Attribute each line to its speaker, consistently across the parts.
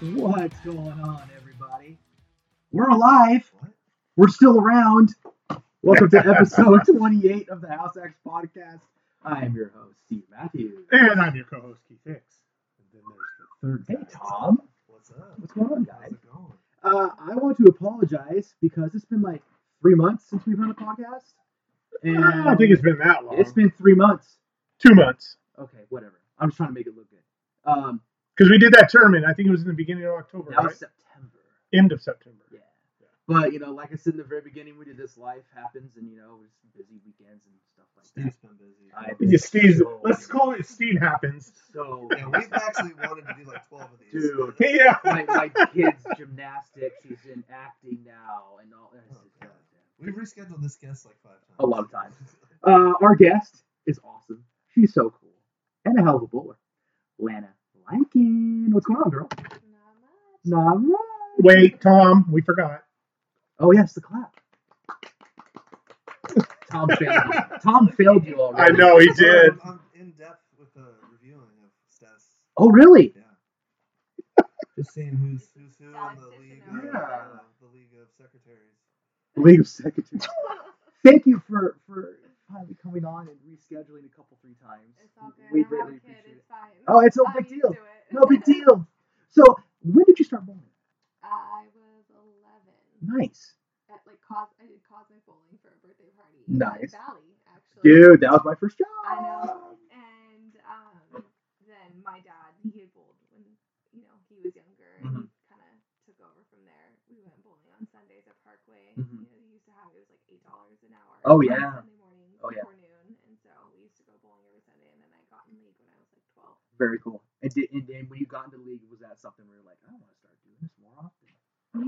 Speaker 1: What's going on, everybody? We're alive. We're still around. Welcome to episode 28 of the House X podcast. I am your host, Steve Matthews.
Speaker 2: And I'm your co-host Keith Hicks. And then there's the
Speaker 1: Hey,
Speaker 2: third guy.
Speaker 1: Tom.
Speaker 2: What's up?
Speaker 1: What's going on,
Speaker 2: How's
Speaker 1: guys?
Speaker 2: it going?
Speaker 1: Uh, I want to apologize because it's been like three months since we've done a podcast. And
Speaker 2: I don't think it's been that long.
Speaker 1: it's been three months.
Speaker 2: two months
Speaker 1: Okay, whatever. I'm just trying to make it look good. Um,
Speaker 2: because we did that tournament. I think it was in the beginning of October,
Speaker 1: that
Speaker 2: right?
Speaker 1: was September.
Speaker 2: End of September.
Speaker 1: Yeah. But you know, like I said in the very beginning, we did this life happens, and you know, it's busy weekends and stuff like that.
Speaker 3: Steve's been busy.
Speaker 1: I-
Speaker 2: Yeah, Steve's,
Speaker 1: So-
Speaker 2: let's call it Steve happens.
Speaker 1: So
Speaker 3: yeah, we've actually wanted to do like 12 of these.
Speaker 1: Dude.
Speaker 2: Yeah.
Speaker 1: my, my kid's gymnastics, he's in acting now, and all that.
Speaker 3: Oh, God. We've rescheduled this guest like five times.
Speaker 1: A lot of times. Uh, our guest is awesome. She's so cool and a hell of a bowler. Lana Lankin, what's going on, girl?
Speaker 4: Not much.
Speaker 1: Nah, nah.
Speaker 2: Wait, Tom, we forgot.
Speaker 1: Oh yes, the clap. Tom failed. you. Tom failed you
Speaker 2: I
Speaker 1: already.
Speaker 2: know he did.
Speaker 3: I'm, I'm in depth with the reviewing of Stas.
Speaker 1: Oh really?
Speaker 3: Yeah. Just seeing who's who's who in
Speaker 4: Alex
Speaker 3: the league.
Speaker 4: Sissono.
Speaker 3: Of,
Speaker 2: Yeah.
Speaker 3: uh, the league of secretaries.
Speaker 1: League of Secretaries. Thank you for for finally coming on and rescheduling a couple three times.
Speaker 4: It's all good.
Speaker 1: We
Speaker 4: I'm not
Speaker 1: greatly
Speaker 4: a kid.
Speaker 1: appreciate it.
Speaker 4: It's fine.
Speaker 1: Oh, it's no
Speaker 4: I'm
Speaker 1: big
Speaker 4: used
Speaker 1: deal.
Speaker 4: to it.
Speaker 1: No big deal. So when did you start bowling?
Speaker 4: I was 11.
Speaker 1: Nice,
Speaker 4: At, like, cos- I did cosmic bowling for a birthday party.
Speaker 1: Nice.
Speaker 4: In Valley, actually.
Speaker 1: dude. That was my first job.
Speaker 4: I know. And um, then my dad, he had bowled when you know he was younger, and
Speaker 1: Mm-hmm.
Speaker 4: he kind of took over from there. We went bowling on Sundays at Parkway.
Speaker 1: Mhm.
Speaker 4: You know, they used to have it was like eight dollars an hour.
Speaker 1: Oh,
Speaker 4: on
Speaker 1: yeah.
Speaker 4: Sunday morning
Speaker 1: Oh, yeah.
Speaker 4: before noon, and so we used to go bowling every Sunday. And then I got in league when I was like twelve.
Speaker 1: Very cool. And, did, and then when you got into the league, was that something where you're like, I want to start doing this more often?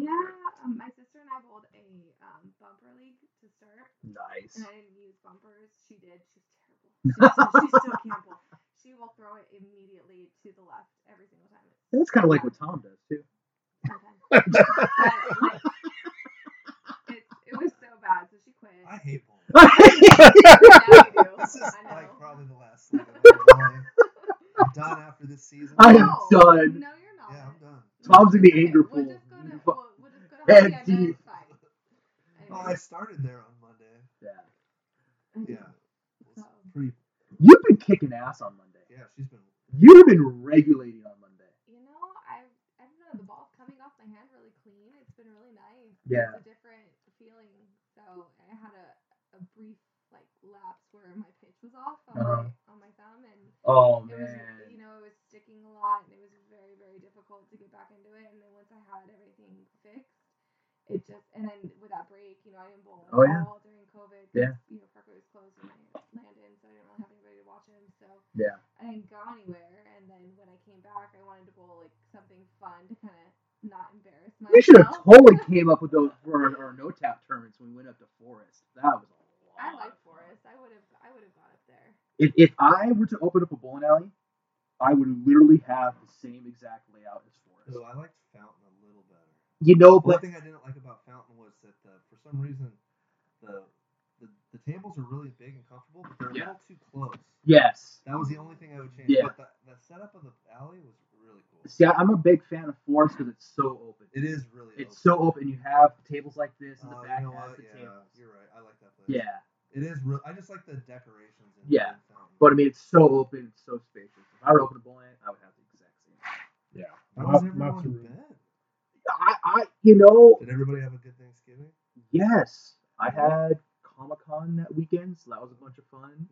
Speaker 4: Yeah, um, my sister and I bowled a um, bumper league to start, and
Speaker 1: Nice.
Speaker 4: I didn't use bumpers. She did. She's terrible. She, she, she still can't bowl. She will throw it immediately to the left every single time.
Speaker 1: That's kind of like what Tom does too.
Speaker 4: Sometimes. But, like, it, it was so bad, so she quit.
Speaker 3: I hate bowling.
Speaker 4: Now we do.
Speaker 3: This is
Speaker 4: I know.
Speaker 3: like probably the last league I'm bowling. I'm done after this season.
Speaker 1: I am
Speaker 3: yeah,
Speaker 4: No,
Speaker 1: done.
Speaker 4: No, you're not.
Speaker 3: I'm done.
Speaker 1: Tom's in the anger
Speaker 4: We'll
Speaker 1: pool.
Speaker 4: just go
Speaker 1: Fu-
Speaker 4: to, we'll, we'll just go to
Speaker 1: Head
Speaker 4: Hacienda,
Speaker 1: deep.
Speaker 4: it's fine.
Speaker 3: Well,
Speaker 4: Anyway.
Speaker 3: Oh, I started there on Monday.
Speaker 1: yeah.
Speaker 3: Yeah. It
Speaker 4: Oh.
Speaker 3: was pretty.
Speaker 1: You've been kicking ass on Monday.
Speaker 3: Yeah, she's been.
Speaker 1: You've been regulating on Monday.
Speaker 4: You know, I I don't know. The ball's coming off my hand really clean. It's been really nice.
Speaker 1: Yeah.
Speaker 4: It's a different feeling. So I had a, a brief like lapse where my pitch was off on,
Speaker 1: Uh-huh.
Speaker 4: my, on my thumb, and
Speaker 1: Oh
Speaker 4: it
Speaker 1: man.
Speaker 4: was you know it was sticking a lot, and it was very very difficult to get back into it. And then once I had everything fixed, it just and then with that break, you know, I didn't bowl at
Speaker 1: Oh, yeah.
Speaker 4: all during COVID. 'cause,
Speaker 1: Yeah.
Speaker 4: You know, Parker was closed when I landed, so I didn't really have anybody to watch him. So.
Speaker 1: Yeah.
Speaker 4: I didn't go anywhere, and then when I came back, I wanted to bowl like something fun to kind of not embarrass myself.
Speaker 1: We should have totally came up with those for our, our no tap tournaments when we went up to Forest. That was a
Speaker 4: I
Speaker 1: lot.
Speaker 4: like Forest. I would have. I would have gone up there.
Speaker 1: If, if I were to open up a bowling alley, I would literally have the same exact layout as Forest.
Speaker 3: Though I liked Fountain a little better.
Speaker 1: You know,
Speaker 3: One
Speaker 1: Oh, but
Speaker 3: thing I didn't like about Fountain was that the, for some reason the, the the tables are really big and comfortable, but they're
Speaker 1: Yeah.
Speaker 3: a little too close.
Speaker 1: yes.
Speaker 3: That was the only thing I would change.
Speaker 1: Yeah.
Speaker 3: But the, the setup of the alley was really cool.
Speaker 1: See, I, I'm a big fan of Forest because it's so open.
Speaker 3: It is really.
Speaker 1: It's
Speaker 3: open.
Speaker 1: so open. You have tables like this, and the
Speaker 3: Uh,
Speaker 1: back
Speaker 3: you know
Speaker 1: has
Speaker 3: what?
Speaker 1: the
Speaker 3: Yeah,
Speaker 1: tables.
Speaker 3: you're right. I like that place.
Speaker 1: Yeah,
Speaker 3: It is real. I just like the decorations. In
Speaker 1: Yeah,
Speaker 3: in Fountain.
Speaker 1: but I mean, it's so open. It's so spacious. If I were to open a bowling, alley, I would have the exact same.
Speaker 2: Yeah.
Speaker 3: how
Speaker 2: Lots-
Speaker 3: was
Speaker 2: lots
Speaker 3: everyone
Speaker 2: of room.
Speaker 3: bed?
Speaker 1: I, I, you know,
Speaker 3: Did everybody have a good Thanksgiving?
Speaker 1: yes, I had Comic Con that weekend, so that was a bunch of fun.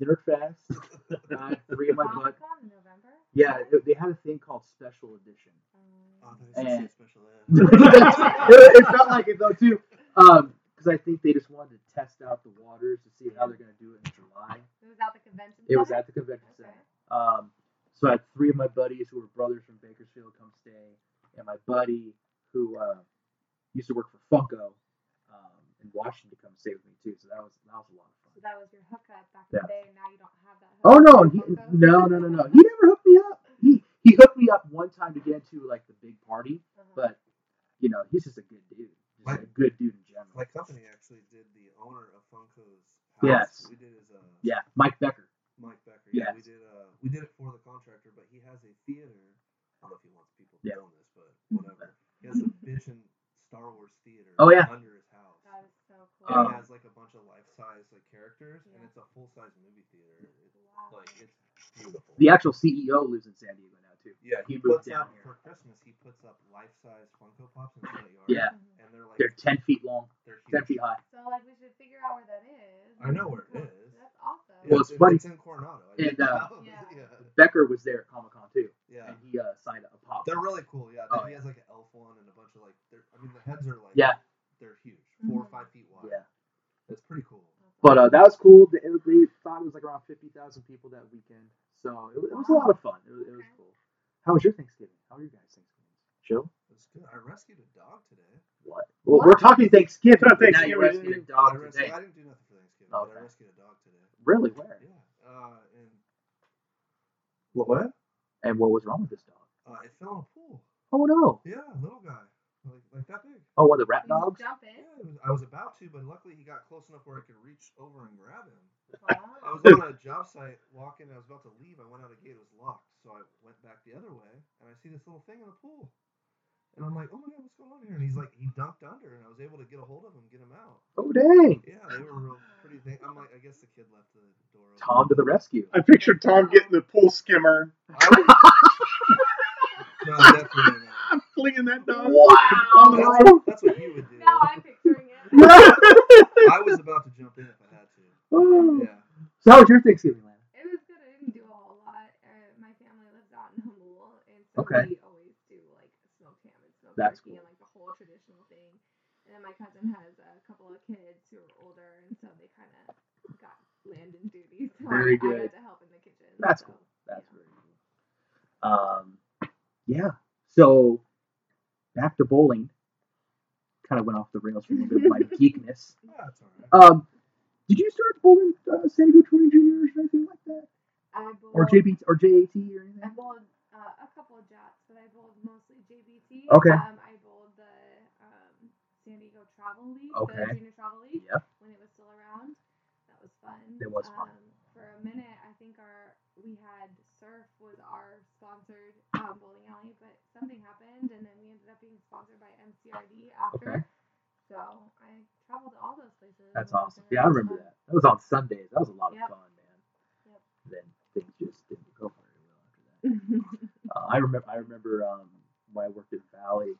Speaker 3: Nerd fest?
Speaker 1: Dinner fest. I had three of my butt.
Speaker 4: Comic-Con Um, in November.
Speaker 1: Yeah, it- they had a thing called special edition.
Speaker 3: Oh,
Speaker 4: Um,
Speaker 3: that
Speaker 1: And-
Speaker 3: is a special eh? ed.
Speaker 1: Eh. it, it felt like it though too, because I think they just wanted to test out the waters to see how they're gonna do it in July.
Speaker 4: it was at the convention.
Speaker 1: It was
Speaker 4: center?
Speaker 1: at the convention
Speaker 4: Okay.
Speaker 1: center. Um, so I had three of my buddies who were brothers from Bakersfield come stay, and my buddy who uh, used to work for Funko um, in Washington come stay with me too. So that was that was a lot of
Speaker 4: So
Speaker 1: fun.
Speaker 4: that was your hookup back
Speaker 1: Yeah.
Speaker 4: in the day, and now you don't have that.
Speaker 1: Oh no,
Speaker 4: hookup
Speaker 1: he,
Speaker 4: with Funko?
Speaker 1: no, no, no, no. He never hooked me up. He he hooked me up one time to get into like the big party,
Speaker 4: Uh-huh.
Speaker 1: but you know he's just a good dude. Just
Speaker 3: Like-
Speaker 1: a good dude in general.
Speaker 3: My company actually did the owner of Funko's house.
Speaker 1: Yes.
Speaker 3: We did his uh,
Speaker 1: yeah, Mike Becker.
Speaker 3: Mike Becker. Yeah, we
Speaker 1: Yes.
Speaker 3: did uh, we did it for the contractor, but he has a theater I don't know if he wants people
Speaker 1: Yeah.
Speaker 3: doing this, but whatever. He has a bitchin' Star Wars theater
Speaker 1: Oh, yeah.
Speaker 3: under his house.
Speaker 4: That is so cool.
Speaker 3: And
Speaker 1: Um,
Speaker 3: it has like a bunch of life size like characters, and
Speaker 4: Yeah.
Speaker 3: it's a full size movie theater. It's
Speaker 4: wow.
Speaker 3: like it's beautiful.
Speaker 1: The actual CEO lives in San Diego now too.
Speaker 3: Yeah,
Speaker 1: He
Speaker 3: he,
Speaker 1: moved
Speaker 3: puts
Speaker 1: down
Speaker 3: up
Speaker 1: here.
Speaker 3: for Christmas. He puts up life size Funko Pops in the front yard.
Speaker 1: Yeah.
Speaker 4: Mhm.
Speaker 3: and they're like
Speaker 1: They're ten feet long,
Speaker 3: they're
Speaker 1: ten
Speaker 3: huge.
Speaker 1: feet high.
Speaker 4: So like we should figure out where that is.
Speaker 3: I know where it
Speaker 4: Well,
Speaker 3: is.
Speaker 4: That's awesome.
Speaker 1: Well, it's funny.
Speaker 3: It's in Coronado. I
Speaker 1: And,
Speaker 3: didn't
Speaker 1: uh,
Speaker 3: know.
Speaker 4: Yeah.
Speaker 3: yeah,
Speaker 1: Becker was there at Comic Con too,
Speaker 3: yeah.
Speaker 1: and he uh, signed a pop.
Speaker 3: They're really cool. Yeah,
Speaker 1: Oh,
Speaker 3: he has like an elf one and a bunch of like. They're, I mean, the heads are like.
Speaker 1: Yeah.
Speaker 3: They're huge, 4 or
Speaker 4: Mhm.
Speaker 3: five feet wide.
Speaker 1: Yeah.
Speaker 3: That's pretty cool.
Speaker 1: But uh, that was cool. They, they thought it was like around fifty thousand people that weekend, so it was, it was a lot of fun. It was, it was
Speaker 4: Okay.
Speaker 1: cool. How was your Thanksgiving? How were you guys Thanksgiving? Chill.
Speaker 3: That's good. I rescued a dog today.
Speaker 1: What? Well, we're talking Thanksgiving.
Speaker 2: Not
Speaker 1: but Now you
Speaker 2: Thanksgiving.
Speaker 1: rescued a
Speaker 3: I,
Speaker 1: dog
Speaker 3: res-
Speaker 1: today. Oh,
Speaker 3: I didn't do nothing for Thanksgiving, but
Speaker 1: Okay.
Speaker 3: I rescued a dog today.
Speaker 1: Really? Where?
Speaker 3: Yeah. Uh, and
Speaker 2: What? what?
Speaker 1: And what was wrong with this dog?
Speaker 3: uh, it fell in a pool.
Speaker 1: Oh no!
Speaker 3: Yeah, little guy, like like that big.
Speaker 1: Oh, one of the rat
Speaker 4: You
Speaker 1: dogs.
Speaker 4: Jump
Speaker 3: Yeah, it
Speaker 4: in.
Speaker 3: was, I was about to, but luckily he got close enough where I could reach over and grab him. I
Speaker 4: Wow.
Speaker 3: was on a job site walking. I was about to leave. I went out a gate. It was locked. So I went back the other way, and I see this little thing in the pool. And I'm like, oh my god, what's going on here? And he's like, he dunked under, and I was able to get a hold of him, get him out.
Speaker 1: Oh dang!
Speaker 3: Yeah, they were real pretty. Thing. I'm like, I guess the kid left the door open.
Speaker 1: Tom to the rescue.
Speaker 2: I pictured Tom getting the pool skimmer,
Speaker 3: I was, no, definitely not.
Speaker 2: flinging that dog.
Speaker 1: Wow!
Speaker 3: That's, that's what you would do.
Speaker 4: now I'm picturing it.
Speaker 3: I was about to jump in if I had to.
Speaker 1: so
Speaker 3: Yeah.
Speaker 1: how was your Thanksgiving, Lana?
Speaker 4: It was good. I didn't do a whole lot. Uh, my family lives out in Hamul, and so
Speaker 1: Okay.
Speaker 4: we always do like smoked ham and smoked
Speaker 1: That's
Speaker 4: turkey
Speaker 1: cool.
Speaker 4: and like the whole traditional thing. And then my cousin has a couple of kids who are older, and so they kind of got landed duties. So
Speaker 1: Very
Speaker 4: I, I
Speaker 1: good.
Speaker 4: got to help in the kitchen.
Speaker 1: That's
Speaker 4: so.
Speaker 1: cool. That's very cool. Um, yeah. So back to bowling. Kind of went off the rails for a little bit with my geekness.
Speaker 3: Yeah, it's alright.
Speaker 1: Um, did you start bowling uh, San Diego Touring Juniors or anything like that,
Speaker 4: I
Speaker 1: or
Speaker 4: bowled,
Speaker 1: JB or JAT or
Speaker 4: I
Speaker 1: anything?
Speaker 4: bowled uh, a couple of jats, but I bowled mostly JBT.
Speaker 1: Okay.
Speaker 4: Um, I bowled the um, San Diego Travel League,
Speaker 1: Okay.
Speaker 4: the Junior Travel League.
Speaker 1: Yep.
Speaker 4: when it was still around. That was fun.
Speaker 1: It was fun.
Speaker 4: Um, for a minute, I think our we had Surf was our sponsored um, bowling alley, but something happened, and then we ended up being sponsored by MCRD after. So I traveled to all those places.
Speaker 1: That's
Speaker 4: and it was
Speaker 1: awesome.
Speaker 4: really
Speaker 1: Yeah, I remember
Speaker 4: fun.
Speaker 1: that. That was on Sundays. That was a lot
Speaker 4: Yep.
Speaker 1: of fun, man.
Speaker 4: Yep.
Speaker 1: Then things just didn't go very well after that. Uh, I remember. I remember um, when I worked at Valley,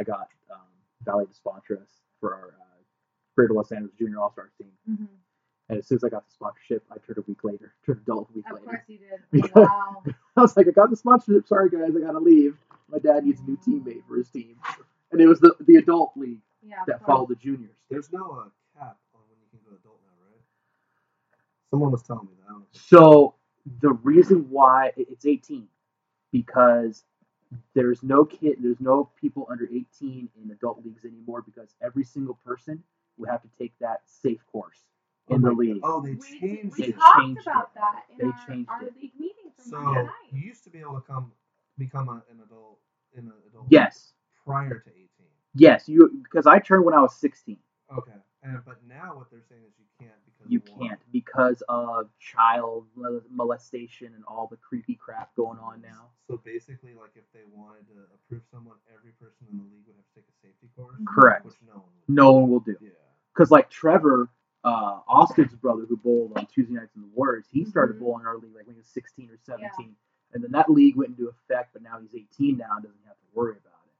Speaker 1: I got um, Valley to sponsor us for our uh, Greater Los Angeles Junior All Star team.
Speaker 4: Mhm.
Speaker 1: And as soon as I got the sponsorship, I turned a week later, turned adult a week
Speaker 4: Of
Speaker 1: later.
Speaker 4: course you did. Wow.
Speaker 1: I was like, I got the sponsorship. Sorry guys, I gotta leave. My dad needs a new teammate for his team, and it was the the adult league
Speaker 4: Yeah.
Speaker 1: that
Speaker 4: of
Speaker 1: followed
Speaker 4: course.
Speaker 1: the juniors.
Speaker 3: There's no uh, cap on when you can go adult now, right? Someone was telling me that. I don't know.
Speaker 1: So the reason why it- it's 18 because there's no kid, there's no people under 18 in adult leagues anymore because every single person would have to take that safe course in the
Speaker 3: my-
Speaker 1: league.
Speaker 3: Oh, they
Speaker 4: We,
Speaker 3: changed
Speaker 4: we
Speaker 1: They
Speaker 3: it.
Speaker 4: talked
Speaker 1: changed
Speaker 4: about
Speaker 1: it.
Speaker 4: that in
Speaker 1: They
Speaker 4: our,
Speaker 1: changed
Speaker 4: our
Speaker 1: it.
Speaker 4: league meeting from
Speaker 3: So
Speaker 4: last
Speaker 3: you
Speaker 4: night.
Speaker 3: used to be able to come become a, an adult in an adult
Speaker 1: Yes,
Speaker 3: prior to 18.
Speaker 1: yes, you because I turned when I was 16.
Speaker 3: Okay. And but now what they're saying is you can't because
Speaker 1: You
Speaker 3: of law.
Speaker 1: can't because of child mol- molestation and all the creepy crap going on now.
Speaker 3: So basically, like if they wanted to approve someone, every person in the league would have to take a safety course.
Speaker 1: Correct.
Speaker 3: Which no one would.
Speaker 1: No one will do.
Speaker 3: Yeah.
Speaker 1: because like Trevor, uh, Austin's brother who bowled on Tuesday nights in the Warriors, he started
Speaker 4: Mhm.
Speaker 1: bowling in our league like when he was 16 or 17, and then that league went into effect, but now he's 18 now and doesn't have to worry about it.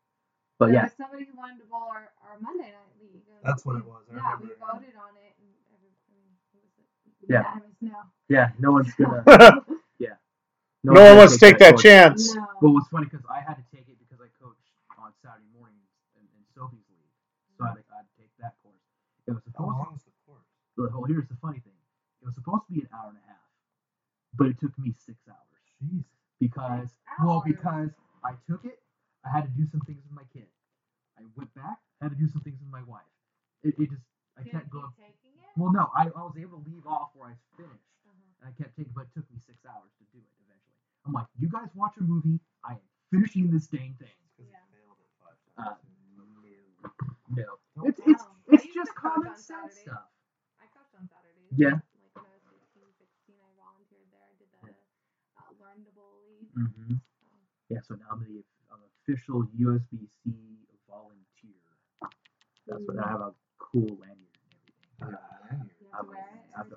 Speaker 1: But
Speaker 4: there
Speaker 1: yeah,
Speaker 4: was somebody who wanted to bowl our, our Monday night league. and
Speaker 3: That's what
Speaker 4: we-
Speaker 3: it was. I
Speaker 4: yeah, we
Speaker 3: remember.
Speaker 4: voted on it, and every, I mean, who was it?
Speaker 1: Yeah.
Speaker 4: Adams, no.
Speaker 1: yeah, no one's gonna.
Speaker 2: no
Speaker 1: No,
Speaker 2: one
Speaker 1: gonna
Speaker 2: wants to take that
Speaker 1: course.
Speaker 2: chance.
Speaker 4: No.
Speaker 1: Well, it's funny because I had to take it because I coached on Saturday mornings in, in Sophie's league, so I had, I had to take that course. It was
Speaker 3: How
Speaker 1: supposed
Speaker 3: long is the course?
Speaker 1: to. Well, here's the funny thing: it was supposed to be an hour and a half, but it took me six hours.
Speaker 3: Jeez.
Speaker 1: because
Speaker 4: Six
Speaker 1: well
Speaker 4: hours.
Speaker 1: because I took it. I had to do some things with my kid. I went back. had to do some things with my wife. It, it just I
Speaker 4: Did
Speaker 1: kept
Speaker 4: you
Speaker 1: going.
Speaker 4: keep taking it?
Speaker 1: Well, no, I, I was able to leave off where I finished.
Speaker 4: Uh-huh.
Speaker 1: And I kept taking, but it took me six hours to do it. Eventually, I'm like, you guys watch a movie. I am finishing this dang thing.
Speaker 3: Because
Speaker 4: Yeah.
Speaker 3: he failed it five
Speaker 1: Uh,
Speaker 3: times.
Speaker 1: No,
Speaker 3: Don't
Speaker 1: it's
Speaker 3: worry.
Speaker 1: it's
Speaker 4: Wow. I
Speaker 1: it's
Speaker 4: used
Speaker 1: just
Speaker 4: to coach
Speaker 1: common
Speaker 4: on
Speaker 1: sense
Speaker 4: Saturdays.
Speaker 1: stuff.
Speaker 4: I coached on Saturdays.
Speaker 1: Yeah.
Speaker 4: Like when I was 15, 16, I volunteered there. I did the uh, Learn to Bowl League.
Speaker 1: Mm-hmm.
Speaker 4: So,
Speaker 1: Yeah, so now I'm the I'm an official USB C volunteer. That's what I have a cool lanyard and everything.
Speaker 4: You
Speaker 1: I'm
Speaker 4: have to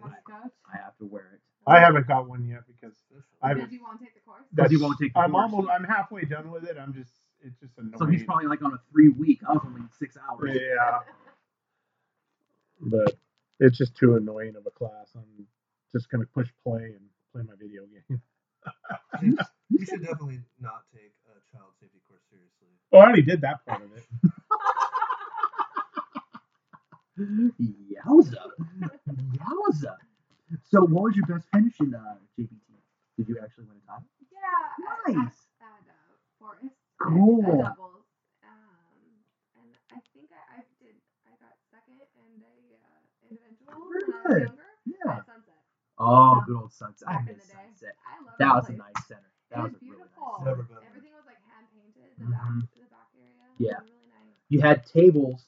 Speaker 4: wear
Speaker 1: a- I'm a-
Speaker 4: it every time you coach.
Speaker 1: I have to wear it.
Speaker 2: I haven't got one yet because I
Speaker 4: Because
Speaker 2: haven't-
Speaker 4: you won't take the course.
Speaker 1: Because you won't take the
Speaker 2: I'm
Speaker 1: course.
Speaker 2: almost. I'm halfway done with it. I'm just. It's just annoying.
Speaker 1: So he's probably like on a three week. I was only six hours.
Speaker 2: Yeah, but it's just too annoying of a class. I'm just gonna push play and play my video game.
Speaker 3: You should definitely not take a child safety course seriously.
Speaker 2: Oh, I already did that part of it.
Speaker 1: Yowza. Yowza. So what was your best finish in uh, JBT? Did you actually win a title?
Speaker 4: yeah.
Speaker 1: Nice.
Speaker 4: At, at, uh, Forest.
Speaker 1: Cool.
Speaker 4: At doubles. Um, and I think I, I did. I got second in the uh, individual
Speaker 1: Very
Speaker 4: when I was
Speaker 1: good.
Speaker 4: younger.
Speaker 1: Yeah.
Speaker 4: At Sunset.
Speaker 1: Oh, good old sunset. I
Speaker 4: Back in
Speaker 1: miss
Speaker 4: the day.
Speaker 1: sunset.
Speaker 4: I love
Speaker 1: That was a
Speaker 4: place.
Speaker 1: nice center.
Speaker 4: It
Speaker 1: That was a
Speaker 4: was
Speaker 1: really nice.
Speaker 4: beautiful.
Speaker 1: Center.
Speaker 3: Never been.
Speaker 4: Everything was like hand painted. The back,
Speaker 1: Mhm.
Speaker 4: the back area.
Speaker 1: Yeah.
Speaker 4: It was really nice.
Speaker 1: You had tables,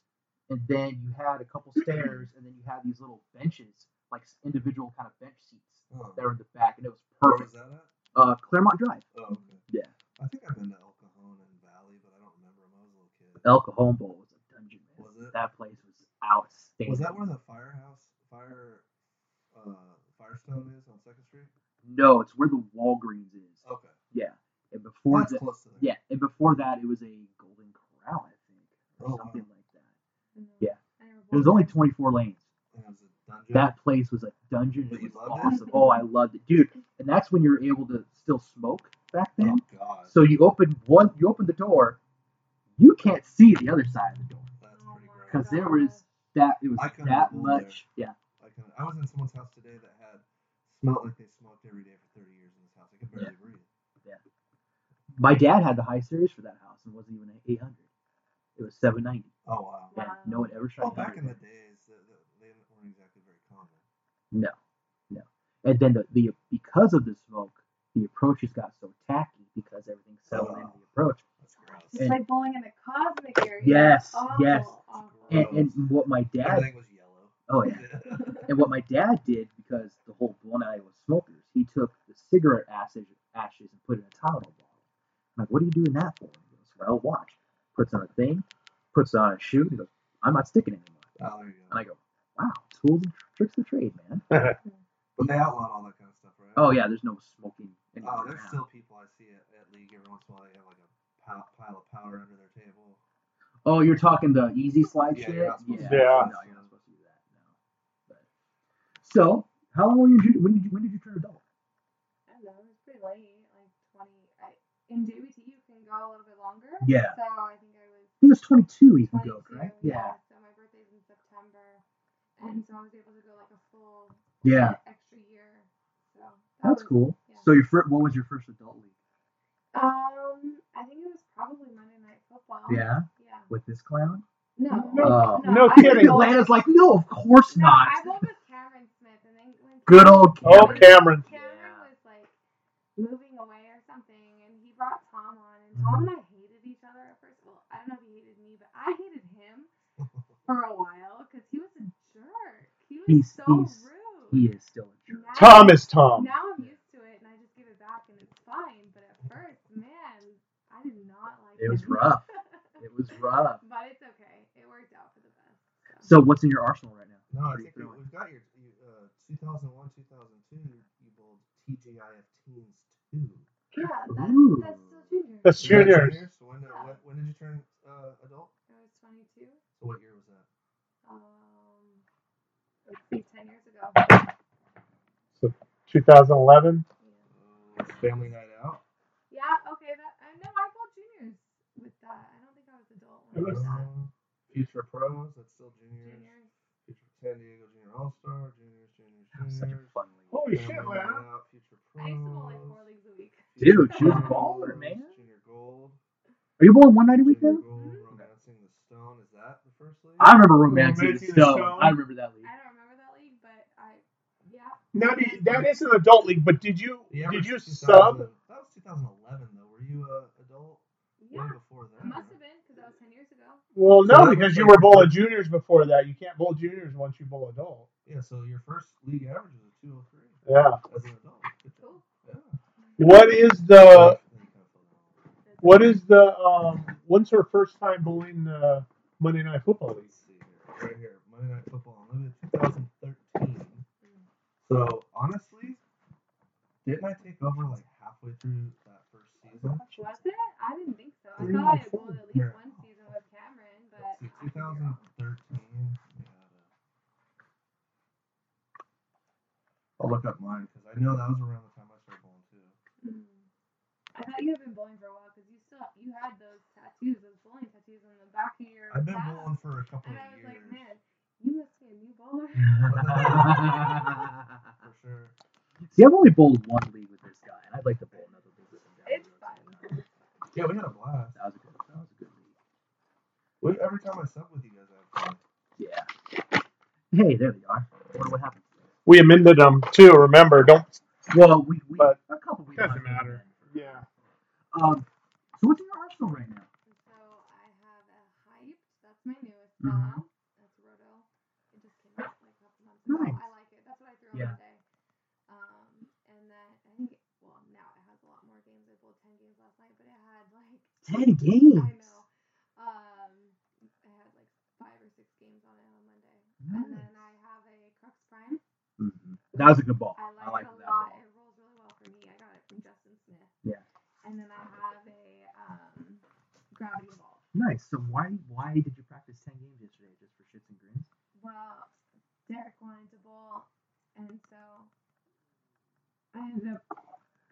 Speaker 1: and then you had a couple stairs, and then you had these little benches, like s- individual kind of bench seats
Speaker 3: Oh,
Speaker 1: that were in the back, and it was
Speaker 3: where was
Speaker 1: perfect.
Speaker 3: that at?
Speaker 1: Uh, Claremont Drive.
Speaker 3: Oh, okay.
Speaker 1: Yeah.
Speaker 3: I think I've been to El Cajon and Valley, but I don't remember when I was a little kid.
Speaker 1: El Cajon Bowl was a dungeon. man.
Speaker 3: Was it?
Speaker 1: That place was outstanding.
Speaker 3: Was that where the firehouse, fire, uh, Firestone is on Second Street?
Speaker 1: No, it's where the Walgreens is.
Speaker 3: Okay,
Speaker 1: Yeah, and before
Speaker 3: Oh. that's
Speaker 1: that,
Speaker 3: close to there.
Speaker 1: yeah, and before that, it was a Golden Corral, I think, or
Speaker 3: Oh, wow.
Speaker 1: something like that.
Speaker 4: And then
Speaker 1: Yeah.
Speaker 4: I never
Speaker 1: It was
Speaker 4: walked
Speaker 1: only
Speaker 4: in.
Speaker 1: 24 lanes.
Speaker 3: And it was a dungeon.
Speaker 1: That place was a dungeon.
Speaker 3: But
Speaker 1: It
Speaker 3: you
Speaker 1: was
Speaker 3: loved it?
Speaker 1: awesome. Oh, I loved it, dude. And that's when you were able to still smoke back
Speaker 3: oh
Speaker 1: then.
Speaker 3: God,
Speaker 1: So you open one, you open the door, you can't see the other side of the door.
Speaker 3: that's
Speaker 4: Oh
Speaker 3: pretty
Speaker 4: my
Speaker 3: gross.
Speaker 1: Because there
Speaker 4: God.
Speaker 1: was that it was
Speaker 3: I couldn't
Speaker 1: that
Speaker 3: hold there.
Speaker 1: much. Yeah,
Speaker 3: I, can, I was in someone's house today that had smelled like they smoked every day for 30 years in this house. I could barely breathe.
Speaker 1: my dad had the high series for that house and wasn't even 800. It was 790.
Speaker 3: Oh wow.
Speaker 1: Yeah,
Speaker 4: Wow.
Speaker 1: no one ever tried.
Speaker 3: Well, Oh, back
Speaker 1: 800
Speaker 3: in the
Speaker 1: then.
Speaker 3: days, the, the, they weren't exactly very common.
Speaker 1: No, no. And then the, the because of the smoke, the approaches got so tacky because everything settled
Speaker 3: Oh.
Speaker 1: in the approach.
Speaker 3: That's gross.
Speaker 4: It's
Speaker 1: And-
Speaker 4: like bowling in the cosmic area.
Speaker 1: Yes,
Speaker 4: Awful,
Speaker 1: yes.
Speaker 4: awful.
Speaker 1: And, and what my dad,
Speaker 3: Everything was yellow.
Speaker 1: oh yeah, and what my dad did because the whole Blown Alley was smokers, he took the cigarette ashes, ashes and put it in a Tylenol bottle. I'm like, what are you doing that for? He goes, well, watch. Puts on a thing, puts on a shoe, and he goes, I'm not sticking anymore.
Speaker 3: oh, there you
Speaker 1: And
Speaker 3: go.
Speaker 1: I go, wow, tools and tr- tricks of the trade, man.
Speaker 3: But they outlawed all that kind of stuff, right?
Speaker 1: Oh yeah, there's no smoking. anymore
Speaker 3: Oh, there's
Speaker 1: now.
Speaker 3: still people I see at, at league every once in a while. They have like a pile, pile of powder under their table.
Speaker 1: Oh, you're talking the easy slide
Speaker 3: Yeah,
Speaker 1: shit?
Speaker 3: you're not supposed
Speaker 2: to do Yeah.
Speaker 1: No, you're not supposed to do that. No. But, so, how long were you, ju- when did you, when did you turn adult?
Speaker 4: I don't know. It was pretty late, like 20. I, in JBT, you can go a little bit longer.
Speaker 1: Yeah.
Speaker 4: So I think I was
Speaker 1: I think it was 22 you can
Speaker 4: 22.
Speaker 1: go, correct?
Speaker 4: So my birthday's in September, and so I was able to go like a full
Speaker 1: Yeah.
Speaker 4: extra year. So that
Speaker 1: That's
Speaker 4: was-
Speaker 1: cool.
Speaker 4: yeah.
Speaker 1: So, your fir- what was your first adult league?
Speaker 4: Um, I think it was probably Monday Night Football.
Speaker 1: Yeah?
Speaker 4: Yeah.
Speaker 1: With this clown?
Speaker 4: No.
Speaker 2: No,
Speaker 1: Oh.
Speaker 2: no
Speaker 4: I
Speaker 2: kidding.
Speaker 4: bowled-
Speaker 1: Atlanta's like, no, of course
Speaker 4: No,
Speaker 1: not.
Speaker 4: I bowled with Cameron Smith, and then when
Speaker 1: Good old
Speaker 2: Oh,
Speaker 1: Cameron.
Speaker 2: Cameron.
Speaker 4: Cameron
Speaker 1: Yeah.
Speaker 4: was like moving away or something, and he brought Tom on, and Tom and I hated each other at first. Well, I don't know if he hated me, but I hated him for a while because he was a jerk. He was
Speaker 1: He's-
Speaker 4: so
Speaker 1: he's-
Speaker 4: rude.
Speaker 1: He is still a jerk.
Speaker 4: Now-
Speaker 2: Tom is Tom.
Speaker 4: Now I'm used to it, and I just give it back, and it's fine. But at first, man, I did not like
Speaker 1: It was
Speaker 4: him.
Speaker 1: rough. It was rough.
Speaker 4: but it's okay. It worked out for the best.
Speaker 1: So, what's in your arsenal right now?
Speaker 2: Mm.
Speaker 3: No, I
Speaker 1: What are you
Speaker 3: think we,
Speaker 1: throwing?
Speaker 3: we've got your you, uh, 2001, 2002. You, you bowled TGIF Teens 2.
Speaker 4: yeah, that's,
Speaker 1: Ooh.
Speaker 4: that's still junior.
Speaker 2: That's
Speaker 3: You were a
Speaker 2: juniors.
Speaker 3: junior, So when, uh, when, when did you turn uh, adult?
Speaker 4: I was 22.
Speaker 3: So what year was that?
Speaker 4: Um, let's see, 10 years ago.
Speaker 2: 2011.
Speaker 3: Uh, family night out.
Speaker 4: Yeah, okay. That I know I called juniors with that. I don't think I was adult when I did that.
Speaker 3: Um, Future pros. That's still juniors.
Speaker 4: Juniors.
Speaker 3: Future San Diego Junior All Star. Juniors. Juniors.
Speaker 1: That was
Speaker 3: Juniors.
Speaker 1: such a fun league.
Speaker 2: Holy shit,
Speaker 3: Family
Speaker 2: man.
Speaker 3: night out, Future pros.
Speaker 4: I used to bowl like four leagues a week.
Speaker 1: Dude,
Speaker 3: Future
Speaker 1: she was a
Speaker 3: pros,
Speaker 1: baller, man.
Speaker 3: Junior gold.
Speaker 1: Are you bowling one night a week now?
Speaker 3: Junior gold.
Speaker 4: Mm-hmm.
Speaker 3: Romancing the stone. Is that the first league?
Speaker 1: I remember romancing the
Speaker 2: Romancing the
Speaker 1: stone.
Speaker 2: Stone.
Speaker 1: I remember that league.
Speaker 4: I don't remember that league, but I, yeah.
Speaker 2: Now do you- that is an adult league, but did you
Speaker 3: Yeah,
Speaker 2: did
Speaker 3: but
Speaker 2: you
Speaker 3: 2000
Speaker 2: sub?
Speaker 3: That was 2011 though. Were you a adult way
Speaker 4: Yeah.
Speaker 3: before
Speaker 4: It
Speaker 3: then?
Speaker 4: must have been because that was 10 years ago.
Speaker 2: Well,
Speaker 3: So
Speaker 2: no,
Speaker 3: that was
Speaker 2: because you
Speaker 3: like-
Speaker 2: were bowling juniors before that. You can't bowl juniors once you bowl adult.
Speaker 3: Yeah. So your first league average was a 203
Speaker 2: Yeah.
Speaker 3: as an adult. Good job.
Speaker 4: Cool.
Speaker 3: Yeah.
Speaker 2: What is the
Speaker 1: Uh,
Speaker 3: Actually, I kinda fell down a little bit.
Speaker 2: What is the um? When's her first time bowling the Monday Night Football League?
Speaker 3: Let's see here. Right here. Monday Night Football. Unlimited 2013.
Speaker 4: Mm.
Speaker 3: So, honestly, didn't I take over like halfway through that first season?
Speaker 4: Was it? I didn't think so. I
Speaker 2: Three
Speaker 4: thought I
Speaker 2: months
Speaker 4: had bowled at
Speaker 3: Yeah.
Speaker 4: least one season with Cameron, but
Speaker 3: So 2013. we had, uh, I'll look up mine because I know that was around the time I started bowling too.
Speaker 4: Mm. I thought you had been bowling for a while because you still you had those tattoos, those bowling tattoos on the back of your
Speaker 3: I've been
Speaker 4: calf.
Speaker 3: bowling for a couple
Speaker 4: And
Speaker 3: of
Speaker 4: I was
Speaker 3: years.
Speaker 4: like, man, you must be a new bowler.
Speaker 3: For sure.
Speaker 1: See, I've only bowled one league with this guy, and I'd like to bowl another league with him.
Speaker 4: It's fun.
Speaker 3: Yeah, we had a blast.
Speaker 1: That was a good. That was a good league.
Speaker 3: We, every time I sub with you guys, I have fun.
Speaker 1: Yeah. Hey, there they are. I wonder what happened.
Speaker 2: We amended them too. Remember, don't.
Speaker 1: Well, we, we
Speaker 2: But
Speaker 1: a couple weeks.
Speaker 2: doesn't matter. Yeah.
Speaker 1: Um. So what's in your arsenal right now?
Speaker 4: And so I have a hype. That's my newest
Speaker 1: Mhm.
Speaker 4: song. That's Roto. It just came out like a couple months ago.
Speaker 1: Nice.
Speaker 4: I like it. That's what I threw on
Speaker 1: Yeah.
Speaker 4: today. Um, and then I think, well, now it has a lot more games. I bowled 10 games last night, but it had like
Speaker 1: Ten games.
Speaker 4: I know. Um, I had like five or six games on it on Monday, and
Speaker 1: Nice.
Speaker 4: then I have a Crux Prime.
Speaker 1: Mhm. That was a good ball.
Speaker 4: I
Speaker 1: I
Speaker 4: like,
Speaker 1: like
Speaker 4: it a
Speaker 1: that
Speaker 4: lot.
Speaker 1: ball.
Speaker 4: It rolls really well for me. I got it from Justin Smith.
Speaker 1: Yeah.
Speaker 4: And then I have a um, gravity ball.
Speaker 1: Nice. So why why did you practice ten games yesterday just for shits and grins?
Speaker 4: Well, Derek wanted to bowl, and so I ended up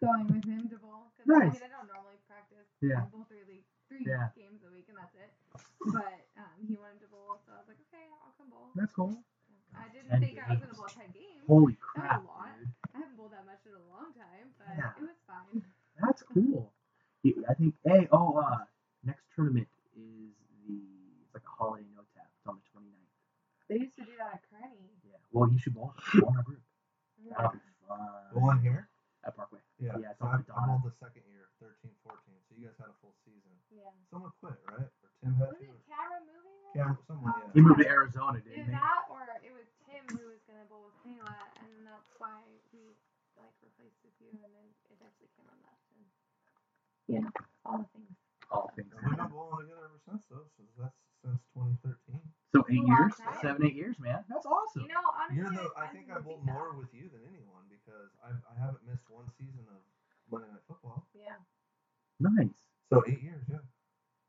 Speaker 4: going with him to bowl. 'cause I
Speaker 1: Nice.
Speaker 4: mean, I don't normally practice.
Speaker 1: Yeah.
Speaker 4: I bowl three league, three
Speaker 1: Yeah.
Speaker 4: games a week, and that's it. But um, he wanted to bowl, so I was like, okay, I'll come bowl.
Speaker 1: That's cool.
Speaker 4: I didn't
Speaker 1: 10
Speaker 4: think I was gonna
Speaker 1: games.
Speaker 4: bowl ten games.
Speaker 1: Holy
Speaker 4: That was
Speaker 1: crap,
Speaker 4: a lot.
Speaker 1: dude.
Speaker 4: I haven't bowled that much in a long time, but
Speaker 1: Yeah.
Speaker 4: it was fine.
Speaker 1: That's cool. Yeah, I think hey oh uh next tournament is the it's like a holiday no tap. It's on the 29th.
Speaker 4: They used to do that at Kearney.
Speaker 1: Yeah. Well, you should bowl. Bowl my group. That'll be fun.
Speaker 3: The one here?
Speaker 1: at Parkway.
Speaker 3: Yeah.
Speaker 1: Uh, Yeah, it's
Speaker 3: so
Speaker 1: on
Speaker 3: I,
Speaker 1: the
Speaker 3: I
Speaker 1: dot.
Speaker 3: bowled the second year, 13, 14. So you guys had a full season.
Speaker 4: Yeah.
Speaker 3: Someone quit, right? Or Tim had
Speaker 4: Was
Speaker 3: to.
Speaker 4: it Cameron moving? it?
Speaker 3: Yeah, someone,
Speaker 1: He
Speaker 3: yeah.
Speaker 1: moved to Arizona,
Speaker 4: Either
Speaker 1: didn't he?
Speaker 4: that or it was Tim who was gonna bowl with Kayla, and then that's why we like replaced with you, and then eventually Cameron left, and you know all the things.
Speaker 1: All things.
Speaker 3: And we've been bowling together ever since, though. So that's since 2013.
Speaker 1: So eight
Speaker 4: Long
Speaker 1: years,
Speaker 4: time.
Speaker 1: seven, eight years, man. That's awesome.
Speaker 4: You know, honestly,
Speaker 3: You're the, I
Speaker 4: I'm
Speaker 3: think I
Speaker 4: gonna
Speaker 3: bowled
Speaker 4: beat that.
Speaker 3: more with you than anyone because I've, I haven't missed one season of Monday Night Football.
Speaker 4: Yeah.
Speaker 1: Nice.
Speaker 3: So eight years, yeah.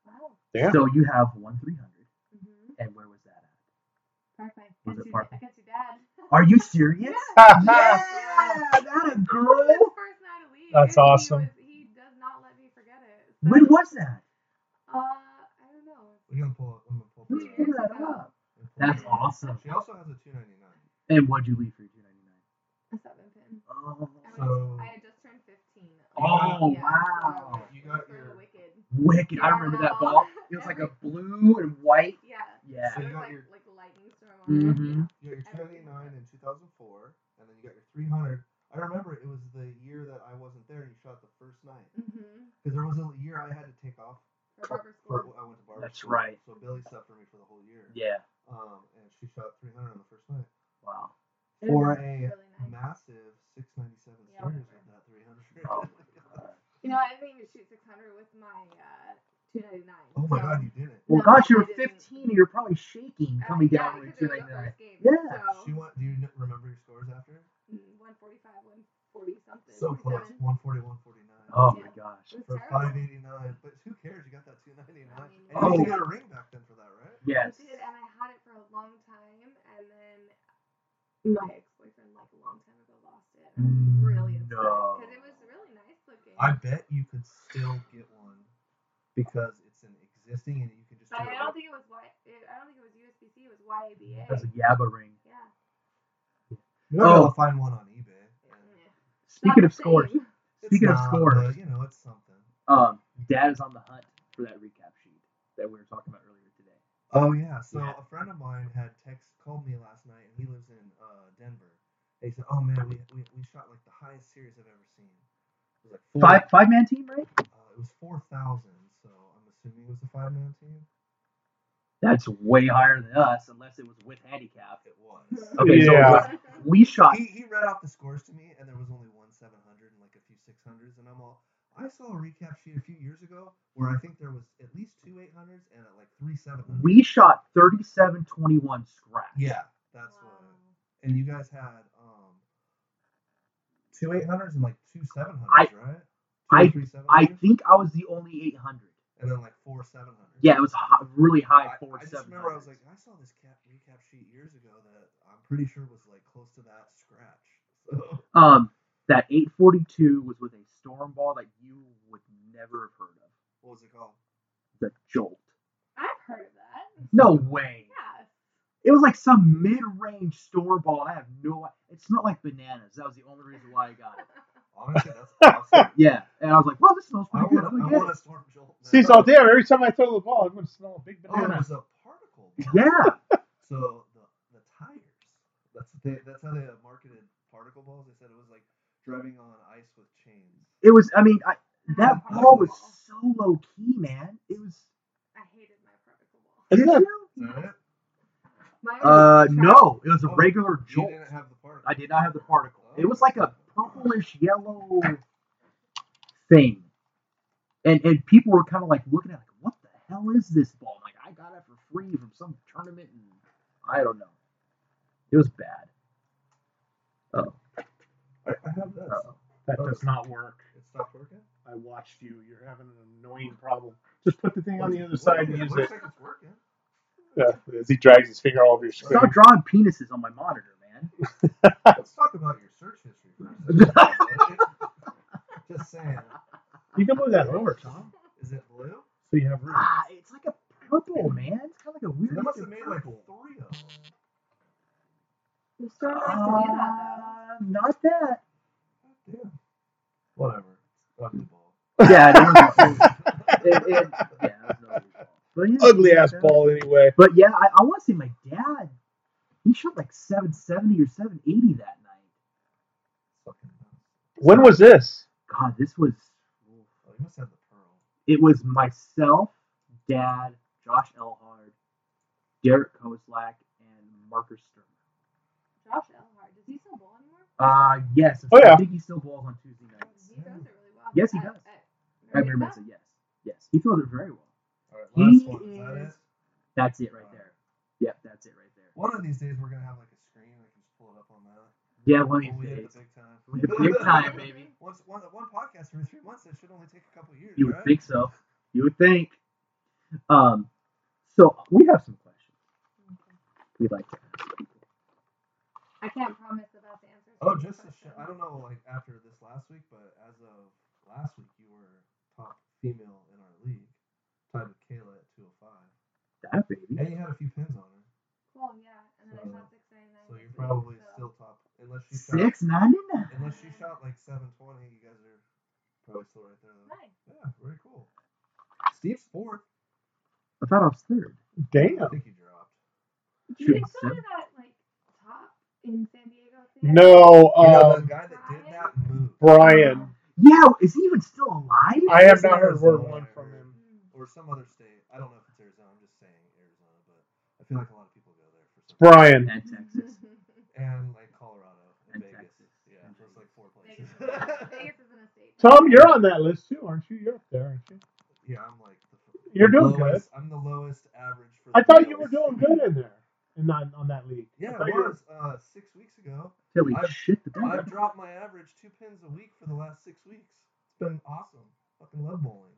Speaker 1: Oh.
Speaker 4: Wow.
Speaker 2: Yeah.
Speaker 1: So you have one three hundred,
Speaker 4: Mhm.
Speaker 1: and where was that at?
Speaker 4: Parkway.
Speaker 1: Was
Speaker 4: Got
Speaker 1: it
Speaker 4: you-
Speaker 1: Parkway?
Speaker 4: I got your dad.
Speaker 1: Are you serious? that a
Speaker 4: His
Speaker 1: girl.
Speaker 4: first night of league.
Speaker 2: That's
Speaker 4: and
Speaker 2: awesome.
Speaker 4: He, was, he does not let me forget it. So,
Speaker 1: When was that?
Speaker 4: Uh, I don't know.
Speaker 3: We're going to pull up. I'm going to pull
Speaker 1: Let's
Speaker 4: Two
Speaker 3: up.
Speaker 1: pull
Speaker 4: years
Speaker 1: that
Speaker 4: ago.
Speaker 1: up.
Speaker 3: and pull
Speaker 1: That's
Speaker 3: it up.
Speaker 1: awesome.
Speaker 3: She also has a 299.
Speaker 1: And what'd you leave for your two ninety nine?
Speaker 4: A seven pin.
Speaker 1: Oh,
Speaker 4: I was,
Speaker 3: So-
Speaker 4: I had just turned fifteen.
Speaker 1: Oh,
Speaker 4: Yeah, so
Speaker 1: wow.
Speaker 4: it
Speaker 3: You
Speaker 4: was
Speaker 3: got
Speaker 4: really
Speaker 3: your-
Speaker 4: wicked.
Speaker 1: wicked! I remember that ball. It was like a blue and white.
Speaker 4: Yeah.
Speaker 1: Yeah.
Speaker 4: It
Speaker 3: So you
Speaker 4: was
Speaker 3: got
Speaker 4: like,
Speaker 3: your-
Speaker 4: like lightning storm on it.
Speaker 1: Mm-hmm.
Speaker 3: You got your 299 in
Speaker 4: Everything.
Speaker 3: 2004, and then you got your 300. I remember it was the year that I wasn't there and you shot the first night.
Speaker 4: Mm-hmm.
Speaker 3: Because there was a year I had to take off.
Speaker 4: For barber
Speaker 3: For,
Speaker 4: school.
Speaker 3: I went to barber
Speaker 1: That's
Speaker 3: school,
Speaker 1: right.
Speaker 3: So Billy slept for me for the whole year.
Speaker 1: Yeah.
Speaker 3: Um, and she shot 300 on the first night.
Speaker 1: Wow.
Speaker 4: It
Speaker 3: For
Speaker 4: was
Speaker 3: a
Speaker 4: really nice.
Speaker 3: massive 697
Speaker 4: Yeah.
Speaker 3: series with that 300.
Speaker 1: Oh.
Speaker 4: You know, I didn't even shoot 600 with my uh, 299.
Speaker 3: Oh my
Speaker 4: so-
Speaker 3: god, you did it.
Speaker 1: Well,
Speaker 4: No,
Speaker 1: gosh, you
Speaker 4: I
Speaker 1: were
Speaker 4: didn't.
Speaker 1: 15. You're probably shaking
Speaker 4: Uh,
Speaker 1: coming
Speaker 4: yeah,
Speaker 1: down with
Speaker 4: because
Speaker 1: two ninety
Speaker 4: it was the
Speaker 1: nine.
Speaker 4: first game.
Speaker 1: Yeah.
Speaker 4: So,
Speaker 3: She went. Do you kn- remember your scores after?
Speaker 4: mm, 145, 140 something.
Speaker 3: So close. 140, 149.
Speaker 1: Oh
Speaker 4: Yeah.
Speaker 1: my gosh.
Speaker 4: It
Speaker 3: For
Speaker 4: was terrible.
Speaker 3: 589. But who cares? You got that 299. And
Speaker 4: I mean,
Speaker 3: you used to
Speaker 1: Oh.
Speaker 3: get a ring back then for that, right?
Speaker 4: I
Speaker 1: Yes.
Speaker 4: did, and I had it for a long time, and then my ex-boyfriend, like a long time ago, lost it. And I was really upset
Speaker 1: No.
Speaker 4: because it was really nice looking.
Speaker 3: Mm, I bet you could still get one because it's an existing and you can just.
Speaker 4: but
Speaker 3: do
Speaker 4: I
Speaker 3: it
Speaker 4: don't
Speaker 3: with-
Speaker 4: think it was y- it, I don't think it was USBC. It was YABA.
Speaker 1: That's a Yabba ring.
Speaker 4: yeah.
Speaker 3: You might be able
Speaker 1: Oh.
Speaker 3: to find one on eBay.
Speaker 4: yeah. Not
Speaker 1: Speaking
Speaker 4: the
Speaker 1: of scores,
Speaker 4: same.
Speaker 3: It's
Speaker 1: Speaking of
Speaker 3: not,
Speaker 1: scores.
Speaker 3: but, you know, it's something.
Speaker 1: um, Dad is on the hunt for that recap sheet that we were talking about earlier today.
Speaker 3: Oh yeah. So
Speaker 1: Yeah.
Speaker 3: a friend of mine had text called me last night, and he lives in uh, Denver. They said, "Oh man, we, we, we shot like the highest series I've ever seen. It was like four,
Speaker 1: Five five man team, right?
Speaker 3: Uh, it was four thousand. So I'm assuming it was a five man team.
Speaker 1: That's way higher than us, unless it was with handicap.
Speaker 3: It was.
Speaker 1: Okay, so
Speaker 2: Yeah.
Speaker 1: it was- we shot.
Speaker 3: he, he read off the scores to me, and there was only one 700 and like a few 600s, and I'm all, I saw a recap sheet a few years ago where I think there was at least two 800s and uh, like three 700s.
Speaker 1: We shot 3721 scratch.
Speaker 3: yeah, that's
Speaker 4: wow.
Speaker 3: what. And you guys had um two 800s and like two 700s,
Speaker 1: I-
Speaker 3: right? Two or
Speaker 1: I-
Speaker 3: three
Speaker 1: I
Speaker 3: 700s,
Speaker 1: think I was the only 800.
Speaker 3: and then like four 700s.
Speaker 1: Yeah, it was high, really high
Speaker 3: I,
Speaker 1: forward
Speaker 3: I just
Speaker 1: seven.
Speaker 3: remember I was like, I saw this cap recap sheet years ago that I'm pretty sure was like close to that scratch. So
Speaker 1: um, that 842 was with a storm ball that you would never have heard of.
Speaker 3: what was it called?
Speaker 1: The Jolt.
Speaker 4: I've heard of that.
Speaker 1: No way.
Speaker 4: Yeah.
Speaker 1: It was like some mid-range storm ball. and I have no. It smelled like bananas. That was the only reason why I got it.
Speaker 3: Honestly, that's awesome.
Speaker 1: Yeah, and I was like, "Well, this smells
Speaker 3: I
Speaker 1: pretty good."
Speaker 3: want,
Speaker 1: I'm
Speaker 3: I
Speaker 1: gonna get
Speaker 3: want
Speaker 1: it.
Speaker 3: a storm jolt. now.
Speaker 2: See, so damn, every time I throw the ball, I'm going to smell a big
Speaker 3: Oh, it
Speaker 2: banana.
Speaker 3: was a particle. ball.
Speaker 1: Yeah,
Speaker 3: So the, the tires. That's what they, that's how they uh, marketed particle balls. They said it was like driving on ice with chains.
Speaker 1: it was. I mean, I, that
Speaker 4: I had a
Speaker 1: ball was
Speaker 4: particle
Speaker 1: so low key, man. It was.
Speaker 4: ball. I hated my particle ball.
Speaker 2: Isn't that-
Speaker 3: Is that it?
Speaker 4: Mine was
Speaker 1: Uh,
Speaker 4: trash.
Speaker 1: no, it was a
Speaker 3: Oh,
Speaker 1: regular
Speaker 3: You
Speaker 1: jolt.
Speaker 3: didn't have the particle.
Speaker 1: I did not have the particle. It was like a purplish yellow thing, and and people were kind of like looking at it, like, "What the hell is this ball?" I'm like, I got it for free from some tournament, and I don't know. It was bad.
Speaker 3: I, I have this.
Speaker 2: That does not work.
Speaker 3: It stopped working.
Speaker 2: I watched you. You're having an annoying problem. Just put the thing on the other
Speaker 3: What-
Speaker 2: side
Speaker 3: it
Speaker 2: and use
Speaker 3: looks
Speaker 2: it.
Speaker 3: like it's working.
Speaker 2: Yeah, as he drags his finger all over your screen.
Speaker 1: Stop drawing penises on my monitor, man.
Speaker 3: Let's talk about your search history first. Just saying.
Speaker 2: You can move that over, Tom.
Speaker 3: Is it blue?
Speaker 2: So you have room.
Speaker 1: Ah, it's like a purple, man. It's kind of like a weird.
Speaker 3: They must have
Speaker 1: looking
Speaker 3: made like three
Speaker 1: purple.
Speaker 3: of them.
Speaker 4: You still don't have to do
Speaker 1: Uh,
Speaker 4: that
Speaker 1: not that.
Speaker 3: Damn. Whatever. Ugly ball.
Speaker 1: Yeah, that was it, it, yeah, that was ugly ball. But yeah,
Speaker 2: Ugly ass
Speaker 1: that-
Speaker 2: ball, anyway.
Speaker 1: But yeah, I, I want to say my dad. He shot like 770 or 780 that night.
Speaker 3: Fucking nuts.
Speaker 2: When was this?
Speaker 1: God, this was.
Speaker 3: Ooh, Oh, you must have the pearl.
Speaker 1: It was myself, dad, Josh Elhard, Derek Kozlak, and Marcus Sturmer.
Speaker 4: though. Josh Elhard, does he still bowl anymore?
Speaker 1: Uh, yes.
Speaker 2: Oh, yeah.
Speaker 1: I think he still balls on Tuesday
Speaker 4: He
Speaker 1: nights.
Speaker 4: does it really well.
Speaker 1: Yes, he
Speaker 4: At-
Speaker 1: does.
Speaker 4: at
Speaker 1: I remember
Speaker 4: Marissa?
Speaker 1: that. Yes. Yes. He throws it very well.
Speaker 3: All right, last
Speaker 1: He
Speaker 3: one. Is that it?
Speaker 1: is- That's it right there. Yep, that's it right there.
Speaker 3: One of these days we're gonna have like a screen. We can just pull it up on that.
Speaker 1: Yeah, one
Speaker 3: When
Speaker 1: of
Speaker 3: we
Speaker 1: these
Speaker 3: hit
Speaker 1: days.
Speaker 3: the big time.
Speaker 1: We hit the big time, baby.
Speaker 3: Once one one podcast every three months. That should only take a couple years,
Speaker 1: You would
Speaker 3: right?
Speaker 1: think so. You would think. Um, so we have some questions we'd like to ask people.
Speaker 4: I can't promise that that's the answer. to
Speaker 3: Oh,
Speaker 4: your
Speaker 3: just a sh-
Speaker 4: question.
Speaker 3: I don't know, like after this last week, but as of last week, you were top female in our league, tied with Kayla at 205,
Speaker 1: That baby.
Speaker 3: and you had a few pins on her,
Speaker 4: Well, yeah, and then I
Speaker 3: So-
Speaker 4: shot six ninety nine.
Speaker 3: so you're probably still top unless she shot
Speaker 1: Six ninety nine.
Speaker 3: unless she shot like 720. You guys are probably still right there. Though.
Speaker 4: Nice.
Speaker 3: Yeah, very cool. Steve's fourth.
Speaker 1: I thought I was third.
Speaker 3: I
Speaker 2: Damn.
Speaker 3: think you dropped.
Speaker 4: Do you
Speaker 1: Shooting
Speaker 4: still do
Speaker 1: seven.
Speaker 4: that like top in San Diego? thing?
Speaker 2: No,
Speaker 3: You know, the
Speaker 2: um,
Speaker 3: guy that did that move.
Speaker 2: Brian.
Speaker 1: Yeah, is he even still alive?
Speaker 2: I have not heard word one from him.
Speaker 4: Mm.
Speaker 3: or some other state. I don't know if it's Arizona. I'm just saying Arizona, but I feel like a lot of people go there for some.
Speaker 2: Brian.
Speaker 1: At Texas.
Speaker 3: And like Colorado and,
Speaker 1: And
Speaker 3: Vegas.
Speaker 1: Texas.
Speaker 3: Yeah,
Speaker 1: And
Speaker 3: those like four places.
Speaker 4: Vegas is an- Vegas is an estate.
Speaker 2: Tom, you're on that list too, aren't you? You're up there, aren't you?
Speaker 3: yeah, I'm like. The, f-
Speaker 2: You're doing
Speaker 3: lowest, I'm the lowest average for.
Speaker 2: I
Speaker 3: the
Speaker 2: thought you were doing
Speaker 3: lowest.
Speaker 2: good in there, and not on that league. I
Speaker 3: Yeah,
Speaker 2: thought
Speaker 3: it
Speaker 2: you were-
Speaker 3: was uh, six weeks ago.
Speaker 1: Holy
Speaker 3: I've-
Speaker 1: shit, the
Speaker 3: I've
Speaker 1: bed.
Speaker 3: dropped my average two pins a week for the last six weeks. It's been awesome. Fucking love bowling.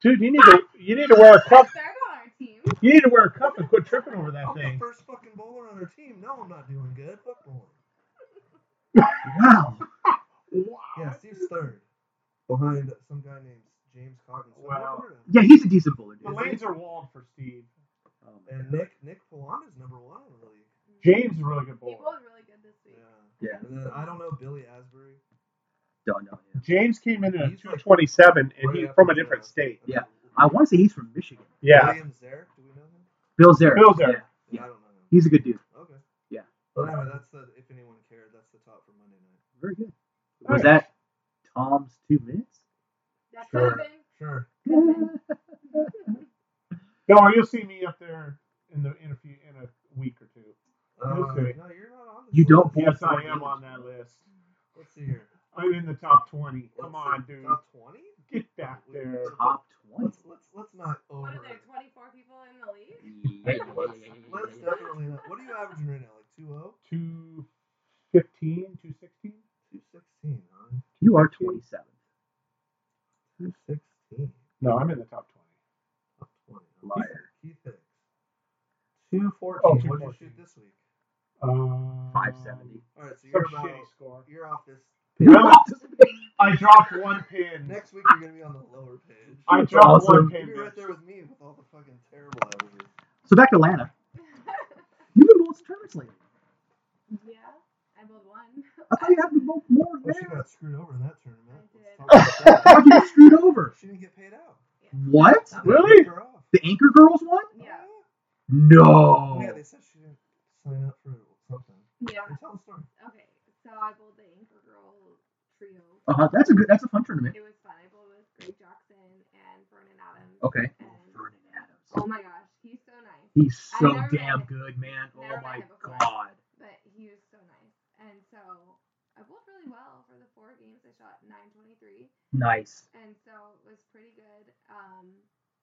Speaker 2: dude. You need to you need to wear a cup.
Speaker 4: Third on our team.
Speaker 2: You need to wear a cup and quit tripping over that
Speaker 3: I'm the
Speaker 2: thing.
Speaker 3: first fucking bowler on our team. No, I'm not doing good. Fuck bowling.
Speaker 1: Wow.
Speaker 3: Yeah, Steve's third, behind some guy named James Coggins. who I've never
Speaker 2: Wow.
Speaker 3: heard of.
Speaker 1: Yeah, he's a decent bullet.
Speaker 2: The lanes are walled for Steve.
Speaker 1: Oh my
Speaker 3: Oh, And
Speaker 1: God.
Speaker 3: Nick Nick Pawanda's number one in the league.
Speaker 2: James is a really good
Speaker 4: He
Speaker 2: bowler.
Speaker 4: bowled really good this week.
Speaker 3: Yeah.
Speaker 1: Yeah.
Speaker 3: And then I don't know Billy Asbury.
Speaker 1: Don't know him.
Speaker 2: James came in at
Speaker 3: He's like-
Speaker 2: 227, and
Speaker 3: Right
Speaker 2: he's
Speaker 3: after
Speaker 2: from a
Speaker 3: Joe.
Speaker 2: different state.
Speaker 1: Yeah. I want to say he's from Michigan.
Speaker 2: Yeah,
Speaker 3: Williams there. Do we know him?
Speaker 1: Bill Zarek.
Speaker 2: Bill Zarek.
Speaker 1: Yeah,
Speaker 3: I don't know him.
Speaker 1: he's a good dude.
Speaker 3: Okay.
Speaker 1: Yeah.
Speaker 3: But anyway, that's the if anyone cared, that's the top for Monday night.
Speaker 1: Very good.
Speaker 2: All
Speaker 1: Was
Speaker 2: right.
Speaker 1: that Tom's two minutes?
Speaker 4: That could
Speaker 3: Sure.
Speaker 4: have been.
Speaker 3: Sure.
Speaker 2: no, you'll see me up there in the in a few in a week or two.
Speaker 3: Uh, no,
Speaker 2: Okay.
Speaker 3: you're not on this
Speaker 1: You don't
Speaker 3: list.
Speaker 1: bowl
Speaker 2: Yes, I
Speaker 1: four
Speaker 2: am
Speaker 1: games.
Speaker 2: on that list.
Speaker 3: Let's see here.
Speaker 2: I'm in the top 20. Come
Speaker 3: Let's
Speaker 2: on,
Speaker 3: see.
Speaker 2: dude.
Speaker 3: Top twenty?
Speaker 2: Get there.
Speaker 1: Top twenty.
Speaker 3: Let's let's let's not over.
Speaker 4: What are there, 24 people in the league?
Speaker 3: Let's definitely not. What are you averaging right now? Like oh? 2
Speaker 2: Two fifteen, two sixteen.
Speaker 3: 216, huh?
Speaker 1: You are twenty seventh.
Speaker 3: 216.
Speaker 2: No, I'm in the top twenty.
Speaker 3: Top 20.
Speaker 1: Liar.
Speaker 3: Keith Hicks. 214.
Speaker 2: Oh,
Speaker 3: What'd you
Speaker 2: 214.
Speaker 3: shoot this week?
Speaker 2: Um,
Speaker 1: Five seventy.
Speaker 3: All right, so
Speaker 2: Some
Speaker 3: you're about.
Speaker 2: shitty score.
Speaker 3: You're off this.
Speaker 2: I dropped one pin.
Speaker 3: Next week you're gonna be on the lower page.
Speaker 2: I
Speaker 1: That's
Speaker 2: dropped
Speaker 1: awesome.
Speaker 2: one
Speaker 3: You're
Speaker 2: pin.
Speaker 3: gonna be right
Speaker 2: bitch.
Speaker 3: there with me with all the fucking terrible averages.
Speaker 1: So back to Atlanta. You've been bowling some tournaments lately.
Speaker 4: yeah, I bowled one.
Speaker 1: I
Speaker 2: Oh,
Speaker 1: thought you had to bowl more
Speaker 3: Well, Oh, she
Speaker 1: there.
Speaker 3: got screwed over in that tournament.
Speaker 4: I
Speaker 3: Let's talk
Speaker 4: did.
Speaker 3: about that.
Speaker 1: How'd you get screwed over?
Speaker 3: she didn't get paid out.
Speaker 1: What?
Speaker 3: They
Speaker 2: Really?
Speaker 3: ripped her off. Oh.
Speaker 1: The anchor girls won?
Speaker 4: Yeah,
Speaker 1: No.
Speaker 3: Yeah, they said she didn't sign up for something.
Speaker 4: yeah.
Speaker 3: Hey, Tell the story.
Speaker 4: Okay, so I bowled the Anchor Girl trio.
Speaker 1: Uh huh. That's a good. That's a fun tournament.
Speaker 4: It was fun. I bowled with Greg Jackson and Vernon Adams.
Speaker 2: Oh.
Speaker 1: Okay.
Speaker 4: And
Speaker 1: Vernon Adams.
Speaker 4: oh my gosh, he's so nice.
Speaker 1: He's so
Speaker 4: I've never
Speaker 1: damn
Speaker 4: met-
Speaker 1: good, man. Oh
Speaker 4: never met
Speaker 1: my
Speaker 4: him before.
Speaker 1: god.
Speaker 4: but he was so nice. And so I bowled really well for the four games. I shot 923,
Speaker 1: Nice.
Speaker 4: and so it was pretty good. Um,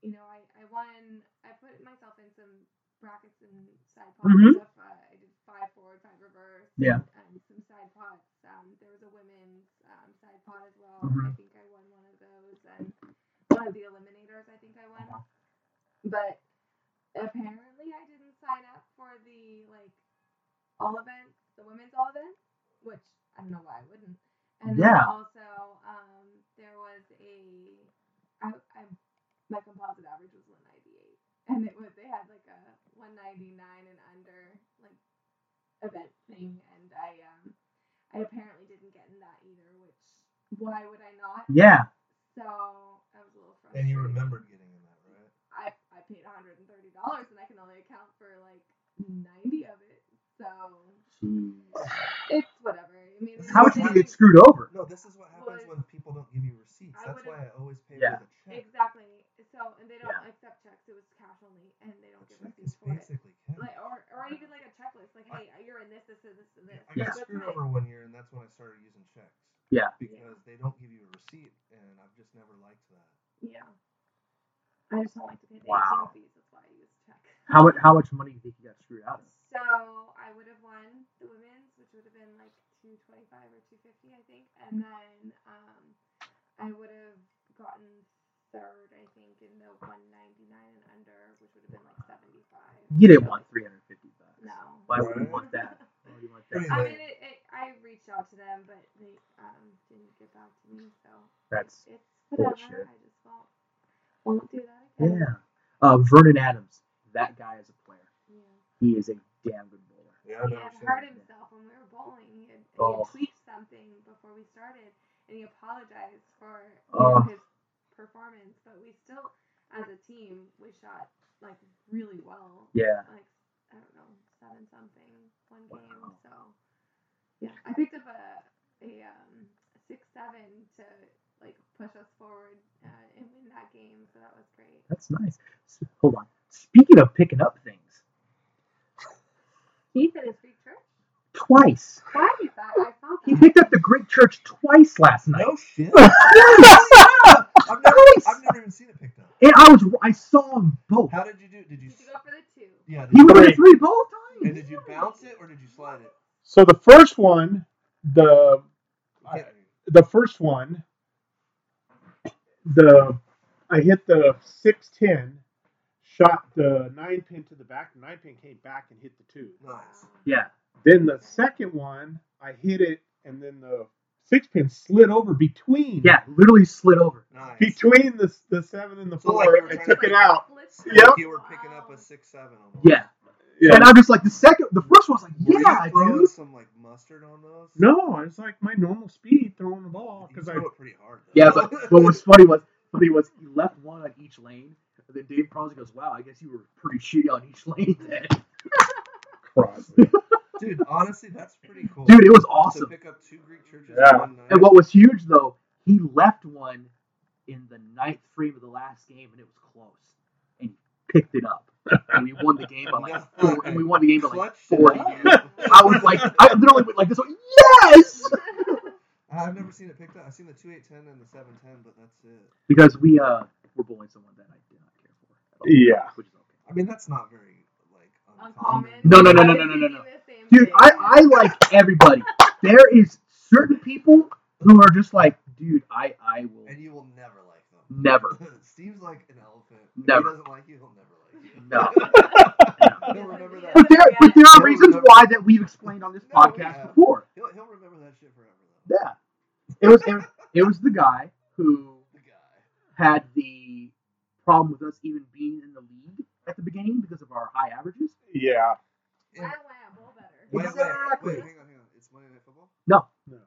Speaker 4: you know, I, I won. I put myself in some brackets and side pot
Speaker 1: Mhm.
Speaker 4: stuff. Uh, I did five forward, five reverse.
Speaker 1: Yeah.
Speaker 4: And, um, some side pots. Um, there was a women's um, side pot as well.
Speaker 1: Mhm.
Speaker 4: I think I won one of those, and one of the eliminators. I think I won.
Speaker 1: Uh-huh.
Speaker 4: But apparently, I didn't sign up for the like all event, the women's all event, which I don't know why I wouldn't. And then
Speaker 1: Yeah.
Speaker 4: also, um, there was a I, I my composite average was 198, and it was they had like a 199 and under like event thing, and I um I apparently didn't get in that either, which why would I not?
Speaker 1: Yeah.
Speaker 4: So I was a little frustrated.
Speaker 3: And you remembered getting in that, right?
Speaker 4: I, I paid $130 and I can only account for like 90 of it. So
Speaker 1: Jeez.
Speaker 4: it's whatever. I mean,
Speaker 1: How
Speaker 3: much
Speaker 1: did you
Speaker 4: they-
Speaker 1: get screwed over?
Speaker 3: No, this is what happens when
Speaker 4: Was-
Speaker 3: people don't give you receipts.
Speaker 4: I
Speaker 3: That's
Speaker 4: would've-
Speaker 3: why I always pay
Speaker 1: Yeah.
Speaker 3: with a check.
Speaker 4: Exactly. So, and they don't accept checks. It was cash only, and
Speaker 3: A
Speaker 4: they don't give
Speaker 3: check is
Speaker 4: receipts for it.
Speaker 3: basically cash.
Speaker 4: Like, oh, or, or even like a checklist. Like, hey, you're in this, this, and this, and this.
Speaker 3: I got
Speaker 4: That's
Speaker 3: screwed
Speaker 4: my-
Speaker 3: over one year, and that's when I started using checks.
Speaker 1: Yeah.
Speaker 3: Because they don't give you a receipt, and I've just never liked that.
Speaker 4: Yeah. I just don't like to pay the
Speaker 1: Wow.
Speaker 4: ATM fees. That's why I use checks.
Speaker 1: How mu- how much money do you think you got screwed out of?
Speaker 4: So I would have won the women's, which would have been like two twenty five or two fifty, I think,
Speaker 1: Mm.
Speaker 4: and then um, I would have gotten third, I think, in the one ninety nine and under, which would have been like seventy five.
Speaker 1: You didn't want 350 bucks.
Speaker 4: No.
Speaker 1: Why would you want that? Why would you want that?
Speaker 4: I
Speaker 3: Anyway.
Speaker 4: mean, it, it, I reached out to them, but they um, didn't get back to me. So
Speaker 1: That's
Speaker 4: it's whatever.
Speaker 1: bullshit.
Speaker 4: I just won't won't do that again.
Speaker 1: yeah. Uh, Vernon Adams. That guy is a player.
Speaker 4: Yeah.
Speaker 1: He is a damn good bowler.
Speaker 3: Yeah,
Speaker 4: He had hurt himself when we were bowling. He had, he
Speaker 1: Oh.
Speaker 4: had tweaked something before we started, and he apologized for you
Speaker 1: Oh.
Speaker 4: know, his performance. But we still, as a team, we shot like really well.
Speaker 1: Yeah.
Speaker 4: Like I don't know, seven something one
Speaker 1: Wow.
Speaker 4: game. So yeah, I picked up a a um, six seven to like push us forward uh, and win that game. So that was great.
Speaker 1: That's nice. S- Hold on. Speaking of picking up things,
Speaker 4: Ethan is free church.
Speaker 1: twice
Speaker 4: Why is that? I found
Speaker 1: he
Speaker 4: that.
Speaker 1: picked up the Great Church twice last night.
Speaker 3: No shit. I've never,
Speaker 1: Twice.
Speaker 3: I've never even seen it picked up.
Speaker 1: And I was I saw them both.
Speaker 3: How did you do? Did you?
Speaker 4: Did you go for the two?
Speaker 3: Yeah. Did
Speaker 1: He
Speaker 3: you,
Speaker 1: went
Speaker 2: Great.
Speaker 1: in three both
Speaker 3: and
Speaker 1: times.
Speaker 3: did you bounce it or did you slide it?
Speaker 2: So the first one, the I- the first one, the I hit the six ten, shot the nine pin to the back. The nine pin came back and hit the two.
Speaker 3: Nice.
Speaker 4: Um,
Speaker 1: Yeah.
Speaker 2: Then the second one, I hit it, and then the six pin slid over between.
Speaker 1: Yeah. Literally slid over.
Speaker 3: Nice.
Speaker 2: Between the the seven and the
Speaker 3: So,
Speaker 2: four,
Speaker 3: like, you were
Speaker 2: I
Speaker 3: trying
Speaker 2: took
Speaker 3: to-
Speaker 2: it out.
Speaker 4: Split
Speaker 2: Yep.
Speaker 4: shot.
Speaker 3: Like you were picking up
Speaker 4: Wow.
Speaker 3: a six seven almost.
Speaker 1: Yeah.
Speaker 2: Yeah.
Speaker 1: And I'm just like the second, the first one was like,
Speaker 3: Were
Speaker 1: yeah,
Speaker 3: you throwing
Speaker 1: dude.
Speaker 3: some like mustard on those?
Speaker 2: No, I was like my normal speed throwing the ball
Speaker 3: You
Speaker 2: because I
Speaker 3: throw it pretty hard. Though.
Speaker 1: Yeah, but what was funny was funny was he left one on each lane, and then Dave Crosby goes, "Wow, I guess you were pretty shitty on each lane." Then.
Speaker 2: Crosby.
Speaker 3: dude, honestly, that's pretty cool.
Speaker 1: Dude, it was
Speaker 3: To
Speaker 1: awesome.
Speaker 3: pick up two Greek churches
Speaker 2: Yeah.
Speaker 3: in one night.
Speaker 1: And what was huge though, he left one in the ninth frame of the last game, and it was close, and he picked it up, and we won the game by like four, and we won the game by like
Speaker 3: Clutch
Speaker 1: forty.
Speaker 3: it.
Speaker 1: I was like, I literally went like this, like, yes.
Speaker 3: I've never seen it picked up. I've seen the two eight ten and the seven ten, but that's it.
Speaker 1: because we uh were bullying someone that I did not care for. At all,
Speaker 2: Yeah.
Speaker 1: which is okay.
Speaker 3: I mean, that's not very like
Speaker 4: Uncommon.
Speaker 3: uncommon.
Speaker 1: No, no, no, no,
Speaker 4: I
Speaker 1: no, no,
Speaker 4: was
Speaker 1: no,
Speaker 4: thinking
Speaker 1: no.
Speaker 4: the same
Speaker 1: Dude,
Speaker 4: thing.
Speaker 1: I I like everybody. there is certain people who are just like, dude, I I will
Speaker 3: And you will never like
Speaker 1: never.
Speaker 3: them. Steve's like an elephant. If
Speaker 1: Never.
Speaker 3: he doesn't like you, he'll never like you.
Speaker 1: No.
Speaker 3: He'll remember that.
Speaker 1: But there but there are reasons why that we've explained on this
Speaker 3: No,
Speaker 1: podcast
Speaker 3: yeah.
Speaker 1: before.
Speaker 3: He'll, he'll remember that shit forever though.
Speaker 1: Yeah. It was it, was- it was the guy who
Speaker 3: The guy.
Speaker 1: had the problem with us even being in the league at the beginning because of our high averages.
Speaker 2: Yeah.
Speaker 4: I went at bowl better.
Speaker 3: Wait, wait,
Speaker 1: Exactly.
Speaker 3: wait, hang on, hang on. It's Monday Night Football?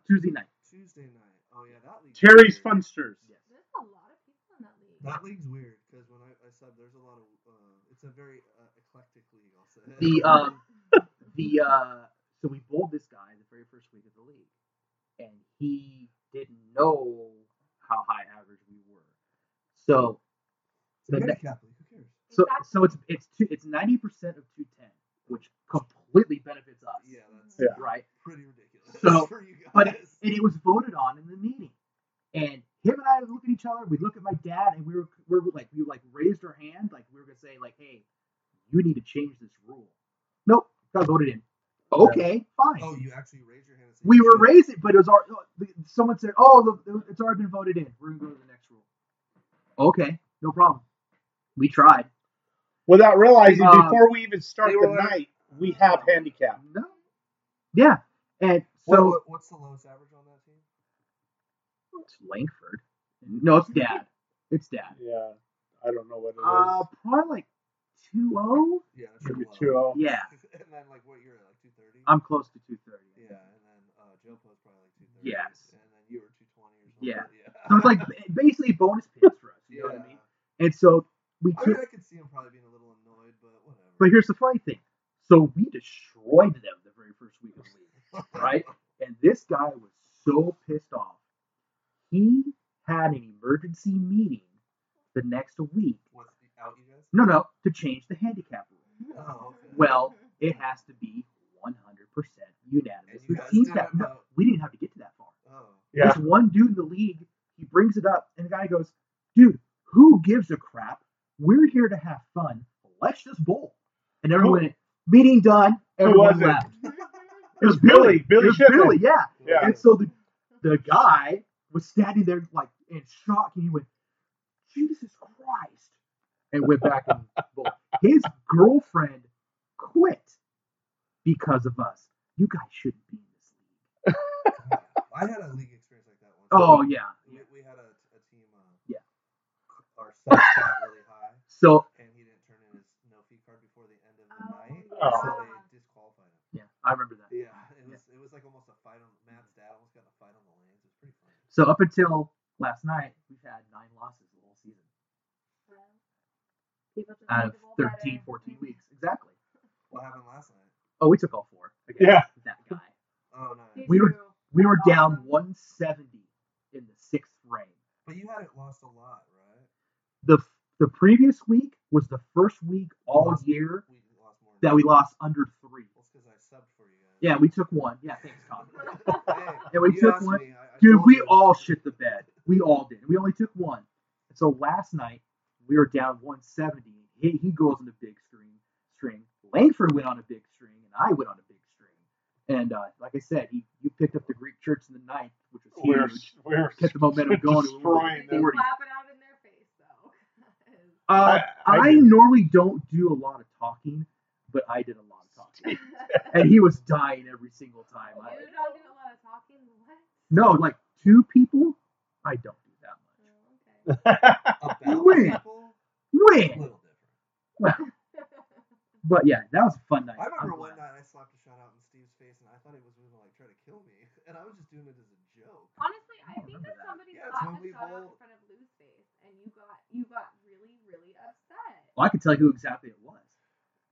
Speaker 1: Tuesday night.
Speaker 3: Tuesday night. Oh yeah, that league.
Speaker 2: Terry's Funsters.
Speaker 4: There's a lot of people in that league.
Speaker 3: That league's weird because when I, I said there's a lot of, uh, it's a very uh, eclectic league. I'll say.
Speaker 1: The um the uh so we bowled this guy the very first week of the league and he didn't know how high average we were. So
Speaker 3: it's a
Speaker 1: the ne-
Speaker 3: handicap league. Who cares?
Speaker 1: so so it's it's two, it's ninety percent of two ten, which completely benefits us.
Speaker 3: Yeah, that's
Speaker 2: Yeah.
Speaker 1: Right?
Speaker 3: pretty ridiculous.
Speaker 1: So,
Speaker 3: for you guys.
Speaker 1: but and it was voted on in the meeting. And him and I would look at each other. We'd look at my dad, and we were we were like we like raised our hand, like we were gonna say like, "Hey, you need to change this rule." Nope, got voted in. Okay, fine.
Speaker 3: oh, you actually raised your hand. And said
Speaker 1: we
Speaker 3: you
Speaker 1: were
Speaker 3: said-
Speaker 1: raised it, but it was our someone said, "Oh, the, it's already been voted in. We're gonna go to the next rule." Okay, no problem. We tried.
Speaker 2: Without realizing,
Speaker 1: Um,
Speaker 2: before we even start
Speaker 3: they
Speaker 2: the
Speaker 3: were like-
Speaker 2: night, we have handicap.
Speaker 1: No. Yeah, and
Speaker 3: What,
Speaker 1: so
Speaker 3: what- what's the lowest average on that team?
Speaker 1: it's Langford. No, it's dad. It's dad.
Speaker 2: Yeah. I don't know what
Speaker 1: Uh,
Speaker 2: it
Speaker 1: probably like two zero.
Speaker 3: Yeah, that's
Speaker 2: is. Maybe
Speaker 3: low.
Speaker 2: 2
Speaker 1: Yeah.
Speaker 3: and then like what you're at, like two thirty.
Speaker 1: I'm close to 230.
Speaker 3: Yeah, and then uh, Joe Post probably like two thirty.
Speaker 1: Yes.
Speaker 3: And then you were two twenty or something.
Speaker 1: Yeah.
Speaker 3: Yeah.
Speaker 1: So it's like ba- basically bonus picks for us. You know what I mean? And so we
Speaker 3: I mean,
Speaker 1: took.
Speaker 3: I could see him probably being a little annoyed, but whatever.
Speaker 1: But here's the funny thing. So we destroyed them the very first week of the league, right? And this guy was so pissed off. He had an emergency meeting the next week.
Speaker 3: What's the out you guys?
Speaker 1: No, no, to change the handicap rule.
Speaker 3: Oh, okay.
Speaker 1: Well, it has to be 100% unanimous.
Speaker 3: And you
Speaker 1: The
Speaker 3: guys
Speaker 1: teams
Speaker 3: did
Speaker 1: have,
Speaker 3: it,
Speaker 1: no,
Speaker 3: though.
Speaker 1: we didn't have to get to that far.
Speaker 3: Oh.
Speaker 2: Yeah.
Speaker 1: There's one dude in the league. He brings it up, and the guy goes, "Dude, who gives a crap? We're here to have fun. Let's just bowl." And everyone, went, meeting done. Everyone
Speaker 2: was it?
Speaker 1: left. It
Speaker 2: It
Speaker 1: was
Speaker 2: was
Speaker 1: Billy.
Speaker 2: Billy.
Speaker 1: It
Speaker 2: Billy
Speaker 1: was
Speaker 2: Shipman.
Speaker 1: Billy, yeah.
Speaker 2: Yeah.
Speaker 1: And so the the guy was standing there like in shock, and he went, "Jesus Christ!" and went back and bowled. His girlfriend quit because of us. You guys shouldn't be in this league.
Speaker 3: I had a league experience like that once.
Speaker 1: Oh yeah.
Speaker 3: We, we had a, a team. Uh,
Speaker 1: Yeah.
Speaker 3: Our son shot really high,
Speaker 1: So
Speaker 3: and he didn't turn in his no fee card before the end of the
Speaker 4: Oh,
Speaker 3: night,
Speaker 4: yeah.
Speaker 3: so they disqualified him.
Speaker 1: yeah, I remember that.
Speaker 3: Yeah, it was it was like almost a fight on Matt's dad almost got in a fight on the lanes. It was pretty funny.
Speaker 1: So up until last night, we've had nine losses the whole season
Speaker 4: People just
Speaker 1: out of
Speaker 4: need to bowl
Speaker 1: 13,
Speaker 4: better.
Speaker 1: 14 weeks. Exactly.
Speaker 3: What happened last night?
Speaker 1: Oh, we took all four. against
Speaker 2: Yeah.
Speaker 1: That guy.
Speaker 3: Oh no.
Speaker 4: Did
Speaker 1: We were-
Speaker 4: you-
Speaker 1: We were down
Speaker 4: Awesome.
Speaker 1: 170 in the sixth frame.
Speaker 3: But you hadn't lost a lot, right?
Speaker 1: The the previous week was the first week all year
Speaker 3: We lost more.
Speaker 1: that we lost under three.
Speaker 3: Well, because I subbed for you guys.
Speaker 1: Yeah, we took one. Yeah, thanks, Tom.
Speaker 3: hey,
Speaker 1: And we
Speaker 3: you
Speaker 1: took
Speaker 3: asked
Speaker 1: one-
Speaker 3: me, I- I
Speaker 1: Dude,
Speaker 3: told
Speaker 1: we
Speaker 3: you.
Speaker 1: all shit the bed. We all did. We only took one. And so last night we were down 170. He, he goes on a big string. String. Langford went on a big string, and I went on a big string. And uh, like I said, he, you picked up the Greek church in the ninth, which was
Speaker 2: We're,
Speaker 1: huge.
Speaker 2: we're
Speaker 1: Kept the momentum going.
Speaker 2: destroying
Speaker 4: Did you
Speaker 2: them.
Speaker 1: Forty.
Speaker 4: clap it out in their face though? 'Cause-
Speaker 1: Uh, I,
Speaker 2: I- I did.
Speaker 1: normally don't do a lot of talking, but I did a lot of talking, and he was dying every single time. I,
Speaker 4: You don't do a lot of talking. What?
Speaker 1: no, like two people, I don't do that much.
Speaker 4: Oh,
Speaker 3: About
Speaker 1: win.
Speaker 3: people, a
Speaker 1: Win,
Speaker 3: little different.
Speaker 4: okay.
Speaker 1: but yeah, that was a fun night.
Speaker 3: I remember
Speaker 1: I'm
Speaker 3: one
Speaker 1: glad.
Speaker 3: night I slapped a shot out in Steve's face, and I thought he was going to like try to kill me, and I was just doing it as a joke.
Speaker 4: Honestly, I
Speaker 1: don't
Speaker 4: think
Speaker 1: remember
Speaker 4: that
Speaker 1: that.
Speaker 4: somebody
Speaker 3: Yeah, it's
Speaker 4: got
Speaker 3: when
Speaker 4: a
Speaker 3: we
Speaker 4: shot out in
Speaker 3: bowled-
Speaker 4: front of Lou's face, and you got you got really really upset.
Speaker 1: Well, I could tell you who exactly it was.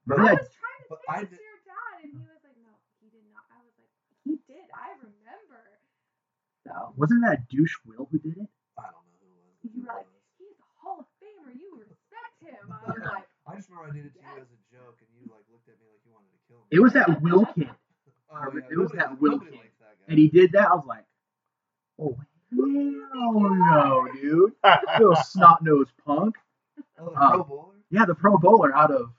Speaker 1: Remember
Speaker 4: I
Speaker 1: that-
Speaker 4: was trying to
Speaker 3: But
Speaker 4: say
Speaker 3: I
Speaker 4: it to
Speaker 3: did-
Speaker 4: your dad, and he was like, "No, he did not." I was like, "He did. I remember." So
Speaker 1: wasn't that douche Will who did it?
Speaker 3: I don't know who it was.
Speaker 4: you
Speaker 3: Who it
Speaker 4: were like,
Speaker 3: was.
Speaker 4: "He's a Hall of Famer. You respect him." I was like,
Speaker 3: I just remember I did it to you as a joke, and you like looked at me like you wanted to kill me.
Speaker 1: It was that Will kid,
Speaker 3: Oh, yeah,
Speaker 1: it was
Speaker 3: nobody
Speaker 1: that
Speaker 3: liked-
Speaker 1: Will kid.
Speaker 3: nobody liked that guy.
Speaker 1: and he did that. I was like, Oh no, dude. Little snot nosed punk.
Speaker 3: Oh, the
Speaker 1: Um,
Speaker 3: Pro Bowler.
Speaker 1: Yeah, the pro bowler out of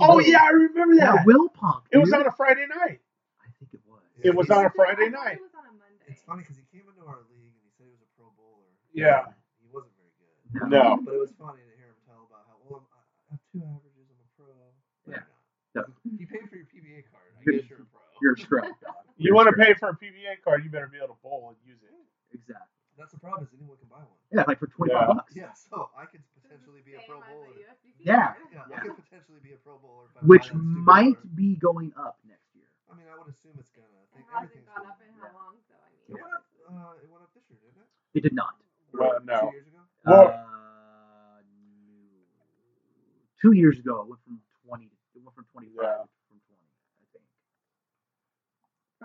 Speaker 2: oh yeah, I remember
Speaker 1: Yeah,
Speaker 2: that.
Speaker 1: Will Punk.
Speaker 2: it was
Speaker 1: dude.
Speaker 2: on a Friday night.
Speaker 1: I think it was.
Speaker 3: Yeah,
Speaker 2: It was
Speaker 3: he's-
Speaker 2: on a Friday
Speaker 4: I thought
Speaker 2: night.
Speaker 4: It was on a Monday.
Speaker 3: It's funny because he came into our league and he said he was a Pro Bowler.
Speaker 2: Yeah.
Speaker 3: He wasn't very good.
Speaker 2: No.
Speaker 3: But it was funny to hear him tell about how well I'm, I I have two averages. I'm a pro. No,
Speaker 1: Yeah.
Speaker 3: you're not. You paid for your PBA card. I guess you're a pro.
Speaker 1: You're a scrub, dog.
Speaker 2: You want to pay for a PBA card, you better be able to bowl and use it.
Speaker 1: Exactly.
Speaker 3: That's the problem is anyone can buy one.
Speaker 1: Yeah, like for twenty
Speaker 2: Yeah.
Speaker 1: five bucks.
Speaker 3: Yeah. So I could
Speaker 4: This is
Speaker 3: potentially be
Speaker 4: the
Speaker 3: a
Speaker 4: same
Speaker 3: Pro
Speaker 4: as
Speaker 3: Bowler.
Speaker 4: the USDC
Speaker 1: Yeah.
Speaker 4: card.
Speaker 3: Yeah,
Speaker 1: Yeah.
Speaker 3: I could potentially be a Pro Bowler. If I buy
Speaker 1: Which
Speaker 3: that stupid
Speaker 1: might
Speaker 3: card.
Speaker 1: be going up next year.
Speaker 3: I mean, I would assume it's gonna. I
Speaker 4: It
Speaker 3: think everything's
Speaker 4: hasn't gone up in
Speaker 3: going
Speaker 4: how
Speaker 1: Yeah.
Speaker 4: long, so I mean.
Speaker 3: It went up. Uh, it went up this year, didn't it?
Speaker 1: It did not.
Speaker 2: Well, Uh, no.
Speaker 3: Two years ago.
Speaker 2: Well-
Speaker 1: Uh, two years ago, it went from twenty. It went from twenty five
Speaker 2: Yeah.
Speaker 1: from twenty. I think.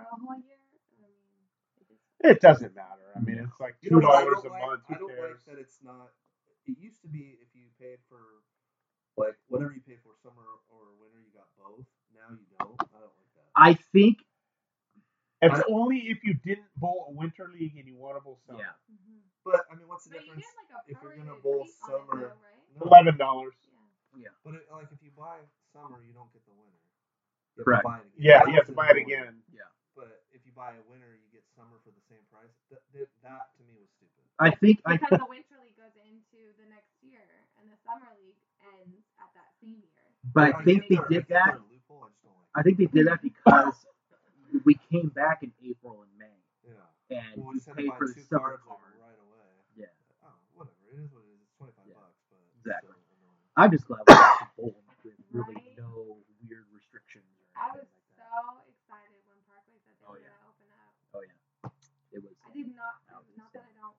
Speaker 4: For a whole year, I mean, it just.
Speaker 2: It doesn't matter. I mean, it's like
Speaker 3: You
Speaker 2: two
Speaker 3: know what I
Speaker 2: dollars a
Speaker 3: don't like?
Speaker 2: month.
Speaker 3: I
Speaker 2: Who
Speaker 3: don't
Speaker 2: cares?
Speaker 3: like that it's not. It used to be if you paid for like whatever you pay for summer or winter, you got both. Now you don't. I don't like that.
Speaker 1: I think.
Speaker 2: It's only if you didn't bowl a winter league and you want to bowl
Speaker 1: Yeah.
Speaker 3: Oh.
Speaker 2: summer.
Speaker 4: Mhm.
Speaker 3: But I mean, what's the
Speaker 4: But you
Speaker 3: difference?
Speaker 4: get like a
Speaker 3: if you're gonna
Speaker 4: prorated
Speaker 3: bowl
Speaker 4: rate on it
Speaker 3: summer-
Speaker 4: though, right?
Speaker 3: No,
Speaker 2: Eleven dollars.
Speaker 4: Yeah.
Speaker 3: But it, like if you buy summer, you don't get the winter. You have to
Speaker 1: Correct.
Speaker 3: buy it again.
Speaker 2: Yeah,
Speaker 3: That
Speaker 2: you have to
Speaker 3: was
Speaker 2: buy it
Speaker 3: annoying.
Speaker 2: again.
Speaker 3: But if you buy a winter, you get summer for the same price. That, that, that to me was stupid.
Speaker 1: I think. I
Speaker 4: because the winter league goes into the next year and the summer league ends at that same year.
Speaker 1: but I
Speaker 3: Like,
Speaker 1: think they
Speaker 3: they're-
Speaker 1: did
Speaker 3: they're
Speaker 1: that.
Speaker 3: a loophole, I just don't like
Speaker 1: I think they did that because we came back in April and May,
Speaker 3: it. Yeah.
Speaker 1: and
Speaker 3: Well,
Speaker 1: we
Speaker 3: just had to
Speaker 1: paid
Speaker 3: buy
Speaker 1: for the
Speaker 3: two
Speaker 1: summer
Speaker 3: cards like,
Speaker 1: card.
Speaker 3: right away.
Speaker 1: Yeah.
Speaker 3: Oh, whatever. It is what it is. It's twenty five
Speaker 1: Yeah.
Speaker 3: bucks, but it's
Speaker 1: Exactly.
Speaker 3: still annoying.
Speaker 1: I'm just glad we got to bowl with really
Speaker 4: Right.
Speaker 1: no weird restrictions or
Speaker 4: I
Speaker 1: anything
Speaker 4: was
Speaker 1: like that.
Speaker 4: so excited when Parkway said they
Speaker 1: Oh,
Speaker 4: were
Speaker 1: yeah.
Speaker 4: gonna open up.
Speaker 1: Oh yeah, it was.
Speaker 4: I did not.
Speaker 1: That was
Speaker 4: Not that I
Speaker 1: insane.
Speaker 4: don't,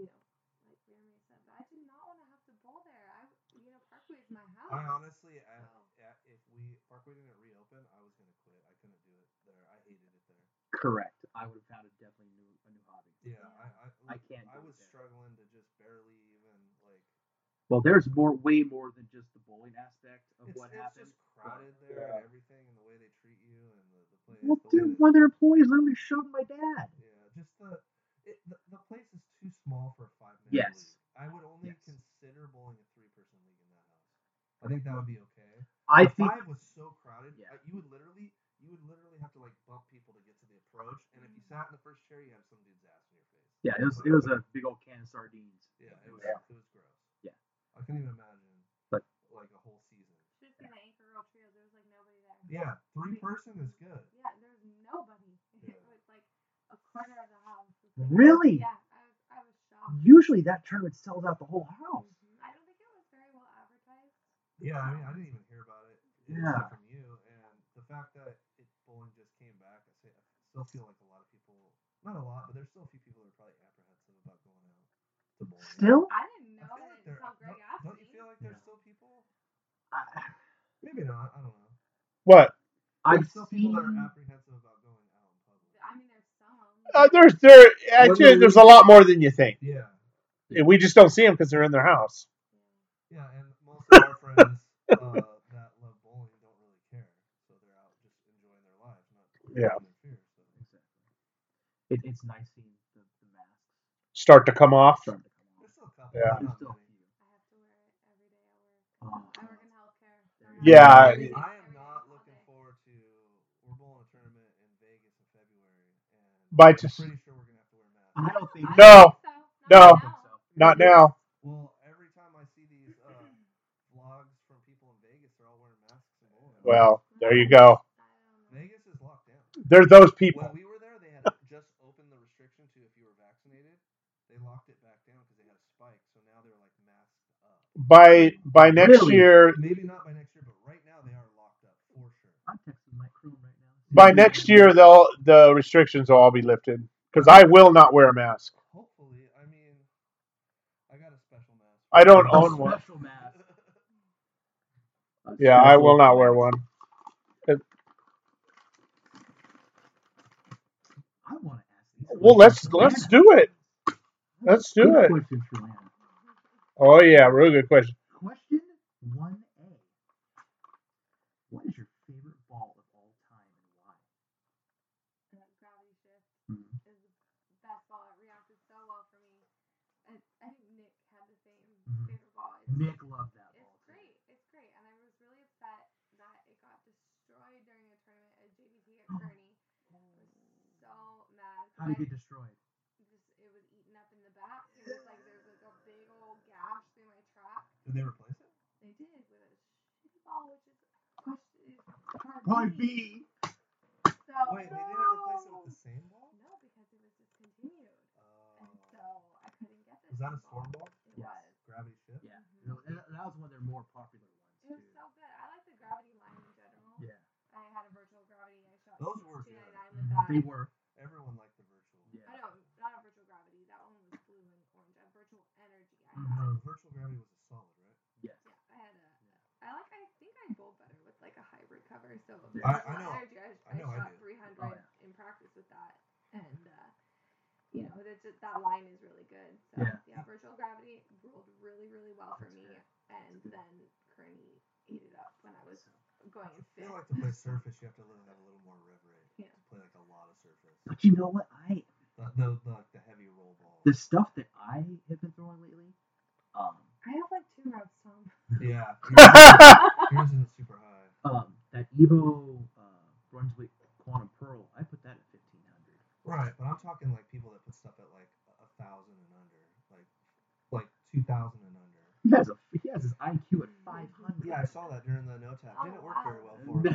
Speaker 4: you know, like Jeremy said, but I did not want to have to bowl there. I, you know, Parkway is my house.
Speaker 3: I honestly, I,
Speaker 4: Oh.
Speaker 3: I- if we Parkway didn't reopen, I was gonna quit. I couldn't do it there. I hated it there.
Speaker 1: Correct. I would have found it definitely new, a new hobby.
Speaker 3: Yeah, I,
Speaker 1: I
Speaker 3: I,
Speaker 1: can't
Speaker 3: I
Speaker 1: do it
Speaker 3: was
Speaker 1: there.
Speaker 3: struggling to just barely even like.
Speaker 1: Well, there's more, way more than just the bowling aspect of
Speaker 3: It's,
Speaker 1: what
Speaker 3: it's
Speaker 1: happened.
Speaker 3: just crowded there
Speaker 2: Yeah.
Speaker 3: and everything, and the way they treat you and the, the place.
Speaker 1: Well,
Speaker 3: the way
Speaker 1: dude,
Speaker 3: that-
Speaker 1: one of their employees literally showed my dad.
Speaker 3: Yeah, just the it, the, the place is too small for a five man
Speaker 1: Yes.
Speaker 3: league. I would only
Speaker 1: Yes.
Speaker 3: consider bowling a three person league in that house. I think that would be okay.
Speaker 1: I
Speaker 3: The
Speaker 1: think
Speaker 3: five was so crowded.
Speaker 1: Yeah.
Speaker 3: uh, you would literally you would literally have to like bump people to get to the approach, and if you sat in the first chair, you have some dude's ass in your face.
Speaker 1: Mm-hmm. yeah, it was it was a big old can of sardines.
Speaker 3: Yeah, it was
Speaker 1: Yeah.
Speaker 3: it was gross.
Speaker 1: Yeah.
Speaker 3: I couldn't even imagine
Speaker 1: But-
Speaker 3: like a whole season.
Speaker 4: Should have seen the anchor girl trio. There was like nobody there.
Speaker 3: Yeah, three person is good.
Speaker 4: Yeah, there was nobody.
Speaker 3: Yeah.
Speaker 4: It was like a quarter of the house. was like-
Speaker 1: Really?
Speaker 4: Yeah, I was, I was shocked.
Speaker 1: Usually that tournament sells out the whole house.
Speaker 4: Mhm. I don't think it was very well advertised.
Speaker 3: Yeah, I mean, I didn't even hear about it
Speaker 1: Yeah.
Speaker 3: except from you, and the fact that it bowling just came back, I, say, I still feel like a lot of people, not a lot, but there's still a few people that are probably apprehensive about going out to bowling.
Speaker 1: Still,
Speaker 4: I didn't
Speaker 3: I feel
Speaker 4: know that
Speaker 3: like there.
Speaker 4: until Greg
Speaker 3: don't,
Speaker 4: asked
Speaker 3: don't you
Speaker 4: me.
Speaker 3: feel like there's
Speaker 1: Yeah.
Speaker 3: still people?
Speaker 1: I,
Speaker 3: Maybe not. I don't know.
Speaker 2: What?
Speaker 1: I've
Speaker 3: There's still people
Speaker 1: seen.
Speaker 3: that are apprehensive about going out in public.
Speaker 4: I mean, there's some.
Speaker 2: Uh, there's there. Actually,
Speaker 3: Women-
Speaker 2: there's a lot more than you think.
Speaker 3: Yeah,
Speaker 2: We just don't see them because they're in their house.
Speaker 3: yeah, and most of our friends uh, that love bowling don't really care, so they're out just enjoying their lives, not
Speaker 2: Yeah.
Speaker 3: living in fear. So.
Speaker 1: It, it's nice seeing the, the masks
Speaker 2: Start to come off.
Speaker 1: starting to come
Speaker 3: There's still a couple.
Speaker 2: Yeah.
Speaker 1: off.
Speaker 3: but
Speaker 1: There's
Speaker 3: not
Speaker 1: still a
Speaker 3: many.
Speaker 1: few.
Speaker 4: I have to wear it every day at
Speaker 2: Oh, Yeah, I-
Speaker 3: I am
Speaker 4: work. I work in healthcare. so I'm not- Every day,
Speaker 3: not
Speaker 4: all
Speaker 3: looking
Speaker 4: day.
Speaker 3: forward to. We're bowling a tournament in Vegas in February, and
Speaker 2: By
Speaker 3: I'm
Speaker 2: just-
Speaker 3: pretty sure we're gonna have to wear masks.
Speaker 1: I don't think.
Speaker 4: I
Speaker 1: I
Speaker 2: No.
Speaker 4: don't think so.
Speaker 2: No.
Speaker 1: don't
Speaker 4: Not
Speaker 1: think
Speaker 4: now.
Speaker 1: so.
Speaker 2: Not now.
Speaker 3: Well, every time I see these uh, vlogs from people in Vegas, they're all wearing masks and bowling.
Speaker 2: Well, there you go.
Speaker 4: I don't know.
Speaker 3: Vegas is locked down.
Speaker 2: There's those people.
Speaker 3: When we were there, they had just opened the restriction to if you were vaccinated. They
Speaker 2: Mm-hmm.
Speaker 3: locked it back down because they had a spike, so now they're like masked up.
Speaker 2: By by next
Speaker 1: Really?
Speaker 2: year,
Speaker 3: Maybe not by next year, but right now they are locked up for sure.
Speaker 1: I'm texting Mike Chrome right now.
Speaker 2: by next year, they'll the restrictions will all be lifted because I will not wear a mask.
Speaker 3: Hopefully, I mean, I got a special mask.
Speaker 2: I don't
Speaker 1: A
Speaker 2: own one.
Speaker 1: Special mask. A
Speaker 2: Yeah, I
Speaker 1: special
Speaker 2: will not wear
Speaker 1: mask.
Speaker 2: one.
Speaker 1: I want to ask these.
Speaker 2: Well, let's let's do it. Let's do it.
Speaker 1: Question for Lana.
Speaker 2: Oh yeah, real good question.
Speaker 1: Question one A. What is your favorite ball of all time and why?
Speaker 4: Gravity shift
Speaker 1: Mhm.
Speaker 4: Mm-hmm. is the best ball. It reacted so well for me.
Speaker 2: Mm-hmm.
Speaker 1: How did it get destroyed?
Speaker 4: just it was eaten up in the back. It was like there's like a big old gash through my track.
Speaker 3: Did they replace it?
Speaker 4: They did with a shitty ball, which is question is part
Speaker 2: Part B.
Speaker 4: So
Speaker 3: Wait, they didn't replace it with the same ball?
Speaker 4: Oh, no, because it was discontinued,
Speaker 3: Oh.
Speaker 4: and so I couldn't get this.
Speaker 3: was that a
Speaker 4: ball.
Speaker 3: storm ball?
Speaker 4: It
Speaker 1: Yes.
Speaker 4: was.
Speaker 3: Gravity ship?
Speaker 1: Yeah. No,
Speaker 4: Mhm.
Speaker 1: that, that was one of their more popular
Speaker 4: It was
Speaker 1: ones too.
Speaker 4: so good. I like the gravity line in general.
Speaker 1: Yeah, Mm-hmm.
Speaker 4: I had a virtual gravity. I shot
Speaker 3: Those were
Speaker 4: two
Speaker 3: good.
Speaker 4: nine nine with that.
Speaker 1: they were.
Speaker 3: Everyone liked the virtual.
Speaker 1: Yeah.
Speaker 4: I don't, not a virtual gravity. That one was blue and orange. A virtual energy. I
Speaker 1: Mhm.
Speaker 4: had.
Speaker 3: No, virtual gravity was a solid, right?
Speaker 1: Yes.
Speaker 4: Yeah, I had a. I like. I think I bowl better with like a hybrid cover. So
Speaker 1: Yeah.
Speaker 3: I- I
Speaker 4: Virtual
Speaker 3: know.
Speaker 4: Energy, I,
Speaker 3: I know I
Speaker 4: shot
Speaker 3: do.
Speaker 4: 300
Speaker 1: Oh, yeah.
Speaker 4: in practice with that, and uh, you know that's just, that line is really good. So
Speaker 1: Yeah.
Speaker 4: virtual gravity rolled really, really well for
Speaker 1: That's
Speaker 4: me,
Speaker 1: good.
Speaker 4: and
Speaker 1: good.
Speaker 4: then Kearney ate it up when I was going
Speaker 3: I
Speaker 4: fit.
Speaker 3: feel like to play surface, you have to really have a little more rev rate.
Speaker 4: Yeah.
Speaker 3: To play like a lot of surface.
Speaker 1: But you know what? I
Speaker 3: The, the, the, the heavy roll ball.
Speaker 1: the stuff that I have been throwing lately. Um,
Speaker 4: I have like two routes, Tom.
Speaker 3: Yeah. Yours yours isn't super high.
Speaker 1: um, that Evo uh, Brunswick Quantum Pearl. I put that at fifteen hundred.
Speaker 3: Right, but I'm talking like people that put stuff at like a a thousand and under, like like two thousand and under.
Speaker 1: He has a he has his IQ at five hundred.
Speaker 3: Yeah, I saw that during the no tap. Didn't work very well for him.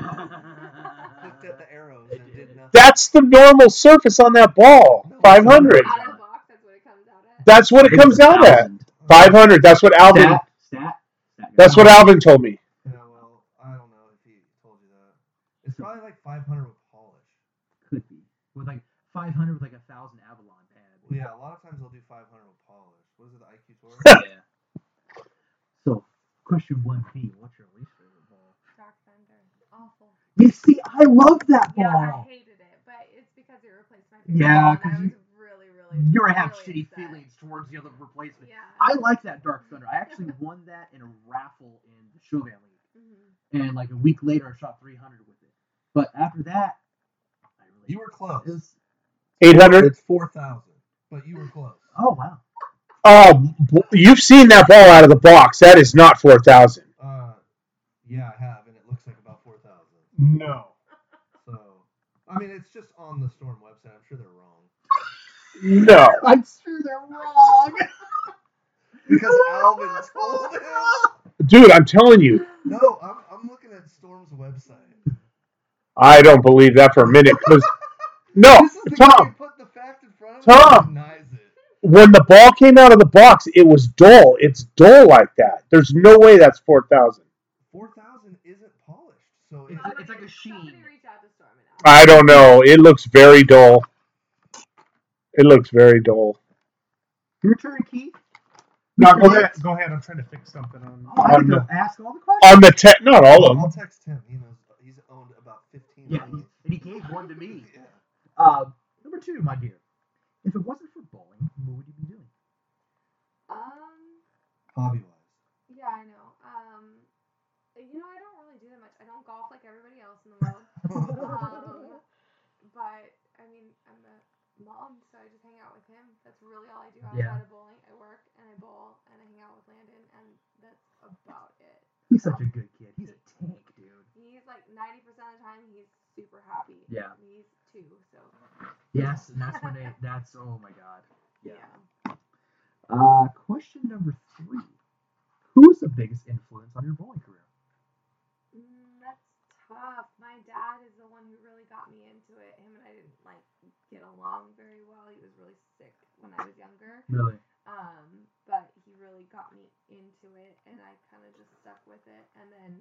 Speaker 3: Looked at the arrows and did nothing.
Speaker 2: That's the normal surface on that ball. 500.
Speaker 4: Out of box, that's what it comes out at.
Speaker 2: That's what it comes out at. 500. That's what Alvin.
Speaker 1: Stat, stat, stat.
Speaker 2: That's what Alvin told me.
Speaker 3: Yeah, well, I don't know if he told you that. It's probably like 500 with polish.
Speaker 1: could be with like five hundred with like a thousand Avalon pad.
Speaker 3: Yeah, a lot of times they'll do 500 with polish. What is it, the IQ tour?
Speaker 1: yeah. So, question one B: What's your least favorite ball?
Speaker 4: Dark Thunder, awful.
Speaker 1: You see, I love that
Speaker 4: Yeah, I
Speaker 1: ball.
Speaker 4: hated it, but it's because it replaced my favorite.
Speaker 1: Yeah,
Speaker 4: one.
Speaker 1: 'cause
Speaker 4: I
Speaker 1: you-
Speaker 4: was really, really.
Speaker 1: You're gonna have
Speaker 4: really
Speaker 1: shitty
Speaker 4: upset.
Speaker 1: feelings towards the other replacement.
Speaker 4: Yeah.
Speaker 1: I like that Dark Thunder. I actually won that in a raffle in the Shogun League,
Speaker 4: Mhm.
Speaker 1: and like a week later, I shot three hundred with it. But after that, I really
Speaker 3: You were close.
Speaker 1: It was-
Speaker 2: 800.
Speaker 3: It's 4,000, but you were close.
Speaker 1: oh wow.
Speaker 2: Oh, b- you've seen that ball out of the box. That is not 4,000.
Speaker 3: Uh, yeah, I have, and it looks like about 4,000.
Speaker 2: No.
Speaker 3: So, I mean, it's just on the Storm website. I'm sure they're wrong.
Speaker 2: No.
Speaker 1: I'm sure they're wrong.
Speaker 3: Because Alvin told him.
Speaker 2: Dude, I'm telling you,
Speaker 4: Mm-hmm.
Speaker 3: No, I'm, I'm looking at Storm's website.
Speaker 2: I don't believe that for a minute. 'cause- no,
Speaker 3: This is the guy who
Speaker 2: Oh, Tom,
Speaker 3: put the fact in front of him and
Speaker 2: Tom.
Speaker 3: denies it.
Speaker 2: when the ball came out of the box, it was dull. It's dull like that. There's no way that's 4,000.
Speaker 3: 4,000 isn't polished, so
Speaker 1: It's
Speaker 3: it's,
Speaker 1: like- it's like a
Speaker 4: Somebody
Speaker 1: sheen.
Speaker 4: reach out to Storm and ask.
Speaker 2: I don't know. It looks very dull. It looks very dull.
Speaker 1: Your turn, Keith.
Speaker 2: No, go ahead.
Speaker 5: Go ahead. I'm trying to fix something on.
Speaker 1: Oh, I have
Speaker 2: On
Speaker 1: to ask all the questions.
Speaker 2: On the tech, not all of
Speaker 3: I'll
Speaker 2: them.
Speaker 3: text him. He knows he's owned about fifteen.
Speaker 1: Yeah,
Speaker 3: of
Speaker 1: he's-
Speaker 3: these.
Speaker 1: and he gave one to me.
Speaker 3: Yeah.
Speaker 1: Um, number two, my dear. If it wasn't for bowling, what would you be doing?
Speaker 4: Um.
Speaker 3: Hobby wise.
Speaker 4: Yeah, I know. Um. You know, I don't really do that much. I don't golf like everybody else in the world. um, but I mean, I'm a mom, so I just hang out with him. That's really all I do outside
Speaker 1: Yeah.
Speaker 4: of bowling. I work and I bowl and I hang out with Landon, and that's about it.
Speaker 1: He's such a good kid. He's a tank, dude.
Speaker 4: He's like 90% of the time, he's super happy.
Speaker 1: Yeah.
Speaker 4: He's two, so.
Speaker 1: Yes, and that's when they. That's oh my god.
Speaker 4: Yeah.
Speaker 1: Uh, question number three. Who was the biggest influence on your bowling career?
Speaker 4: Mm, that's tough. My dad is the one who really got me into it. Him and I didn't like get along very well. He was really sick when I was younger.
Speaker 1: Really?
Speaker 4: Um, but he really got me into it, and I kind of just stuck with it. And then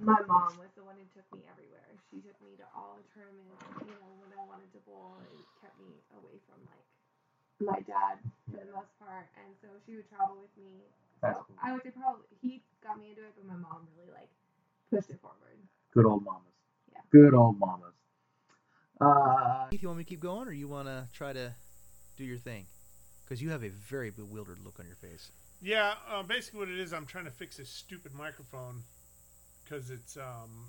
Speaker 4: my mom was the one who took me everywhere. She took me to all the tournaments, you know, when I wanted to bowl, and kept me away from like my dad for the most part. And so she would travel with me.
Speaker 1: That's
Speaker 4: So
Speaker 1: cool.
Speaker 4: I would say probably he got me into it, but my mom really like pushed it forward.
Speaker 1: Good old mamas.
Speaker 4: Yeah.
Speaker 1: Good old mamas. Uh,
Speaker 6: Keith, you want me to keep going, or you want to try to do your thing? Because you have a very bewildered look on your face.
Speaker 5: Yeah. Uh, basically, what it is, I'm trying to fix this stupid microphone because it's um,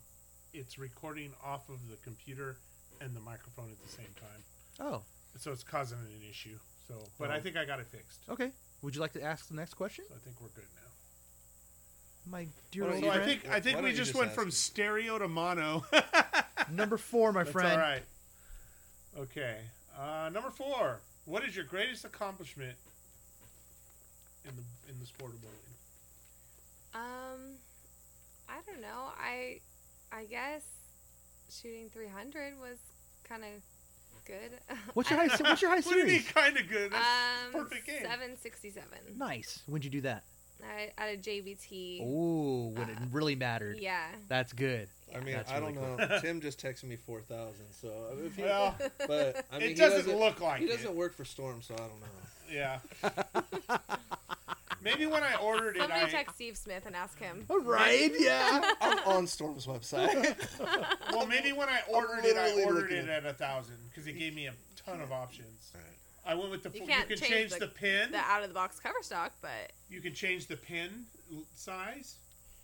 Speaker 5: it's recording off of the computer and the microphone at the same time,
Speaker 6: Oh,
Speaker 5: so it's causing an issue. So, but I
Speaker 6: Oh.
Speaker 5: think I got it fixed.
Speaker 6: okay. Would you like to ask the next question,
Speaker 5: So I think we're good now.
Speaker 6: my dear
Speaker 3: Well,
Speaker 6: old
Speaker 5: So I
Speaker 6: friend?
Speaker 5: think I
Speaker 3: Why
Speaker 5: think
Speaker 3: don't
Speaker 5: we
Speaker 3: you
Speaker 5: just
Speaker 3: just
Speaker 5: went
Speaker 3: ask
Speaker 5: from
Speaker 3: him?
Speaker 5: stereo to mono.
Speaker 6: Number four, my
Speaker 5: That's
Speaker 6: friend.
Speaker 5: all right. Okay.
Speaker 7: Uh, number four. What is your greatest accomplishment in the in the sport of bowling?
Speaker 4: Um, I don't know. I, I guess shooting 300 was kind of good.
Speaker 6: What's your high? What's your high
Speaker 7: what do you mean,
Speaker 6: series?
Speaker 7: kind of
Speaker 4: Um,
Speaker 7: good? That's perfect game.
Speaker 4: 767.
Speaker 6: Nice. When'd you do that?
Speaker 4: I, at a JBT.
Speaker 6: Oh, when it
Speaker 4: Uh,
Speaker 6: really mattered.
Speaker 4: Yeah.
Speaker 6: That's good.
Speaker 4: Yeah.
Speaker 3: I mean,
Speaker 6: That's
Speaker 3: I
Speaker 6: really
Speaker 3: don't
Speaker 6: cool.
Speaker 3: know. Tim just texted me four thousand. So if he,
Speaker 7: Well,
Speaker 3: but I mean,
Speaker 7: it
Speaker 3: he
Speaker 7: doesn't look like
Speaker 3: he
Speaker 7: it.
Speaker 3: doesn't work for Storm, so I don't know.
Speaker 7: Yeah. Maybe when I ordered it,
Speaker 4: Somebody
Speaker 7: I
Speaker 4: text Steve Smith and ask him.
Speaker 3: Right? Yeah. I'm on Storm's website.
Speaker 7: well, maybe when I ordered it, I
Speaker 3: literally
Speaker 7: ordered
Speaker 3: looking
Speaker 7: it at a thousand because it gave me a ton of options.
Speaker 3: Alright.
Speaker 7: I went with the
Speaker 4: You
Speaker 7: you,
Speaker 4: can't
Speaker 7: can
Speaker 4: change
Speaker 7: change,
Speaker 4: the-
Speaker 7: the, pin.
Speaker 4: The out of the box cover stock, but
Speaker 7: You can change the pin l- size.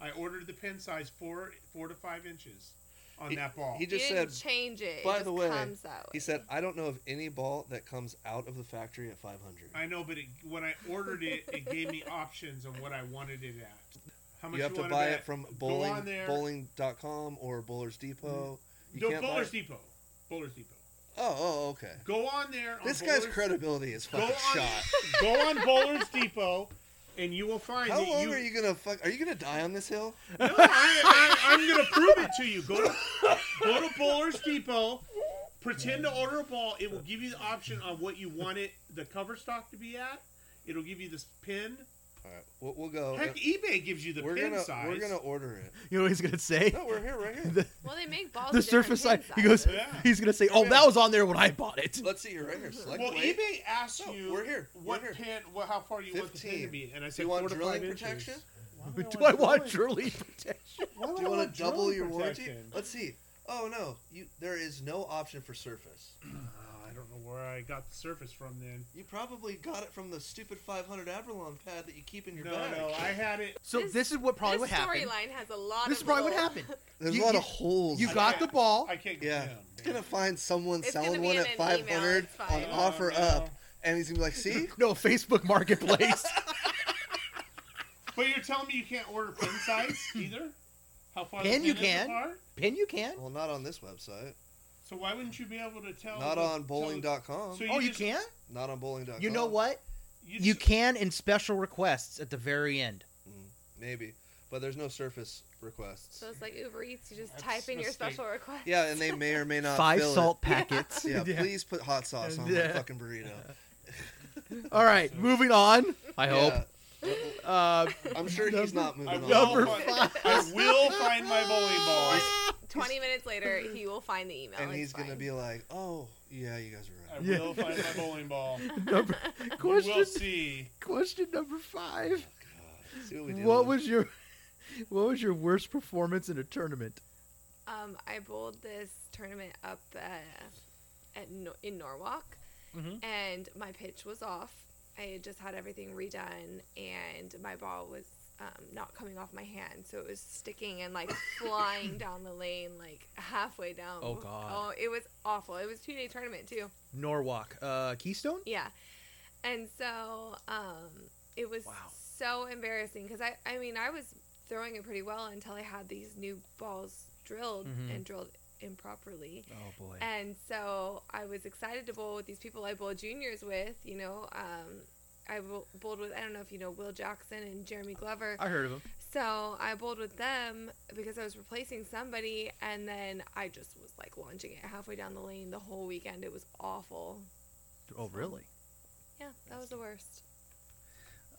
Speaker 7: I ordered the pin size four four to five inches on
Speaker 3: He-
Speaker 7: that ball.
Speaker 3: He just
Speaker 4: you
Speaker 3: said.
Speaker 4: didn't change it.
Speaker 3: by
Speaker 4: it just
Speaker 3: the way,
Speaker 4: comes that
Speaker 3: He
Speaker 4: way.
Speaker 3: said, "I don't know of any ball that comes out of the factory at 500."
Speaker 7: I know, but it, when I ordered it, it gave me options on what I wanted it at. How much
Speaker 3: You have to
Speaker 7: want
Speaker 3: buy
Speaker 7: at.
Speaker 3: it from
Speaker 7: on
Speaker 3: bowling
Speaker 7: there. Mm-hmm.
Speaker 3: bowling.com or Bowler's Depot. You
Speaker 7: No,
Speaker 3: can't buy
Speaker 7: Bowler's
Speaker 3: it-
Speaker 7: Depot. Bowler's Depot.
Speaker 3: Oh, oh, okay.
Speaker 7: Go on there. On
Speaker 3: This
Speaker 7: Bowler's,
Speaker 3: guy's credibility is
Speaker 7: Go
Speaker 3: fucking
Speaker 7: on,
Speaker 3: shot.
Speaker 7: go on Bowler's Depot, and you will find
Speaker 3: How
Speaker 7: that
Speaker 3: long
Speaker 7: you
Speaker 3: are you gonna fuck? Are you gonna die on this hill?
Speaker 7: No, I, I, I'm gonna prove it to you. Go to go to Bowler's Depot. Pretend to order a ball. It will give you the option on what you want it, the cover stock to be at. It'll give you this pin.
Speaker 3: All right, we'll, we'll go.
Speaker 7: Heck, eBay gives you the
Speaker 3: we're
Speaker 7: pin
Speaker 3: gonna
Speaker 7: size.
Speaker 3: we're gonna order it.
Speaker 6: You know what he's gonna say?
Speaker 3: No, we're here right here.
Speaker 6: The,
Speaker 4: well, they make balls.
Speaker 6: the
Speaker 4: of different
Speaker 6: surface
Speaker 4: pin
Speaker 6: side. He goes.
Speaker 4: sizes.
Speaker 7: Yeah.
Speaker 6: He's gonna say, "Oh, that was on there when I bought it."
Speaker 3: Let's see, you're right here. Select
Speaker 7: well,
Speaker 3: weight.
Speaker 7: eBay asks
Speaker 3: No,
Speaker 7: you
Speaker 3: we're here. We're
Speaker 7: what
Speaker 3: here.
Speaker 7: pin, what, how far you want the pin to
Speaker 3: 15.
Speaker 7: be, and I
Speaker 3: Do
Speaker 7: said
Speaker 3: you
Speaker 7: four
Speaker 3: want
Speaker 7: to
Speaker 3: drilling
Speaker 7: five inches.
Speaker 3: protection?
Speaker 7: Why
Speaker 6: Do Oh, I want
Speaker 7: drilling?
Speaker 6: drilling protection?
Speaker 7: Why would
Speaker 3: Do
Speaker 7: I
Speaker 3: you want
Speaker 7: want
Speaker 3: to double
Speaker 7: drilling
Speaker 3: your warranty?
Speaker 7: protection?
Speaker 3: Let's see. Oh no, you there is no option for surface.
Speaker 7: Oh, I don't know where I got the surface from then.
Speaker 3: You probably got it from the stupid 500 Avalon pad that you keep in your
Speaker 7: No,
Speaker 3: bag.
Speaker 7: no, I had it.
Speaker 6: So
Speaker 4: This-
Speaker 6: this, is what probably
Speaker 4: this
Speaker 6: would happen.
Speaker 4: storyline has a lot.
Speaker 6: This
Speaker 4: of
Speaker 6: is probably what
Speaker 4: little-
Speaker 6: happened.
Speaker 3: There's
Speaker 6: You-
Speaker 3: a lot of
Speaker 6: you-
Speaker 3: holes.
Speaker 6: You
Speaker 7: I
Speaker 6: got the
Speaker 7: can't-
Speaker 6: ball.
Speaker 7: I can't.
Speaker 3: yeah, he's gonna find someone
Speaker 4: It's gonna
Speaker 3: selling
Speaker 4: be
Speaker 3: one
Speaker 4: in
Speaker 3: at
Speaker 4: an
Speaker 3: 500
Speaker 4: email, it's
Speaker 3: on
Speaker 4: fine.
Speaker 3: offer
Speaker 7: No, no.
Speaker 3: up, and he's gonna be like, "See,
Speaker 6: No Facebook Marketplace.
Speaker 7: But you're telling me you can't order pin size either? How far?
Speaker 6: Pin
Speaker 7: the
Speaker 6: you
Speaker 7: is
Speaker 6: can.
Speaker 7: apart?
Speaker 6: Pin you can.
Speaker 3: well, not on this website,
Speaker 7: So why wouldn't you be able to tell?
Speaker 3: not
Speaker 7: the-
Speaker 3: on
Speaker 7: tell-
Speaker 3: bowling.com,
Speaker 7: So
Speaker 6: oh, you
Speaker 7: just-
Speaker 6: can.
Speaker 3: not on bowling.com."
Speaker 6: You know what?
Speaker 7: You,
Speaker 6: You
Speaker 7: just-
Speaker 6: can in special requests at the very end.
Speaker 3: Maybe, but there's no surface requests.
Speaker 4: So it's like Uber Eats. You just
Speaker 7: That's
Speaker 4: type in
Speaker 7: a
Speaker 4: your
Speaker 7: mistake.
Speaker 4: special request.
Speaker 3: Yeah, and they may or may not
Speaker 6: Five
Speaker 3: fill
Speaker 6: salt packets.
Speaker 3: It. Yeah, please put hot sauce on my
Speaker 6: Yeah.
Speaker 3: fucking burrito.
Speaker 6: All right, moving on. I hope.
Speaker 3: Yeah,
Speaker 6: Uh,
Speaker 3: I'm sure he's not moving
Speaker 7: I
Speaker 3: on.
Speaker 7: will,
Speaker 6: Number
Speaker 7: find, I will find my bowling ball.
Speaker 4: Twenty minutes later, he will find the email.
Speaker 3: and
Speaker 4: It's
Speaker 3: he's gonna
Speaker 4: fine.
Speaker 3: be like, "Oh, yeah, you guys
Speaker 7: I
Speaker 3: are right."
Speaker 6: Yeah.
Speaker 7: will find my bowling ball.
Speaker 6: number, question
Speaker 7: We'll see.
Speaker 6: question number five.
Speaker 3: See what we do.
Speaker 6: What was your what was your worst performance in a tournament?
Speaker 4: Um, I bowled this tournament up uh, at Nor- in Norwalk,
Speaker 6: Mhm.
Speaker 4: and my pitch was off. I had just had everything redone, and my ball was um, not coming off my hand, so it was sticking and like flying down the lane, like halfway down.
Speaker 6: Oh, God.
Speaker 4: Oh, it was awful. It was two day tournament too.
Speaker 6: Norwalk, uh, Keystone.
Speaker 4: Yeah. And so um, it was
Speaker 6: Wow.
Speaker 4: so embarrassing because I, I mean, I was throwing it pretty well until I had these new balls drilled
Speaker 6: Mhm.
Speaker 4: and drilled improperly.
Speaker 6: Oh boy.
Speaker 4: And so I was excited to bowl with these people I bowled juniors with, you know. Um, I bowl- bowled with, I don't know if you know, Will Jackson and Jeremy Glover.
Speaker 3: Uh.
Speaker 6: I heard of him.
Speaker 4: So I bowled with them because I was replacing somebody, and then I just was like launching it halfway down the lane the whole weekend. It was awful.
Speaker 6: Oh really?
Speaker 4: Yeah, that was the worst.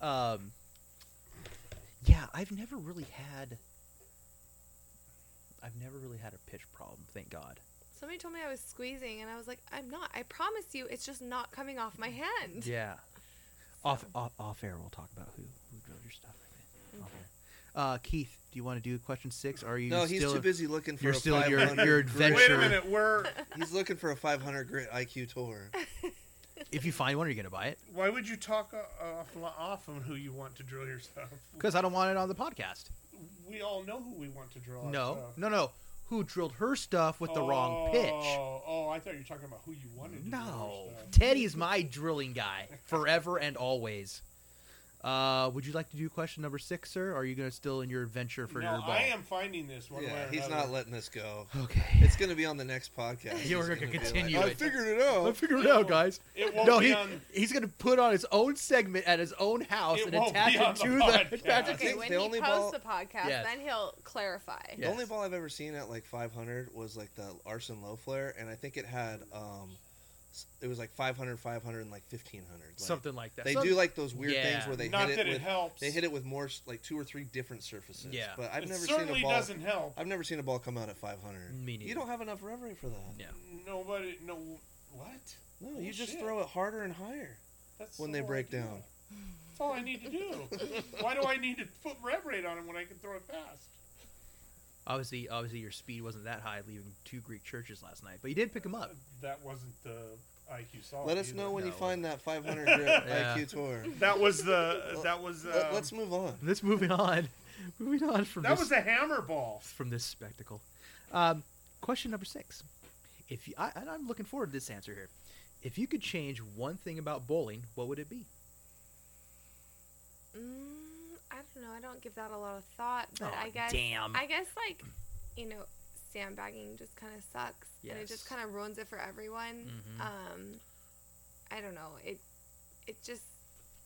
Speaker 6: Um, yeah, I've never really had. I've never really had a pitch problem. Thank God.
Speaker 4: Somebody told me I was squeezing, and I was like, I'm not. I promise you, it's just not coming off my hand.
Speaker 6: Yeah. Off, off off air, we'll talk about who who drilled your stuff. I think. Off air. Uh, Keith, do you want to do question six? Or are you
Speaker 3: No, he's
Speaker 6: still
Speaker 3: too busy looking for
Speaker 6: you're
Speaker 3: a
Speaker 6: still your-
Speaker 3: 500
Speaker 6: your
Speaker 3: grit.
Speaker 7: Wait
Speaker 6: adventure-
Speaker 7: a minute. We're.
Speaker 3: He's looking for a 500 grit IQ tour.
Speaker 6: if you find one, are you going to buy it?
Speaker 7: Why would you talk o- off off on who you want to drill your stuff?
Speaker 6: Because I don't want it on the podcast.
Speaker 7: we all know who we want to drill. our
Speaker 6: no,
Speaker 7: stuff.
Speaker 6: no, no. Who drilled her stuff with the wrong pitch?
Speaker 7: Oh, oh, I thought you were talking about who you wanted. to drill your
Speaker 6: No,
Speaker 7: stuff.
Speaker 6: Teddy's my drilling guy forever and always. Uh, would you like to do question number six, sir? Or are you going to still in your adventure for
Speaker 7: no,
Speaker 6: your ball?
Speaker 7: I am finding this one way
Speaker 3: yeah,
Speaker 7: or
Speaker 3: he's
Speaker 7: another.
Speaker 3: not letting this go.
Speaker 6: Okay.
Speaker 3: It's gonna be on the next podcast.
Speaker 6: Yeah, we're
Speaker 3: He's
Speaker 6: gonna
Speaker 3: be
Speaker 6: continue
Speaker 3: Like, I
Speaker 6: it.
Speaker 3: figured it out.
Speaker 6: figure
Speaker 7: it out,
Speaker 6: guys.
Speaker 7: It won't
Speaker 6: No,
Speaker 7: be
Speaker 6: he,
Speaker 7: on.
Speaker 6: he's going to put on his own segment at his own house
Speaker 7: It
Speaker 6: and
Speaker 7: won't
Speaker 6: attach
Speaker 7: be on
Speaker 6: it
Speaker 7: the
Speaker 6: to
Speaker 7: podcast.
Speaker 6: the. attach it
Speaker 3: I
Speaker 4: Okay,
Speaker 3: think
Speaker 4: when
Speaker 3: the
Speaker 4: he
Speaker 3: only
Speaker 4: posts
Speaker 3: ball-
Speaker 4: the podcast,
Speaker 6: Yes.
Speaker 4: then he'll clarify.
Speaker 6: Yeah.
Speaker 3: The only
Speaker 6: Yes.
Speaker 3: ball I've ever seen at like 500 was like the arson low flare, and I think it had um, s- it was like 500, 500, and like 1500. Like,
Speaker 6: something like that.
Speaker 3: They
Speaker 6: Some-
Speaker 3: do like those weird
Speaker 6: Yeah.
Speaker 3: things where they
Speaker 7: not
Speaker 3: hit
Speaker 7: that
Speaker 3: it
Speaker 7: it,
Speaker 3: with
Speaker 7: helps.
Speaker 3: they hit it with more s- like two or three different surfaces.
Speaker 6: Yeah.
Speaker 3: but I've
Speaker 7: It
Speaker 3: never seen
Speaker 7: certainly
Speaker 3: a ball.
Speaker 7: doesn't help.
Speaker 3: I've never seen a ball come out at 500.
Speaker 6: Me neither.
Speaker 3: You don't have enough rev rate for that.
Speaker 6: Yeah.
Speaker 7: Nobody. No. What?
Speaker 3: No, you just
Speaker 7: oh, Shit.
Speaker 3: throw it harder and higher.
Speaker 7: That's
Speaker 3: When
Speaker 7: all
Speaker 3: they
Speaker 7: I
Speaker 3: break
Speaker 7: do.
Speaker 3: down.
Speaker 7: That's all I need to do. Why do I need to put rev rate on it when I can throw it fast?
Speaker 6: Obviously, obviously, your speed wasn't that high leaving two Greek churches last night, but you did pick him up.
Speaker 7: That wasn't the IQ song.
Speaker 3: Let us know when Oh, you
Speaker 6: No.
Speaker 3: find that 500 grip
Speaker 6: Yeah.
Speaker 3: IQ tour.
Speaker 7: That was the. That was. Uh,
Speaker 3: Let, us move on.
Speaker 6: Let's moving on. Moving on from
Speaker 7: that
Speaker 6: this,
Speaker 7: was a hammer ball.
Speaker 6: from this spectacle. Um, question number six. If you, I, and I'm looking forward to this answer here. If you could change one thing about bowling, what would it be?
Speaker 4: Mm, I don't know. I don't give that a lot of thought, but
Speaker 6: Aw,
Speaker 4: I guess
Speaker 6: damn.
Speaker 4: I guess like you know, sandbagging just kind of sucks, and it
Speaker 6: Yes.
Speaker 4: just kind of ruins it for everyone.
Speaker 6: Mhm.
Speaker 4: Um, I don't know. It it just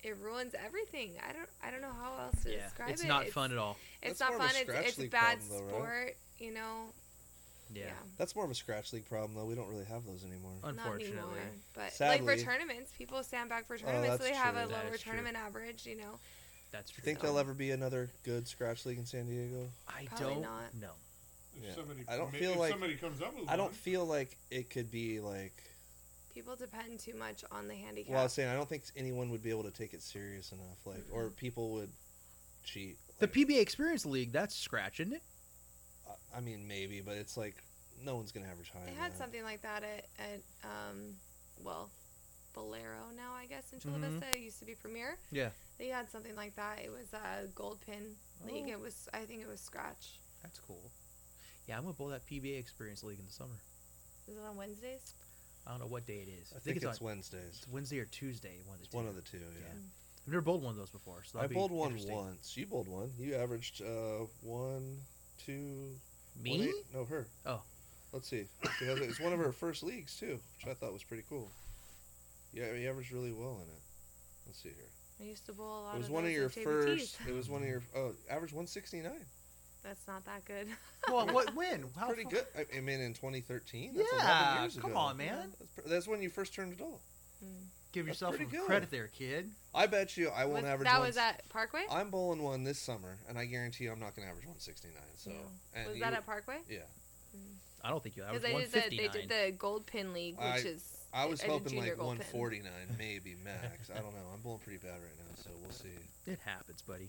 Speaker 4: it ruins everything. I don't I don't know how else to
Speaker 6: yeah,
Speaker 4: describe
Speaker 6: it's
Speaker 4: it.
Speaker 6: not fun at all.
Speaker 4: It's
Speaker 3: That's
Speaker 4: not
Speaker 3: more of
Speaker 4: fun.
Speaker 3: a scratch
Speaker 4: It's it's a
Speaker 3: league
Speaker 4: bad
Speaker 3: problem, though, right?
Speaker 4: sport. You know.
Speaker 6: Yeah,
Speaker 3: That's more of a scratch league problem though. We don't really have those anymore.
Speaker 6: unfortunately.
Speaker 4: Not anymore, but like
Speaker 3: Sadly. Oh,
Speaker 4: for tournaments, people sandbag for tournaments, so
Speaker 3: that's
Speaker 4: they have
Speaker 3: true.
Speaker 4: a
Speaker 6: That
Speaker 4: lower
Speaker 6: is true.
Speaker 4: tournament average. You know,
Speaker 6: That's true.
Speaker 3: You think
Speaker 4: So-
Speaker 3: there'll ever be another good scratch league in San Diego?
Speaker 6: I
Speaker 4: Probably
Speaker 6: don't
Speaker 4: not.
Speaker 6: know.
Speaker 7: If
Speaker 3: Yeah.
Speaker 7: somebody
Speaker 3: I don't
Speaker 7: permi-
Speaker 3: feel
Speaker 7: if
Speaker 3: like-
Speaker 7: somebody comes up with
Speaker 3: I don't
Speaker 7: one.
Speaker 3: feel like it could be like.
Speaker 4: people depend too much on the handicap.
Speaker 3: Well, I was saying I don't think anyone would be able to take it serious enough, like, or people would cheat.
Speaker 6: The
Speaker 3: like,
Speaker 6: PBA Experience League, that's scratch, isn't it?
Speaker 3: I- I mean, maybe, but it's like no one's gonna have time.
Speaker 4: They had something like that at, at um, well, Bolero now, I guess, in Chula
Speaker 3: Mm-hmm.
Speaker 6: Mhm.
Speaker 4: Vista. It used to be Premier.
Speaker 6: Yeah.
Speaker 4: They had something like that. It was a gold pin league.
Speaker 6: Oh.
Speaker 4: It was, I think it was Scratch.
Speaker 6: That's cool. Yeah, I'm gonna bowl that PBA Experience League in the summer.
Speaker 4: Is it on Wednesdays?
Speaker 6: I don't know what day it is.
Speaker 3: I think, it's
Speaker 6: on,
Speaker 3: Wednesdays.
Speaker 6: it's Wednesday or Tuesday. One of the
Speaker 3: It's
Speaker 6: two.
Speaker 3: one of the two. Yeah.
Speaker 6: I've never bowled one of those before. So
Speaker 3: I
Speaker 6: that'd be
Speaker 3: bowled one
Speaker 6: interesting.
Speaker 3: once. You bowled one. You averaged uh one, two.
Speaker 6: Me?
Speaker 3: one eight- No, her.
Speaker 6: Oh.
Speaker 3: Let's see. She has it. It's one of her first leagues too, which I thought was pretty cool. Yeah, you averaged really well in it. Let's see here.
Speaker 4: I used to bowl a lot.
Speaker 3: It was
Speaker 4: of
Speaker 3: one of
Speaker 4: those
Speaker 3: your
Speaker 4: at JBTs.
Speaker 3: first. It was one of your. Oh, average one sixty nine.
Speaker 4: That's not that good.
Speaker 6: well, what when? How
Speaker 3: Pretty
Speaker 6: fu-
Speaker 3: good. I- I mean, in twenty thirteen. That's
Speaker 6: Yeah,
Speaker 3: eleven years
Speaker 6: come
Speaker 3: ago.
Speaker 6: on, man.
Speaker 3: That's, pr- that's when you first turned adult.
Speaker 4: Mm.
Speaker 6: Give
Speaker 3: That's
Speaker 6: yourself
Speaker 3: pretty
Speaker 6: some
Speaker 3: good.
Speaker 6: credit there, kid.
Speaker 3: I bet you I won't
Speaker 4: Was-
Speaker 3: average.
Speaker 4: that
Speaker 3: one
Speaker 4: was at Parkway.
Speaker 3: I'm bowling one this summer, and I guarantee you I'm not going to average 169. So,
Speaker 4: Yeah.
Speaker 3: and
Speaker 4: was
Speaker 3: you-
Speaker 4: that at Parkway?
Speaker 3: Yeah,
Speaker 6: I don't think you. I was
Speaker 4: Because they did the they
Speaker 6: 159.
Speaker 4: did the gold pin league,
Speaker 3: I-
Speaker 4: which is
Speaker 3: I was
Speaker 4: did
Speaker 3: hoping
Speaker 4: junior
Speaker 3: like
Speaker 4: gold pin.
Speaker 3: 149, maybe max. I don't know. I'm bowling pretty bad right now, so we'll see.
Speaker 6: It happens, buddy.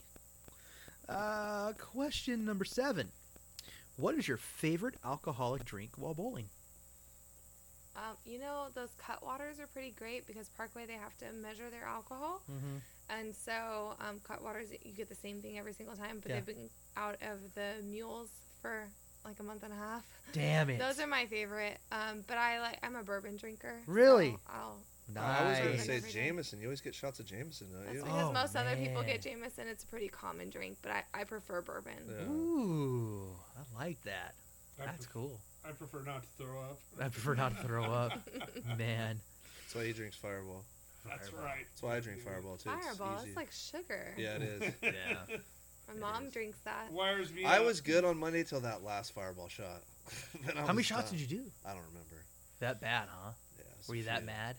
Speaker 6: Uh, question number seven. What is your favorite alcoholic drink while bowling?
Speaker 4: Um, you know, those cut waters are pretty great because Parkway they have to measure their alcohol,
Speaker 6: Mm-hmm.
Speaker 4: and so um, cut waters you get the same thing every single time. But
Speaker 6: Yeah.
Speaker 4: they've been out of the mules for like a month and a half.
Speaker 6: Damn it!
Speaker 4: Those are my favorite. Um, but I like I'm a bourbon drinker. so
Speaker 6: Really?
Speaker 3: Oh,
Speaker 4: I'll,
Speaker 3: I was going
Speaker 6: nice.
Speaker 3: to
Speaker 4: Nice.
Speaker 3: say Jameson. You always get shots of Jameson, don't
Speaker 4: that's
Speaker 3: you?
Speaker 4: because
Speaker 6: Oh,
Speaker 4: most other people
Speaker 6: man.
Speaker 4: get Jameson. It's a pretty common drink, but I, I prefer bourbon.
Speaker 3: Yeah.
Speaker 6: Ooh, I like that.
Speaker 7: I
Speaker 6: That's
Speaker 7: pref-
Speaker 6: cool.
Speaker 7: I prefer not to throw up.
Speaker 6: I prefer not to throw up, man.
Speaker 3: That's why he drinks Fireball.
Speaker 7: That's
Speaker 6: Fireball.
Speaker 7: right.
Speaker 3: That's why I drink Fireball too. It's
Speaker 4: Fireball,
Speaker 3: easy.
Speaker 4: it's like sugar.
Speaker 3: yeah, it is.
Speaker 6: Yeah.
Speaker 4: My
Speaker 6: it
Speaker 4: mom
Speaker 6: is.
Speaker 4: drinks that.
Speaker 7: Wires me.
Speaker 3: I
Speaker 7: up.
Speaker 3: was good on Monday till that last Fireball shot.
Speaker 6: How many shots did you do?
Speaker 3: I don't remember.
Speaker 6: That bad, huh?
Speaker 3: Yeah, it was
Speaker 6: Were you that
Speaker 3: shit.
Speaker 6: mad?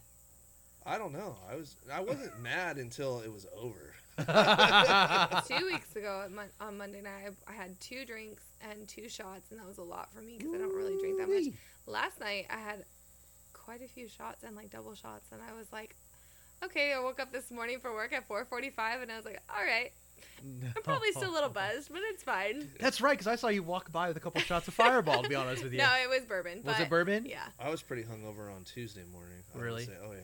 Speaker 3: I don't know. I was. I wasn't mad until it was over.
Speaker 4: two weeks ago at mon- on Monday night, I, I had two drinks and two shots, and that was a lot for me because I don't really drink that much.
Speaker 6: Ooh-wee.
Speaker 4: Last night, I had quite a few shots and like double shots, and I was like, okay. I woke up this morning for work at 4:45, and I was like, all right, I'm probably still a little
Speaker 6: No.
Speaker 4: buzzed, but it's fine.
Speaker 6: That's right, because I saw you walk by with a couple shots of Fireball. To be honest with you,
Speaker 4: No, it was bourbon.
Speaker 6: was
Speaker 4: but
Speaker 6: it bourbon?
Speaker 4: Yeah.
Speaker 3: I was pretty hungover on Tuesday morning. I would
Speaker 6: Really?
Speaker 3: say. Oh yeah.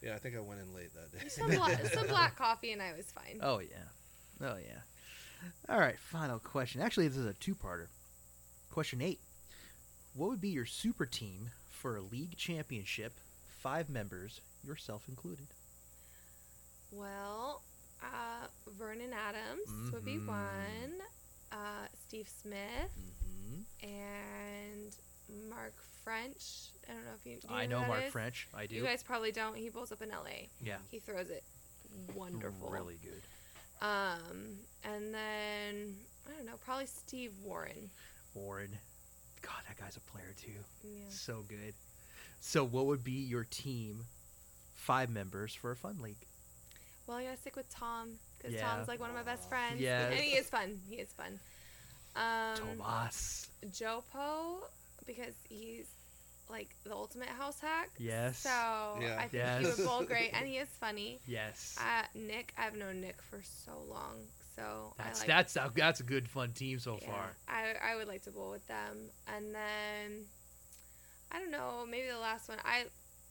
Speaker 3: Yeah, I think I went in late that day.
Speaker 4: Some, bla- some black coffee, and I was fine.
Speaker 6: Oh yeah. Oh yeah. All right, final question. Actually, this is a two-parter. Question 8. What would be your super team for a league championship? 5 members, yourself included.
Speaker 4: Well, Uh, Vernon Adams would be
Speaker 6: Mhm.
Speaker 4: one. Uh, Steve Smith
Speaker 6: hmm
Speaker 4: and Mark French. I don't know if you. do you
Speaker 6: I
Speaker 4: who
Speaker 6: know
Speaker 4: that
Speaker 6: Mark
Speaker 4: is?
Speaker 6: French. I do.
Speaker 4: You guys probably don't. He bowls up in L.A.
Speaker 6: yeah.
Speaker 4: He throws it wonderful.
Speaker 6: Really good.
Speaker 4: Um, and then I don't know, probably Steve Warren.
Speaker 6: Warren. God, that guy's a player too.
Speaker 4: Yeah.
Speaker 6: So good. So, what would be your team? Five members for a fun league.
Speaker 4: Well, I gotta stick with Tom because
Speaker 6: Yeah.
Speaker 4: Tom's like one of my best friends.
Speaker 6: Yes.
Speaker 4: And he is fun. He is fun. Um,
Speaker 6: Tomas.
Speaker 4: Jopo because he's like the ultimate house hack.
Speaker 6: Yes.
Speaker 4: So I think he
Speaker 6: Yes.
Speaker 4: would bowl great, and he is funny.
Speaker 6: Yes.
Speaker 4: Uh, Nick, I've known Nick for so long, so
Speaker 6: that's
Speaker 4: I like
Speaker 6: that's a, that's a good fun team so
Speaker 4: Yeah,
Speaker 6: far.
Speaker 4: I, I would like to bowl with them. And then I don't know, maybe the last one. I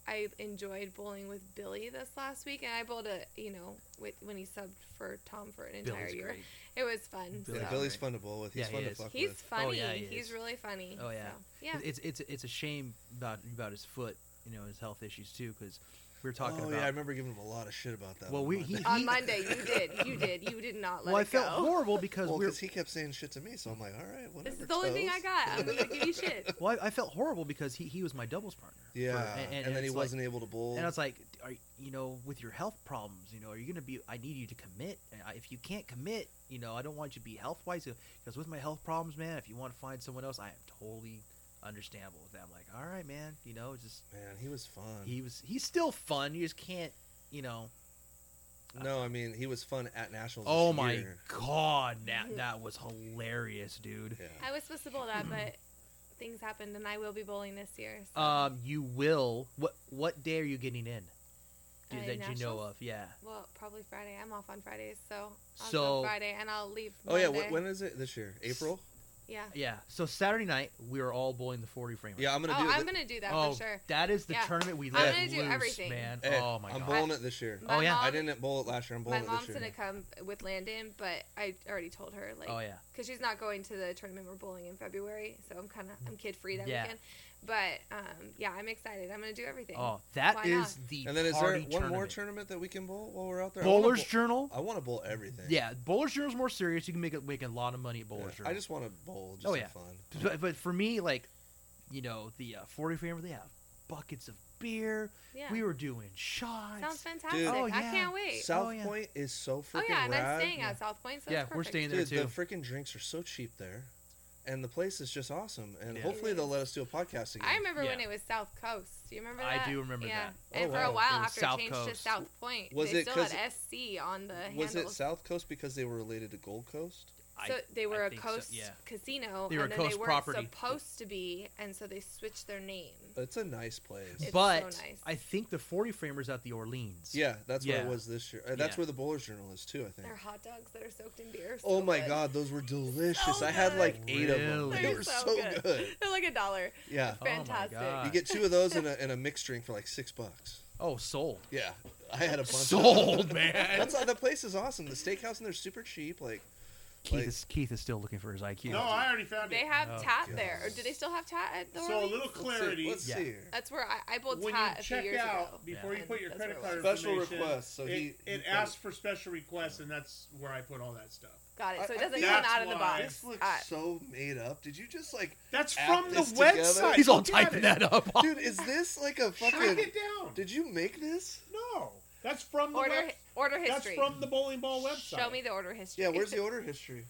Speaker 4: I enjoyed bowling with Billy this last week, and I bowled a you know with when he subbed for Tom for an entire
Speaker 6: Billy's
Speaker 4: year.
Speaker 6: great.
Speaker 4: It was fun.
Speaker 6: Billy-
Speaker 4: so.
Speaker 3: Yeah, Billy's fun to bowl with. He's
Speaker 6: Yeah, he
Speaker 3: fun to
Speaker 6: is.
Speaker 3: fuck
Speaker 4: He's
Speaker 3: with.
Speaker 4: funny.
Speaker 6: yeah, he
Speaker 4: He's
Speaker 6: is.
Speaker 4: really funny.
Speaker 6: Oh, yeah.
Speaker 4: so, yeah.
Speaker 6: It's it's it's a shame about about his foot, you know, his health issues too, because we were talking
Speaker 3: oh
Speaker 6: about.
Speaker 3: yeah, I remember giving him a lot of shit about that.
Speaker 6: Well,
Speaker 3: on
Speaker 6: we-
Speaker 3: Monday.
Speaker 6: he-
Speaker 4: On Monday, you did. You did. You did not let
Speaker 6: well, I
Speaker 4: it go.
Speaker 6: felt horrible because
Speaker 3: well
Speaker 6: we're.
Speaker 3: because he kept saying shit to me, so I'm like, all right, whatever.
Speaker 4: This is the only thing I
Speaker 3: Toes."
Speaker 4: got. I'm gonna give you shit.
Speaker 6: Well, I, I felt horrible because he, he was my doubles partner. for-
Speaker 3: Yeah,
Speaker 6: and,
Speaker 3: and,
Speaker 6: and- and
Speaker 3: then he
Speaker 6: it's like-
Speaker 3: wasn't able to bowl.
Speaker 6: And I was like, are, you know, with your health problems, you know, are you going to be, I need you to commit. And I, if you can't commit, you know, I don't want you to be health wise. Because with my health problems, man, if you want to find someone else, I am totally understandable with that. I'm like, all right, man, you know, just,
Speaker 3: Man, he was fun.
Speaker 6: he was, he's still fun. You just can't, you know.
Speaker 3: no, I mean he was fun at nationals. this
Speaker 6: Oh my
Speaker 3: year.
Speaker 6: God. That, that was hilarious, dude.
Speaker 3: Yeah.
Speaker 4: I was supposed to bowl that, but things happened, and I will be bowling this year. So.
Speaker 6: Um, you will, what, what day are you getting in? Dude,
Speaker 4: Uh,
Speaker 6: that you know
Speaker 4: nationals?
Speaker 6: of, yeah.
Speaker 4: Well, probably Friday. I'm off on Fridays, so I'll
Speaker 6: So-
Speaker 4: go Friday and I'll leave.
Speaker 3: Oh yeah,
Speaker 4: Monday.
Speaker 3: wh- when is it this year? April?
Speaker 4: yeah.
Speaker 6: Yeah. So Saturday night, we are all bowling the 40 framer.
Speaker 3: Yeah, I'm
Speaker 4: Oh,
Speaker 3: gonna do it.
Speaker 4: I'm gonna do that
Speaker 6: oh,
Speaker 4: for sure.
Speaker 6: that is the
Speaker 4: Yeah.
Speaker 6: tournament we
Speaker 4: I'm
Speaker 6: let
Speaker 4: gonna
Speaker 6: loose,
Speaker 4: do everything.
Speaker 6: man.
Speaker 3: Hey,
Speaker 6: oh my
Speaker 3: Eh, I'm
Speaker 6: god.
Speaker 3: bowling it this year.
Speaker 4: My
Speaker 6: Oh, yeah.
Speaker 4: mom,
Speaker 3: I didn't bowl it last year. I'm
Speaker 4: My
Speaker 3: bowling it
Speaker 4: mom's
Speaker 3: this year.
Speaker 4: gonna come with Landon, but I already told her like,
Speaker 6: oh yeah.
Speaker 4: cause she's not going to the tournament we're bowling in February, so I'm kind of I'm kid free that
Speaker 6: Yeah.
Speaker 4: weekend. But um, yeah, I'm excited. I'm gonna do everything.
Speaker 6: Oh, that
Speaker 4: Why
Speaker 6: is
Speaker 4: not?
Speaker 6: the
Speaker 3: And then is there
Speaker 6: party
Speaker 3: one more
Speaker 6: tournament.
Speaker 3: tournament that we can bowl while we're out there?
Speaker 6: Bowler's
Speaker 3: I Oh, wanna
Speaker 6: Journal.
Speaker 3: bowl, I want to bowl everything.
Speaker 6: Yeah, Bowler's Journal's more serious. You can make a, make a lot of money at
Speaker 3: Yeah,
Speaker 6: Bowler's Journal.
Speaker 3: I just want to bowl just
Speaker 6: Oh,
Speaker 3: for
Speaker 6: yeah.
Speaker 3: fun.
Speaker 6: but, but for me, like, you know, the uh, 40 framer, they have buckets of beer.
Speaker 4: yeah,
Speaker 6: We were doing shots.
Speaker 4: sounds fantastic.
Speaker 3: Dude.
Speaker 6: Oh,
Speaker 4: I
Speaker 6: yeah.
Speaker 4: can't wait.
Speaker 3: South
Speaker 6: Oh, yeah.
Speaker 3: Point is so freaking
Speaker 4: oh yeah, and
Speaker 3: rad.
Speaker 4: I'm staying
Speaker 6: Yeah.
Speaker 4: at South Point, so
Speaker 6: yeah,
Speaker 4: it's
Speaker 6: we're
Speaker 4: perfect.
Speaker 6: staying there
Speaker 3: Dude, the
Speaker 6: too.
Speaker 3: freaking drinks are so cheap there, and the place is just awesome. And
Speaker 6: Yeah.
Speaker 3: hopefully they'll let us do a podcast again.
Speaker 4: I remember when
Speaker 6: Yeah.
Speaker 4: it was South Coast. Do you remember
Speaker 6: I
Speaker 4: that?
Speaker 6: do remember
Speaker 4: yeah.
Speaker 6: that.
Speaker 4: And
Speaker 3: Oh,
Speaker 4: for
Speaker 3: wow.
Speaker 4: a while
Speaker 6: It was
Speaker 4: after
Speaker 6: South
Speaker 4: it changed to
Speaker 6: Coast.
Speaker 4: South Point,
Speaker 3: Was
Speaker 4: they
Speaker 3: it
Speaker 4: still
Speaker 3: 'cause-
Speaker 4: had SC on the
Speaker 3: was it
Speaker 4: handles.
Speaker 3: South Coast because they were related to Gold Coast?
Speaker 6: I-
Speaker 4: so they were
Speaker 6: I
Speaker 4: a
Speaker 6: think so,
Speaker 4: coast
Speaker 6: yeah.
Speaker 4: casino,
Speaker 6: They were
Speaker 4: and
Speaker 6: a
Speaker 4: then
Speaker 6: coast
Speaker 4: they weren't
Speaker 6: property.
Speaker 4: supposed to be, and so they switched their name.
Speaker 3: It's a nice place.
Speaker 4: It's
Speaker 6: but
Speaker 4: so nice.
Speaker 6: I think the 40 framer's at the Orleans.
Speaker 3: yeah, that's where
Speaker 6: Yeah.
Speaker 3: it was this year. Uh, That's
Speaker 6: Yeah.
Speaker 3: where the Bowlers Journal is too. I think.
Speaker 4: They're hot dogs that are soaked in beer. are
Speaker 3: oh
Speaker 4: so
Speaker 3: my
Speaker 4: good.
Speaker 3: god, those were delicious. I had
Speaker 4: good.
Speaker 3: like eight of them.
Speaker 6: Really?
Speaker 3: They
Speaker 4: They're
Speaker 3: were
Speaker 4: so
Speaker 3: so
Speaker 4: good.
Speaker 3: good.
Speaker 4: They're like a dollar.
Speaker 3: Yeah.
Speaker 6: Oh my
Speaker 4: Fantastic.
Speaker 6: God.
Speaker 3: You get two of those and a, and a mixed drink for like six bucks.
Speaker 6: Oh, sold.
Speaker 3: Yeah, I had a bunch.
Speaker 6: Sold,
Speaker 3: of
Speaker 6: man.
Speaker 3: That's why the place is awesome. The steakhouse and they're super cheap. Like,
Speaker 6: Keith,
Speaker 3: Like-
Speaker 6: is, Keith is still looking for his IQ.
Speaker 7: No, I already found
Speaker 4: They
Speaker 7: it.
Speaker 4: have
Speaker 6: Oh,
Speaker 4: Tat
Speaker 3: God.
Speaker 4: there. Or do they still have Tat at the
Speaker 7: So a
Speaker 4: Orleans?
Speaker 7: little
Speaker 3: let's see-
Speaker 7: clarity.
Speaker 3: Let's see.
Speaker 6: Yeah.
Speaker 3: here.
Speaker 4: That's where I, I bowled
Speaker 7: when you
Speaker 4: Tat a few
Speaker 7: check
Speaker 4: years ago.
Speaker 7: out before
Speaker 6: Yeah.
Speaker 7: you put your
Speaker 4: That's
Speaker 7: credit
Speaker 4: where
Speaker 7: card
Speaker 4: it
Speaker 3: Special
Speaker 7: information,
Speaker 3: request, so
Speaker 7: it,
Speaker 3: he-
Speaker 7: it
Speaker 3: he-
Speaker 7: asks for special requests, and that's where I put all that stuff.
Speaker 4: Got it. So
Speaker 3: I-
Speaker 4: it
Speaker 3: I
Speaker 4: doesn't
Speaker 3: think
Speaker 4: come
Speaker 7: that's
Speaker 4: out of the
Speaker 7: why.
Speaker 4: box.
Speaker 3: This looks
Speaker 4: Uh,
Speaker 3: so made up. Did you just like,
Speaker 7: That's
Speaker 3: Add
Speaker 7: from the
Speaker 3: this together?
Speaker 7: website.
Speaker 6: He's all
Speaker 7: Look at
Speaker 6: typing
Speaker 7: it.
Speaker 6: that up.
Speaker 3: dude? Is this like a
Speaker 7: Track
Speaker 3: fucking?
Speaker 7: it down.
Speaker 3: Did you make this?
Speaker 7: no, that's from the
Speaker 4: order
Speaker 7: web-
Speaker 4: order
Speaker 7: That's
Speaker 4: history.
Speaker 7: from the bowling ball website.
Speaker 4: Show me the order history.
Speaker 3: Yeah. Where's the order history?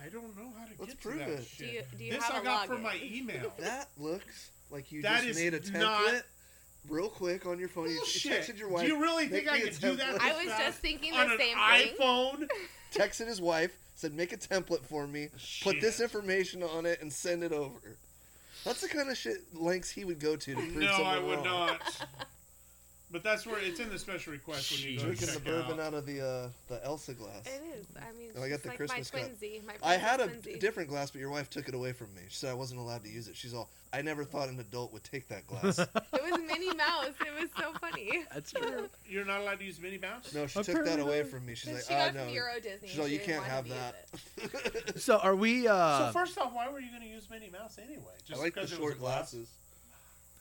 Speaker 7: I don't know how to
Speaker 3: Let's
Speaker 7: get
Speaker 3: prove
Speaker 7: to that
Speaker 3: it.
Speaker 4: Do
Speaker 7: shit.
Speaker 4: you, do you
Speaker 7: this
Speaker 4: have
Speaker 7: I
Speaker 4: a
Speaker 7: got from
Speaker 4: login?
Speaker 7: my email.
Speaker 3: That looks like you
Speaker 7: That
Speaker 3: just
Speaker 7: is
Speaker 3: made a template
Speaker 7: not-
Speaker 3: real quick on your phone. You- You
Speaker 7: Bullshit.
Speaker 3: texted your wife.
Speaker 7: Do you really
Speaker 3: Make
Speaker 7: think I
Speaker 3: me a
Speaker 7: could do that?
Speaker 3: template.
Speaker 4: I
Speaker 7: this
Speaker 4: was
Speaker 7: fast
Speaker 4: just thinking
Speaker 7: on
Speaker 4: the
Speaker 7: an
Speaker 4: same thing.
Speaker 7: iPhone.
Speaker 3: texted his wife, said, "Make a template for me. Put
Speaker 7: Shit.
Speaker 3: this information on it and send it over." That's the kind of shit lengths he would go to to prove
Speaker 7: No,
Speaker 3: someone
Speaker 7: I would
Speaker 3: wrong.
Speaker 7: not. But that's where it's in the special request when you go
Speaker 3: Drinking
Speaker 7: check
Speaker 3: the bourbon
Speaker 7: out.
Speaker 3: out of the uh, the Elsa glass.
Speaker 4: It is. I mean,
Speaker 3: Oh, I
Speaker 4: she's
Speaker 3: got the
Speaker 4: like
Speaker 3: Christmas
Speaker 4: my
Speaker 3: cup.
Speaker 4: twinsy. My
Speaker 3: I had a
Speaker 4: princess twinsy.
Speaker 3: different glass, but your wife took it away from me. She said I wasn't allowed to use it. She's all, I never thought an adult would take that glass.
Speaker 4: It was Minnie Mouse. It was so funny.
Speaker 6: That's true.
Speaker 7: You're not allowed to use mini bounce.
Speaker 3: no, she
Speaker 6: I'm
Speaker 3: took that
Speaker 6: turning
Speaker 3: away
Speaker 6: on.
Speaker 3: from me. She's
Speaker 4: 'Cause
Speaker 3: like,
Speaker 4: she
Speaker 3: ah,
Speaker 4: got
Speaker 3: no.
Speaker 4: from Euro Disney.
Speaker 3: She's all,
Speaker 4: she
Speaker 3: you
Speaker 4: didn't
Speaker 3: can't
Speaker 4: want to
Speaker 3: have
Speaker 4: use
Speaker 3: that.
Speaker 4: it.
Speaker 6: So are we?
Speaker 7: So
Speaker 6: Uh,
Speaker 7: first off, why were you going to use Minnie Mouse anyway?
Speaker 3: I
Speaker 7: Just
Speaker 3: like the
Speaker 7: because it was a
Speaker 3: short
Speaker 7: glass?
Speaker 3: glasses.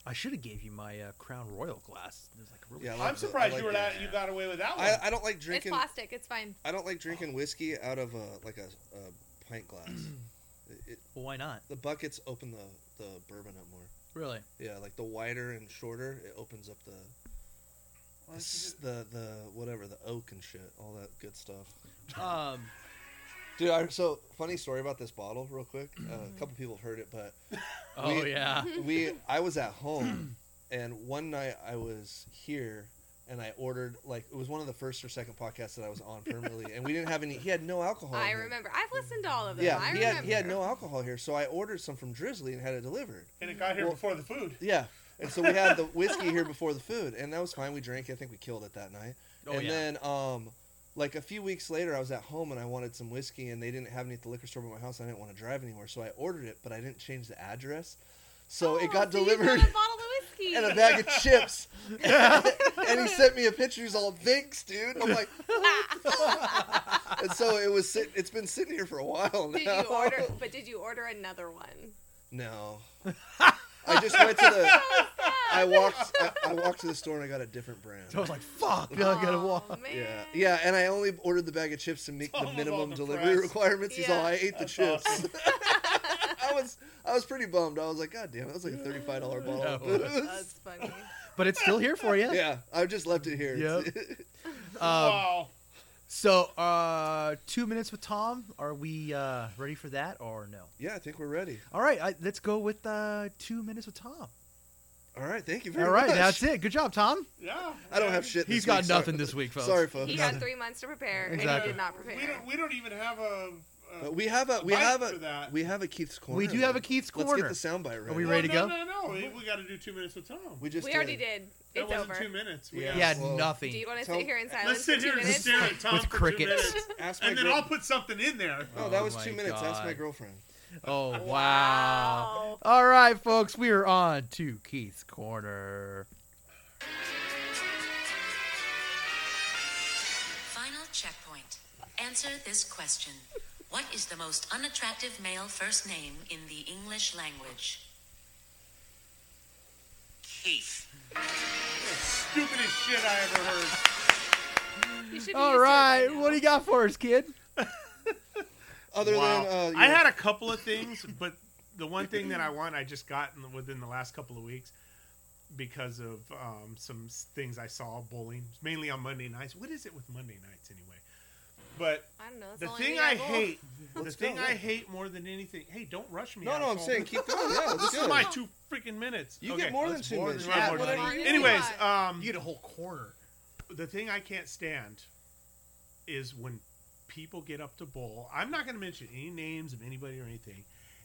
Speaker 6: I should have gave you my uh, Crown Royal glass. It was like really
Speaker 3: Yeah, I
Speaker 7: I'm
Speaker 3: like the-
Speaker 7: surprised
Speaker 3: I like
Speaker 7: you were
Speaker 3: the-
Speaker 7: not, you got away with that one.
Speaker 3: I, I don't like
Speaker 4: It's
Speaker 3: drinking.
Speaker 4: plastic. It's fine.
Speaker 3: I don't like drinking whiskey out of a like a, a pint glass. it, it,
Speaker 6: well, why not?
Speaker 3: the buckets open the the bourbon up more.
Speaker 6: Really?
Speaker 3: Yeah, like the wider and shorter, it opens up the the, s- the the whatever the oak and shit, all that good stuff.
Speaker 6: Um,
Speaker 3: Dude, I, so funny story about this bottle, real quick. Uh, a couple people have heard it, but
Speaker 6: oh
Speaker 3: We-
Speaker 6: yeah.
Speaker 3: we I was at home, and one night I was here, and I ordered like it was one of the first or second podcasts that I was on permanently, and we didn't have any. He had no alcohol. in
Speaker 4: I
Speaker 3: here.
Speaker 4: remember. I've listened to all of them.
Speaker 3: Oh, Yeah,
Speaker 4: I
Speaker 3: he
Speaker 4: remember.
Speaker 3: had he had no alcohol here, so I ordered some from Drizzly and had it delivered.
Speaker 7: and it got here
Speaker 3: Well-
Speaker 7: before the food.
Speaker 3: Yeah. And so we had the whiskey here before the food, and that was fine. We drank. it. I think we killed it that night.
Speaker 6: Oh
Speaker 3: and
Speaker 6: yeah.
Speaker 3: then, um, like a few weeks later, I was at home and I wanted some whiskey, and they didn't have any at the liquor store by my house. And I didn't want to drive anywhere, so I ordered it, but I didn't change the address, so
Speaker 4: Oh,
Speaker 3: it got
Speaker 4: so you got
Speaker 3: delivered
Speaker 4: a bottle of whiskey.
Speaker 3: and a bag of chips. and he sent me a picture. He's all, "Thanks, dude." I'm like, and so it was. Sit- it's been sitting here for a while now.
Speaker 4: did you order? But did you order another one?
Speaker 3: No. I just went to the. I walked. I, I walked to the store and I got a different brand.
Speaker 6: so I was like, fuck. Now I gotta
Speaker 4: Aw,
Speaker 6: walk.
Speaker 4: man.
Speaker 3: Yeah, yeah, and I only ordered the bag of chips to meet the
Speaker 7: Tom was all
Speaker 3: minimum delivery
Speaker 7: depressed.
Speaker 3: requirements. He's all,
Speaker 4: Yeah.
Speaker 3: I ate the
Speaker 7: That's
Speaker 3: chips.
Speaker 7: awesome.
Speaker 3: I was, I was pretty bummed. I was like, God damn, that was like a thirty-five dollar bottle. of
Speaker 6: Yeah.
Speaker 3: booze."
Speaker 4: That's funny.
Speaker 6: But it's still here for you.
Speaker 3: yeah, I just left it here.
Speaker 6: Yep. Um,
Speaker 7: wow.
Speaker 6: so uh, two minutes with Tom. Are we uh, ready for that or no?
Speaker 3: yeah, I think we're ready.
Speaker 6: All right, I, let's go with uh, two minutes with Tom.
Speaker 3: All right, thank you very
Speaker 6: All right,
Speaker 3: much.
Speaker 6: that's it. Good job, Tom.
Speaker 7: Yeah.
Speaker 3: I don't have shit.
Speaker 6: He's
Speaker 3: He's
Speaker 6: got nothing this week, folks.
Speaker 3: Sorry, folks.
Speaker 4: He had three months to prepare, and he
Speaker 6: Exactly.
Speaker 4: did not
Speaker 7: We
Speaker 4: prepare.
Speaker 7: don't, we don't even have a. a
Speaker 3: But Uh, we have a we
Speaker 7: Mike
Speaker 3: have
Speaker 7: for
Speaker 3: a
Speaker 7: that.
Speaker 3: we have a Keith's corner.
Speaker 6: We do have a
Speaker 3: though.
Speaker 6: Keith's
Speaker 3: Let's
Speaker 6: corner.
Speaker 3: get the soundbite ready.
Speaker 6: we ready to
Speaker 7: no,
Speaker 6: go?
Speaker 7: No, no, no. We, got to do two minutes with Tom.
Speaker 3: We just
Speaker 4: We already
Speaker 3: did.
Speaker 4: did.
Speaker 7: that
Speaker 4: It's
Speaker 7: wasn't
Speaker 4: over.
Speaker 7: two minutes. We
Speaker 3: Yeah.
Speaker 7: have-
Speaker 6: He had
Speaker 3: Well,
Speaker 6: nothing.
Speaker 4: Do you want to
Speaker 3: Tell-
Speaker 4: sit here in silence
Speaker 7: Let's sit
Speaker 4: for two
Speaker 7: here and
Speaker 4: minutes?
Speaker 7: stare at Tom
Speaker 6: With
Speaker 7: for
Speaker 6: crickets.
Speaker 7: two minutes,
Speaker 3: Ask my
Speaker 7: and then
Speaker 3: girl-
Speaker 7: I'll put something in there.
Speaker 3: Oh, that
Speaker 6: Oh
Speaker 3: was
Speaker 6: my
Speaker 3: two minutes. Ask my
Speaker 6: God.
Speaker 3: girlfriend.
Speaker 6: Oh wow.
Speaker 4: Wow.
Speaker 6: All right, folks, we are on to Keith's corner.
Speaker 8: Final checkpoint. Answer this question. What is the most unattractive male first name in the English language?
Speaker 9: Keith.
Speaker 7: Stupidest shit I ever heard.
Speaker 4: You should be used
Speaker 6: All
Speaker 4: to it by
Speaker 6: right,
Speaker 4: now.
Speaker 6: what do you got for us, kid?
Speaker 3: Other
Speaker 7: wow.
Speaker 3: than uh, you
Speaker 7: I
Speaker 3: know-
Speaker 7: had a couple of things, but the one thing that I want, I just got in the, within the last couple of weeks because of um, some s- things I saw bowling, mainly on Monday nights. What is it with Monday nights anyway? But
Speaker 4: I don't know. That's
Speaker 7: the
Speaker 4: only
Speaker 7: thing
Speaker 4: we got
Speaker 7: I
Speaker 4: gold.
Speaker 7: hate, the
Speaker 3: Let's
Speaker 7: thing
Speaker 3: go,
Speaker 7: I
Speaker 3: yeah.
Speaker 7: hate more than anything. Hey, don't rush me.
Speaker 3: No, no, I'm
Speaker 7: asshole.
Speaker 3: saying keep going. Yeah, let's
Speaker 7: this
Speaker 3: go.
Speaker 7: is my two freaking minutes.
Speaker 3: You
Speaker 7: Okay.
Speaker 3: get more than
Speaker 6: That's
Speaker 3: two
Speaker 6: more
Speaker 3: minutes.
Speaker 6: than Yeah,
Speaker 4: whatever
Speaker 3: whatever.
Speaker 4: you
Speaker 7: Anyways,
Speaker 4: want.
Speaker 7: um,
Speaker 6: a whole corner.
Speaker 7: the thing I can't stand is when people get up to bowl. I'm not going to mention any names of anybody or anything,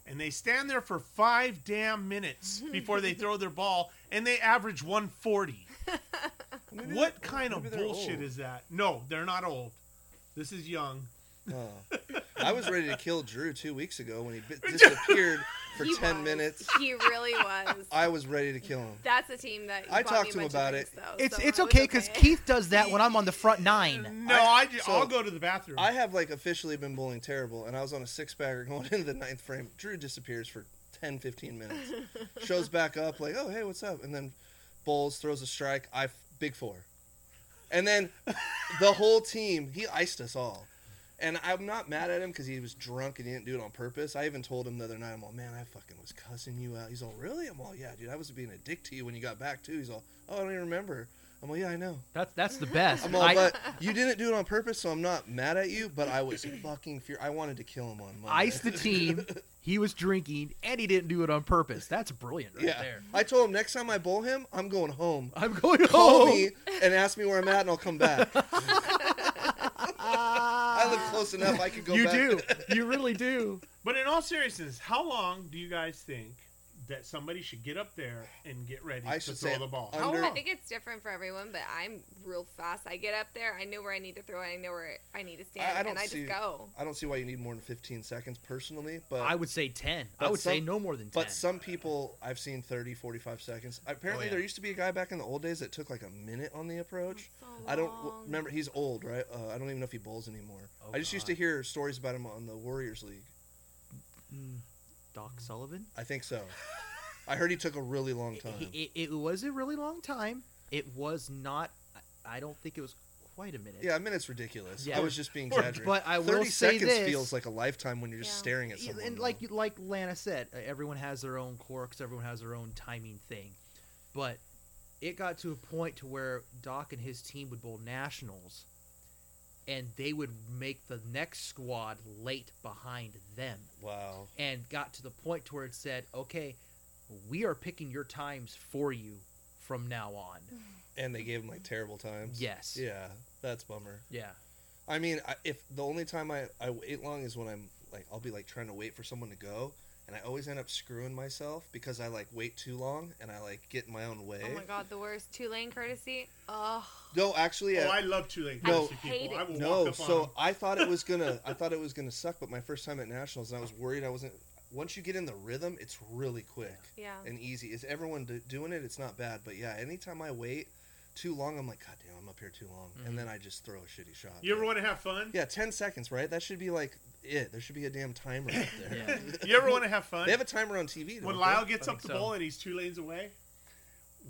Speaker 7: and they stand there for five damn minutes before they throw their ball, and they average 140.
Speaker 3: Maybe
Speaker 7: What
Speaker 3: they're-
Speaker 7: kind of
Speaker 3: maybe they're
Speaker 7: bullshit
Speaker 3: old.
Speaker 7: is that? No, they're not old. This is young.
Speaker 3: Oh. I was ready to kill Drew two weeks ago when he bit- disappeared for
Speaker 4: He
Speaker 3: ten
Speaker 4: was.
Speaker 3: minutes.
Speaker 4: He really was.
Speaker 3: I was ready to kill him.
Speaker 4: That's a team that
Speaker 3: I
Speaker 4: bought
Speaker 3: talked
Speaker 4: me a
Speaker 3: to him
Speaker 4: bunch of
Speaker 3: about
Speaker 4: drinks,
Speaker 3: it.
Speaker 4: though,
Speaker 6: It's
Speaker 4: so
Speaker 6: it's
Speaker 4: I was
Speaker 6: okay because Keith does that when I'm on the front nine.
Speaker 7: No, I,
Speaker 3: I-
Speaker 7: ju-
Speaker 3: so-
Speaker 7: I'll go to the bathroom.
Speaker 3: I have like officially been bowling terrible, and I was on a six bagger going into the ninth frame. Drew disappears for 10, 15 minutes, shows back up like, "Oh hey, what's up?" And then bowls throws a strike. I f- big four, and then the whole team he iced us all. And I'm not mad at him because he was drunk and he didn't do it on purpose. I even told him the other night, I'm all, man, I fucking was cussing you out. He's all, really? I'm all, yeah, dude, I was being a dick to you when you got back, too. He's all, oh, I don't even remember. I'm all, yeah, I know.
Speaker 6: That's that's the best.
Speaker 3: I'm all,
Speaker 6: I,
Speaker 3: but you didn't do it on purpose, so I'm not mad at you. But I was fucking fear. I wanted to kill him on Monday.
Speaker 6: iced the team. He was drinking and he didn't do it on purpose. That's brilliant right
Speaker 3: yeah,
Speaker 6: there.
Speaker 3: I told him next time I bowl him, I'm going home.
Speaker 6: I'm going
Speaker 3: Call
Speaker 6: home.
Speaker 3: me and ask me where I'm at, and I'll come back. I live close enough. I could go.
Speaker 6: you
Speaker 3: back.
Speaker 6: do. You really do.
Speaker 7: But in all seriousness, how long do you guys think that somebody should get up there and get ready
Speaker 3: I
Speaker 7: to
Speaker 3: should
Speaker 7: throw
Speaker 3: say
Speaker 7: the ball?
Speaker 3: under-
Speaker 7: how
Speaker 4: I
Speaker 7: long?
Speaker 4: think it's different for everyone, but I'm real fast. I get up there, I know where I need to throw, it, I know where I need to stand,
Speaker 3: I- I don't
Speaker 4: and I
Speaker 3: see-
Speaker 4: just go.
Speaker 3: I don't see why you need more than 15 seconds personally, but
Speaker 6: I would say ten. I
Speaker 3: But
Speaker 6: would say
Speaker 3: some-
Speaker 6: no more than ten.
Speaker 3: but some people I've seen 30, 45 seconds. Apparently,
Speaker 6: Oh, yeah.
Speaker 3: there used to be a guy back in the old days that took like a minute on the approach.
Speaker 4: So
Speaker 3: I don't w-
Speaker 4: long.
Speaker 3: remember. He's old, right? Uh, I don't even know if he bowls anymore.
Speaker 6: Oh,
Speaker 3: I just used
Speaker 6: God.
Speaker 3: to hear stories about him on the Warriors League.
Speaker 6: Hmm. Doc Sullivan.
Speaker 3: I think so.
Speaker 10: I heard he took a really long time.
Speaker 6: It, it, it was a really long time. It was not. I- I don't think it was quite a minute.
Speaker 10: yeah, I mean it's ridiculous.
Speaker 6: Yeah.
Speaker 10: I was just being
Speaker 6: But-
Speaker 10: exaggerated.
Speaker 6: but I will
Speaker 10: Thirty
Speaker 6: say
Speaker 10: seconds
Speaker 6: this.
Speaker 10: feels like a lifetime when you're just
Speaker 11: Yeah.
Speaker 10: staring at
Speaker 6: Yeah,
Speaker 10: someone.
Speaker 6: and
Speaker 10: though.
Speaker 6: like like Lana said, uh, everyone has their own quirks, everyone has their own timing thing, but it got to a point to where Doc and his team would bowl nationals, and they would make the next squad late behind them,
Speaker 10: wow,
Speaker 6: and got to the point to where it said, "Okay, we are picking your times for you from now on."
Speaker 7: Mm.
Speaker 10: and they gave him like terrible times.
Speaker 6: Yes.
Speaker 10: Yeah, that's bummer.
Speaker 6: Yeah.
Speaker 10: I mean, I, if the only time I, I wait long is when I'm like I'll be like trying to wait for someone to go, and I always end up screwing myself because I like wait too long and I like get in my own way.
Speaker 11: Oh my god, the worst. Tulane courtesy. Oh,
Speaker 10: No, actually,
Speaker 7: Oh,
Speaker 10: I-
Speaker 7: I love Tulane
Speaker 11: I
Speaker 7: Courtesy
Speaker 11: hate
Speaker 7: people.
Speaker 11: it.
Speaker 7: I will
Speaker 10: no.
Speaker 7: walk up
Speaker 10: So
Speaker 7: on
Speaker 10: I thought it was gonna I thought it was gonna suck, but my first time at nationals, and I was worried I wasn't. Once you get in the rhythm, it's really quick
Speaker 11: yeah.
Speaker 10: and easy. Is everyone do- doing it? It's not bad, but yeah, anytime I wait too long, I'm like, God damn, I'm up here too long,
Speaker 6: Mhm.
Speaker 10: and then I just throw a shitty shot.
Speaker 7: Mm-hmm. you ever want to have fun?
Speaker 10: Yeah, ten seconds, right? That should be like it. There should be a damn timer up there.
Speaker 6: Yeah.
Speaker 7: You ever want to have fun?
Speaker 10: They have a timer on TV. don't
Speaker 7: when
Speaker 10: they?
Speaker 7: Lyle gets
Speaker 6: I
Speaker 7: up
Speaker 6: think
Speaker 7: the
Speaker 6: so.
Speaker 7: ball and he's two lanes away,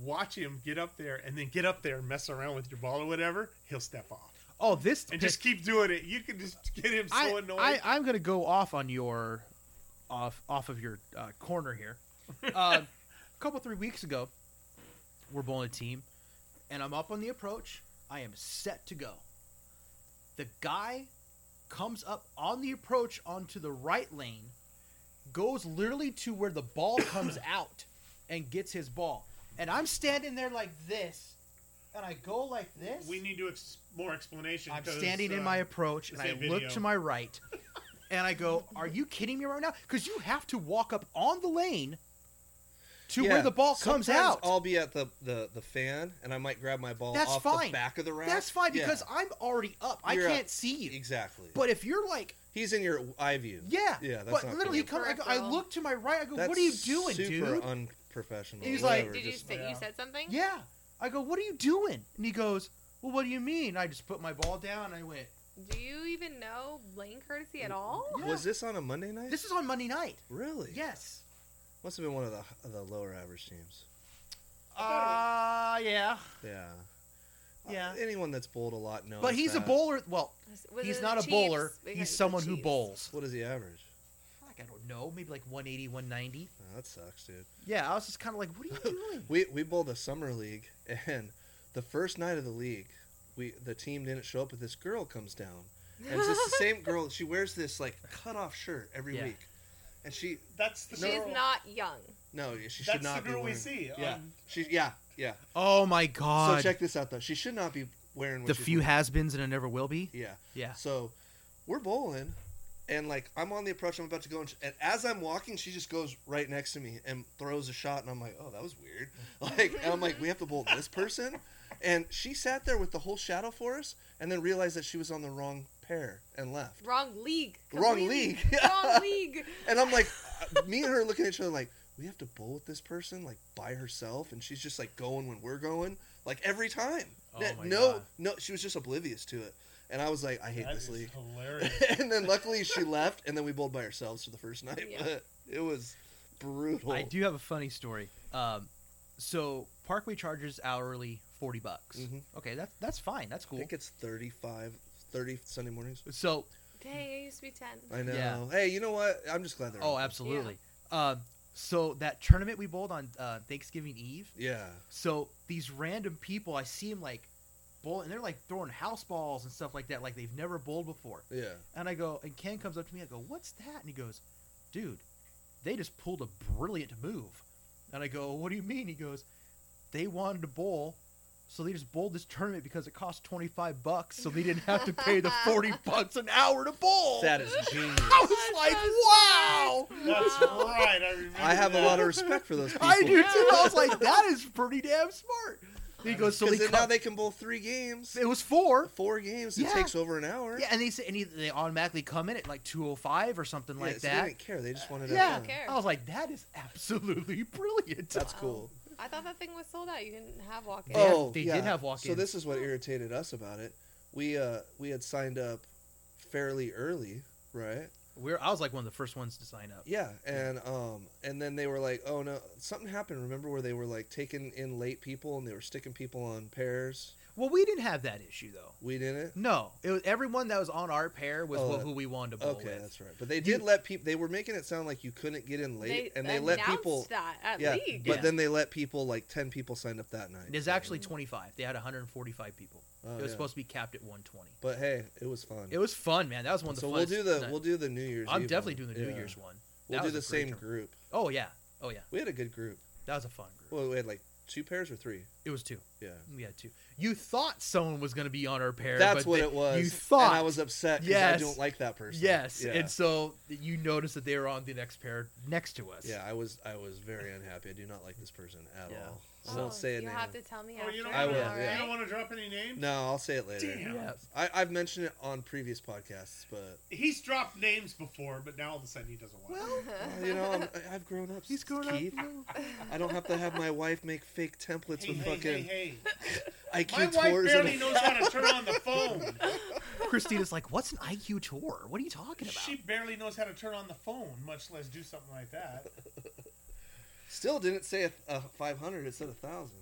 Speaker 7: watch him get up there and then get up there and mess around with your ball or whatever. He'll step off
Speaker 6: Oh, this
Speaker 7: and just keep doing it. You can just get him so
Speaker 6: I,
Speaker 7: annoyed.
Speaker 6: I, I'm going to go off on your off off of your uh, corner here. Uh, a couple three weeks ago, we're bowling a team, and I'm up on the approach. I am set to go. The guy comes up on the approach onto the right lane, goes literally to where the ball comes out, and gets his ball. And I'm standing there like this, and I go like this.
Speaker 7: we need to ex- more explanation.
Speaker 6: I'm
Speaker 7: 'cause,
Speaker 6: standing
Speaker 7: uh,
Speaker 6: in my approach and I
Speaker 7: same
Speaker 6: look
Speaker 7: video.
Speaker 6: to my right and I go, Are you kidding me right now? Because you have to walk up on the lane to
Speaker 10: Yeah,
Speaker 6: where the ball comes
Speaker 10: sometimes
Speaker 6: out.
Speaker 10: I'll be at the, the, the fan and I might grab my ball
Speaker 6: That's
Speaker 10: off
Speaker 6: fine.
Speaker 10: the back of the rack.
Speaker 6: That's fine
Speaker 10: Yeah,
Speaker 6: because I'm already up. I
Speaker 10: You're up.
Speaker 6: can't see you.
Speaker 10: exactly.
Speaker 6: But if you're like,
Speaker 10: he's in your eye view.
Speaker 6: Yeah,
Speaker 10: Yeah, that's
Speaker 6: but
Speaker 10: not
Speaker 6: literally,
Speaker 10: cool.
Speaker 6: come, I, go, I
Speaker 11: Peripheral.
Speaker 6: look to my right. I go,
Speaker 10: That's
Speaker 6: What are you doing,
Speaker 10: super
Speaker 6: dude?
Speaker 10: unprofessional.
Speaker 6: He's
Speaker 10: Whatever,
Speaker 6: like-
Speaker 11: Did you
Speaker 10: just-
Speaker 11: say you
Speaker 7: yeah.
Speaker 11: said something?
Speaker 6: yeah. I go, What are you doing? And he goes, Well, what do you mean? I just put my ball down and I went,
Speaker 11: Do you even know lane courtesy at all?
Speaker 6: Yeah.
Speaker 10: Was this on a Monday night?
Speaker 6: This is on Monday night.
Speaker 10: really?
Speaker 6: Yes.
Speaker 10: Must have been one of the the lower average teams.
Speaker 6: Uh, yeah.
Speaker 10: Yeah.
Speaker 6: Yeah.
Speaker 10: Uh, anyone that's bowled a lot knows.
Speaker 6: But he's a
Speaker 10: that.
Speaker 6: bowler. Well,
Speaker 11: Was it
Speaker 6: he's
Speaker 11: the
Speaker 6: not a
Speaker 11: Chiefs?
Speaker 6: bowler.
Speaker 11: Because
Speaker 6: He's
Speaker 11: it's the
Speaker 6: someone who
Speaker 11: Chiefs.
Speaker 6: bowls.
Speaker 10: What is the average?
Speaker 6: Like, I don't know, maybe like 180, 190.
Speaker 10: Oh, that sucks, dude.
Speaker 6: Yeah, I was just kind of like, what are you doing?
Speaker 10: We we bowled a summer league, and the first night of the league, we the team didn't show up, but this girl comes down, and it's just the same girl. She wears this like cut off shirt every
Speaker 6: Yeah.
Speaker 10: week, and she
Speaker 7: That's the
Speaker 11: She's
Speaker 7: girl.
Speaker 11: not young.
Speaker 10: no, she should
Speaker 7: That's
Speaker 10: not
Speaker 7: the
Speaker 10: be
Speaker 7: girl we
Speaker 10: wearing.
Speaker 7: see. Um,
Speaker 10: Yeah,
Speaker 7: on-
Speaker 10: she yeah yeah.
Speaker 6: oh my god!
Speaker 10: So check this out though. She should not be wearing what
Speaker 6: the
Speaker 10: she's
Speaker 6: few
Speaker 10: wearing.
Speaker 6: has-beens and a never will be.
Speaker 10: Yeah.
Speaker 6: Yeah.
Speaker 10: So we're bowling, and like I'm on the approach, I'm about to go, and, sh- and as I'm walking, she just goes right next to me and throws a shot, and I'm like, oh, that was weird. Like, and I'm like, we have to bowl this person, and she sat there with the whole shadow for us, and then realized that she was on the wrong pair and left.
Speaker 11: Wrong league.
Speaker 10: Wrong
Speaker 11: Completely
Speaker 10: league.
Speaker 11: Wrong league.
Speaker 10: And I'm like, uh, me and her are looking at each other like, we have to bowl with this person like by herself, and she's just like going when we're going, like every time.
Speaker 6: Oh
Speaker 10: That-
Speaker 6: my
Speaker 10: no,
Speaker 6: God.
Speaker 10: no, she was just oblivious to it, and I was like, I hate
Speaker 7: That
Speaker 10: this
Speaker 7: is
Speaker 10: league.
Speaker 7: hilarious.
Speaker 10: and then luckily she left, and then we bowled by ourselves for the first night.
Speaker 11: Yeah.
Speaker 10: But it was brutal.
Speaker 6: I do have a funny story. Um, so Parkway charges hourly forty bucks.
Speaker 10: Mhm.
Speaker 6: Okay, that's that's fine. That's
Speaker 10: I
Speaker 6: cool.
Speaker 10: think it's 35, 30 Sunday mornings.
Speaker 6: So,
Speaker 11: Dang, it used to be 10.
Speaker 10: I know.
Speaker 6: Yeah.
Speaker 10: Hey, you know what? I'm just glad they're.
Speaker 6: oh,
Speaker 10: open.
Speaker 6: absolutely. Um, so that tournament we bowled on uh, Thanksgiving Eve.
Speaker 10: Yeah.
Speaker 6: So these random people, I see them like bowl, and they're like throwing house balls and stuff like that, like they've never bowled before.
Speaker 10: Yeah.
Speaker 6: And I go, and Ken comes up to me. I go, "What's that?" And he goes, "Dude, they just pulled a brilliant move." And I go, "What do you mean?" He goes, "They wanted to bowl, so they just bowled this tournament because it cost twenty five bucks, so they didn't have to pay the forty bucks an hour to bowl."
Speaker 10: That is genius.
Speaker 6: I was like, "Wow."
Speaker 11: Um,
Speaker 7: That's right. I remember.
Speaker 10: I have a
Speaker 7: that.
Speaker 10: lot of respect for those people.
Speaker 6: I do too. I was like, "That is pretty damn smart." And he goes, "So they
Speaker 10: Because
Speaker 6: cut-
Speaker 10: now they can bowl three games,
Speaker 6: it was four.
Speaker 10: four games.
Speaker 6: Yeah.
Speaker 10: It takes over an hour.
Speaker 6: Yeah, and they say, and he, they automatically come in at like two oh five or something
Speaker 10: Yeah,
Speaker 6: like
Speaker 10: so
Speaker 6: that.
Speaker 10: They didn't care. They just wanted. to
Speaker 6: Yeah.
Speaker 10: have
Speaker 11: Don't
Speaker 10: fun.
Speaker 11: care.
Speaker 6: I was like, that is absolutely brilliant.
Speaker 10: That's
Speaker 11: Wow.
Speaker 10: cool.
Speaker 11: I thought that thing was sold out. You didn't have walk in.
Speaker 6: They
Speaker 10: Oh,
Speaker 6: have- they did have
Speaker 10: So
Speaker 6: walk-ins.
Speaker 10: this is what irritated us about it. We uh we had signed up fairly early, right?
Speaker 6: We're I was like one of the first ones to sign up.
Speaker 10: Yeah, and um, and then they were like, "Oh no, something happened." Remember where they were like taking in late people and they were sticking people on pairs?
Speaker 6: Well, we didn't have that issue though.
Speaker 10: We didn't.
Speaker 6: No, it was everyone that was on our pair was
Speaker 10: Oh,
Speaker 6: wh-
Speaker 10: that-
Speaker 6: who we wanted to bowl
Speaker 10: Okay,
Speaker 6: with.
Speaker 10: that's right. But they did let people. They were making it sound like you couldn't get in late, and they let
Speaker 11: announced
Speaker 10: people.
Speaker 11: that at
Speaker 10: yeah,
Speaker 11: league.
Speaker 10: but
Speaker 6: Yeah.
Speaker 10: then they let people like ten people signed up that night.
Speaker 6: There's
Speaker 10: so-
Speaker 6: actually 25. They had 145 people.
Speaker 10: Oh,
Speaker 6: it was
Speaker 10: yeah.
Speaker 6: supposed to be capped at 120.
Speaker 10: But hey, it was fun.
Speaker 6: It was fun, man. That was one of the.
Speaker 10: so we'll
Speaker 6: funnest
Speaker 10: do the
Speaker 6: night-
Speaker 10: we'll do the New Year's.
Speaker 6: I'm
Speaker 10: Eve
Speaker 6: definitely doing
Speaker 10: one.
Speaker 6: the New
Speaker 10: Yeah.
Speaker 6: Year's one.
Speaker 10: We'll
Speaker 6: That
Speaker 10: do
Speaker 6: was
Speaker 10: the
Speaker 6: a great
Speaker 10: same
Speaker 6: tournament.
Speaker 10: group.
Speaker 6: Oh yeah, oh yeah.
Speaker 10: We had a good group.
Speaker 6: That was a fun group.
Speaker 10: Well, we had like two pairs or three.
Speaker 6: It was two.
Speaker 10: Yeah.
Speaker 6: We had two. You thought someone was going to be on our pair.
Speaker 10: That's
Speaker 6: but
Speaker 10: what
Speaker 6: they-
Speaker 10: it was.
Speaker 6: You thought.
Speaker 10: and I was upset because I
Speaker 6: Yes.
Speaker 10: don't like that person.
Speaker 6: Yes,
Speaker 10: Yeah.
Speaker 6: and so you noticed that they were on the next pair next to us.
Speaker 10: yeah, I was I was very unhappy. I do not like this person at
Speaker 6: Yeah.
Speaker 10: all.
Speaker 11: Oh,
Speaker 10: I won't say it
Speaker 11: You
Speaker 10: now.
Speaker 11: have to tell me.
Speaker 7: Oh, you don't,
Speaker 11: after.
Speaker 10: I
Speaker 7: wanna,
Speaker 10: will,
Speaker 11: All
Speaker 10: yeah.
Speaker 7: you don't
Speaker 11: right.
Speaker 7: want to drop any names?
Speaker 10: No, I'll say it later.
Speaker 7: Damn.
Speaker 6: Yeah.
Speaker 10: I, I've mentioned it on previous podcasts, but
Speaker 7: He's dropped names before, but now all of a sudden he doesn't want
Speaker 6: Well,
Speaker 7: to.
Speaker 10: well, you know I'm, I- I've grown up.
Speaker 6: He's grown up,
Speaker 10: Keith. I don't have to have my wife make fake templates
Speaker 7: Hey,
Speaker 10: with
Speaker 7: hey, hey,
Speaker 10: fucking
Speaker 7: hey.
Speaker 10: IQ
Speaker 7: My wife
Speaker 10: tours.
Speaker 7: barely
Speaker 10: and-
Speaker 7: knows how to turn on the phone.
Speaker 6: Christina's like, "What's an IQ tour? What are you talking about?"
Speaker 7: She barely knows how to turn on the phone, much less do something like that.
Speaker 10: Still didn't say a, a 500. It said a thousand.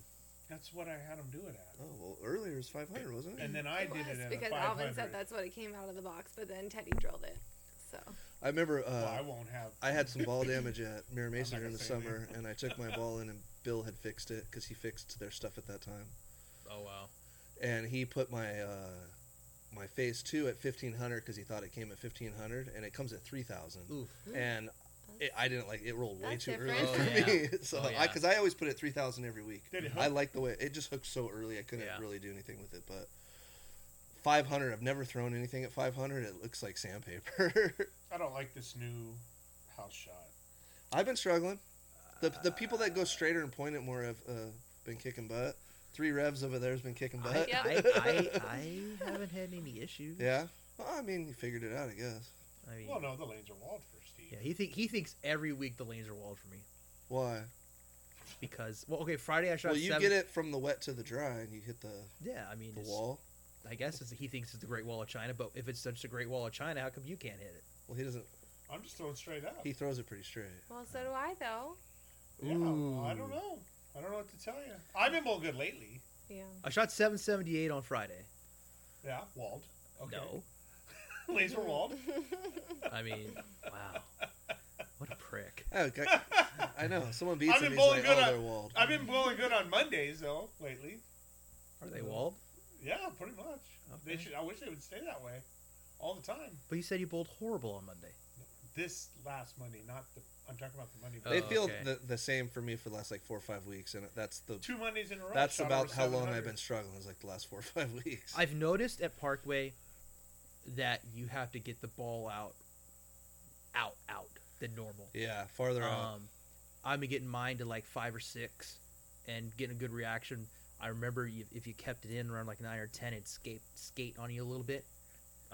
Speaker 7: That's what I had him do it at.
Speaker 10: Oh well, earlier it was 500, wasn't it?
Speaker 7: And then I
Speaker 11: It
Speaker 7: did
Speaker 11: was
Speaker 7: it at
Speaker 11: because
Speaker 7: a
Speaker 11: Alvin
Speaker 7: 500.
Speaker 11: said that's what it came out of the box, but then Teddy drilled it. So
Speaker 10: I remember. Uh,
Speaker 7: Well, I won't have.
Speaker 10: I had some ball damage at Mirror Mason
Speaker 7: not
Speaker 10: during
Speaker 7: gonna
Speaker 10: the
Speaker 7: say anything.
Speaker 10: summer, and I took my ball in, and Bill had fixed it because he fixed their stuff at that time,
Speaker 6: oh wow.
Speaker 10: and he put my uh, my phase two at fifteen hundred because he thought it came at fifteen hundred, and it comes at three thousand,
Speaker 6: Oof.
Speaker 7: Oh.
Speaker 10: and it, I didn't like it rolled way
Speaker 11: That's
Speaker 10: too
Speaker 11: different.
Speaker 10: early
Speaker 11: Oh,
Speaker 10: for me,
Speaker 6: yeah.
Speaker 10: so
Speaker 6: Oh,
Speaker 10: I
Speaker 6: yeah.
Speaker 10: because I always put it three thousand every week.
Speaker 7: Did it
Speaker 10: I
Speaker 7: hook?
Speaker 10: like the way it just hooked so early, I couldn't
Speaker 6: Yeah.
Speaker 10: really do anything with it, but. 500 i've never thrown anything at 500 it looks like sandpaper
Speaker 7: I don't like this new house shot.
Speaker 10: I've been struggling. The, the people that go straighter and point it more have uh, been kicking butt. Three revs over there's been kicking
Speaker 6: I,
Speaker 10: butt.
Speaker 11: Yeah.
Speaker 6: I, I, I haven't had any issues.
Speaker 10: yeah. Well, I mean, you figured it out, I guess.
Speaker 6: I mean,
Speaker 7: Well, no, the lanes are walled for Steve.
Speaker 6: yeah. He think he thinks every week the lanes are walled for me
Speaker 10: Why?
Speaker 6: because well, okay, Friday I shot.
Speaker 10: Well, you
Speaker 6: seven.
Speaker 10: get it from the wet to the dry, and you hit the,
Speaker 6: Yeah, I mean,
Speaker 10: the
Speaker 6: it's-
Speaker 10: wall.
Speaker 6: I guess it's, he thinks it's the Great Wall of China, but if it's such a Great Wall of China, how come you can't hit it?
Speaker 10: Well, he doesn't.
Speaker 7: I'm just throwing straight up.
Speaker 10: He throws it pretty straight.
Speaker 11: well, so do I though.
Speaker 7: yeah, well, I don't know. I don't know what to tell you. I've been more good lately.
Speaker 11: Yeah.
Speaker 6: I shot 778 on Friday.
Speaker 7: Yeah, walled. Okay.
Speaker 6: No,
Speaker 7: Lanes were walled.
Speaker 6: I mean, wow, what a prick.
Speaker 10: Oh, God. I know. Someone beats
Speaker 7: I've
Speaker 10: him.
Speaker 7: been
Speaker 10: He's
Speaker 7: bowling
Speaker 10: like,
Speaker 7: good
Speaker 10: oh,
Speaker 7: at-
Speaker 10: they're walled.
Speaker 7: I've been blowing good on Mondays though lately.
Speaker 6: Are they walled?
Speaker 7: Yeah, pretty much. They
Speaker 6: Okay.
Speaker 7: should. I wish they would stay that way all the time.
Speaker 6: But you said you bowled horrible on Monday.
Speaker 7: This last Monday, not the. I'm talking about the Monday.
Speaker 6: Oh,
Speaker 10: They
Speaker 7: before.
Speaker 10: feel
Speaker 6: okay.
Speaker 10: the, the same for me for the last like four or five weeks, and that's the
Speaker 7: two Mondays in a row.
Speaker 10: that's
Speaker 7: shot
Speaker 10: about
Speaker 7: over
Speaker 10: how long
Speaker 7: 700.
Speaker 10: I've been struggling. Is like the last four or five weeks.
Speaker 6: I've noticed at Parkway that you have to get the ball out, out, out than normal.
Speaker 10: yeah, farther out.
Speaker 6: Um, I've been getting mine to like five or six, and getting a good reaction. I remember you, if you kept it in around like nine or ten, it'd skate skate on you a little bit.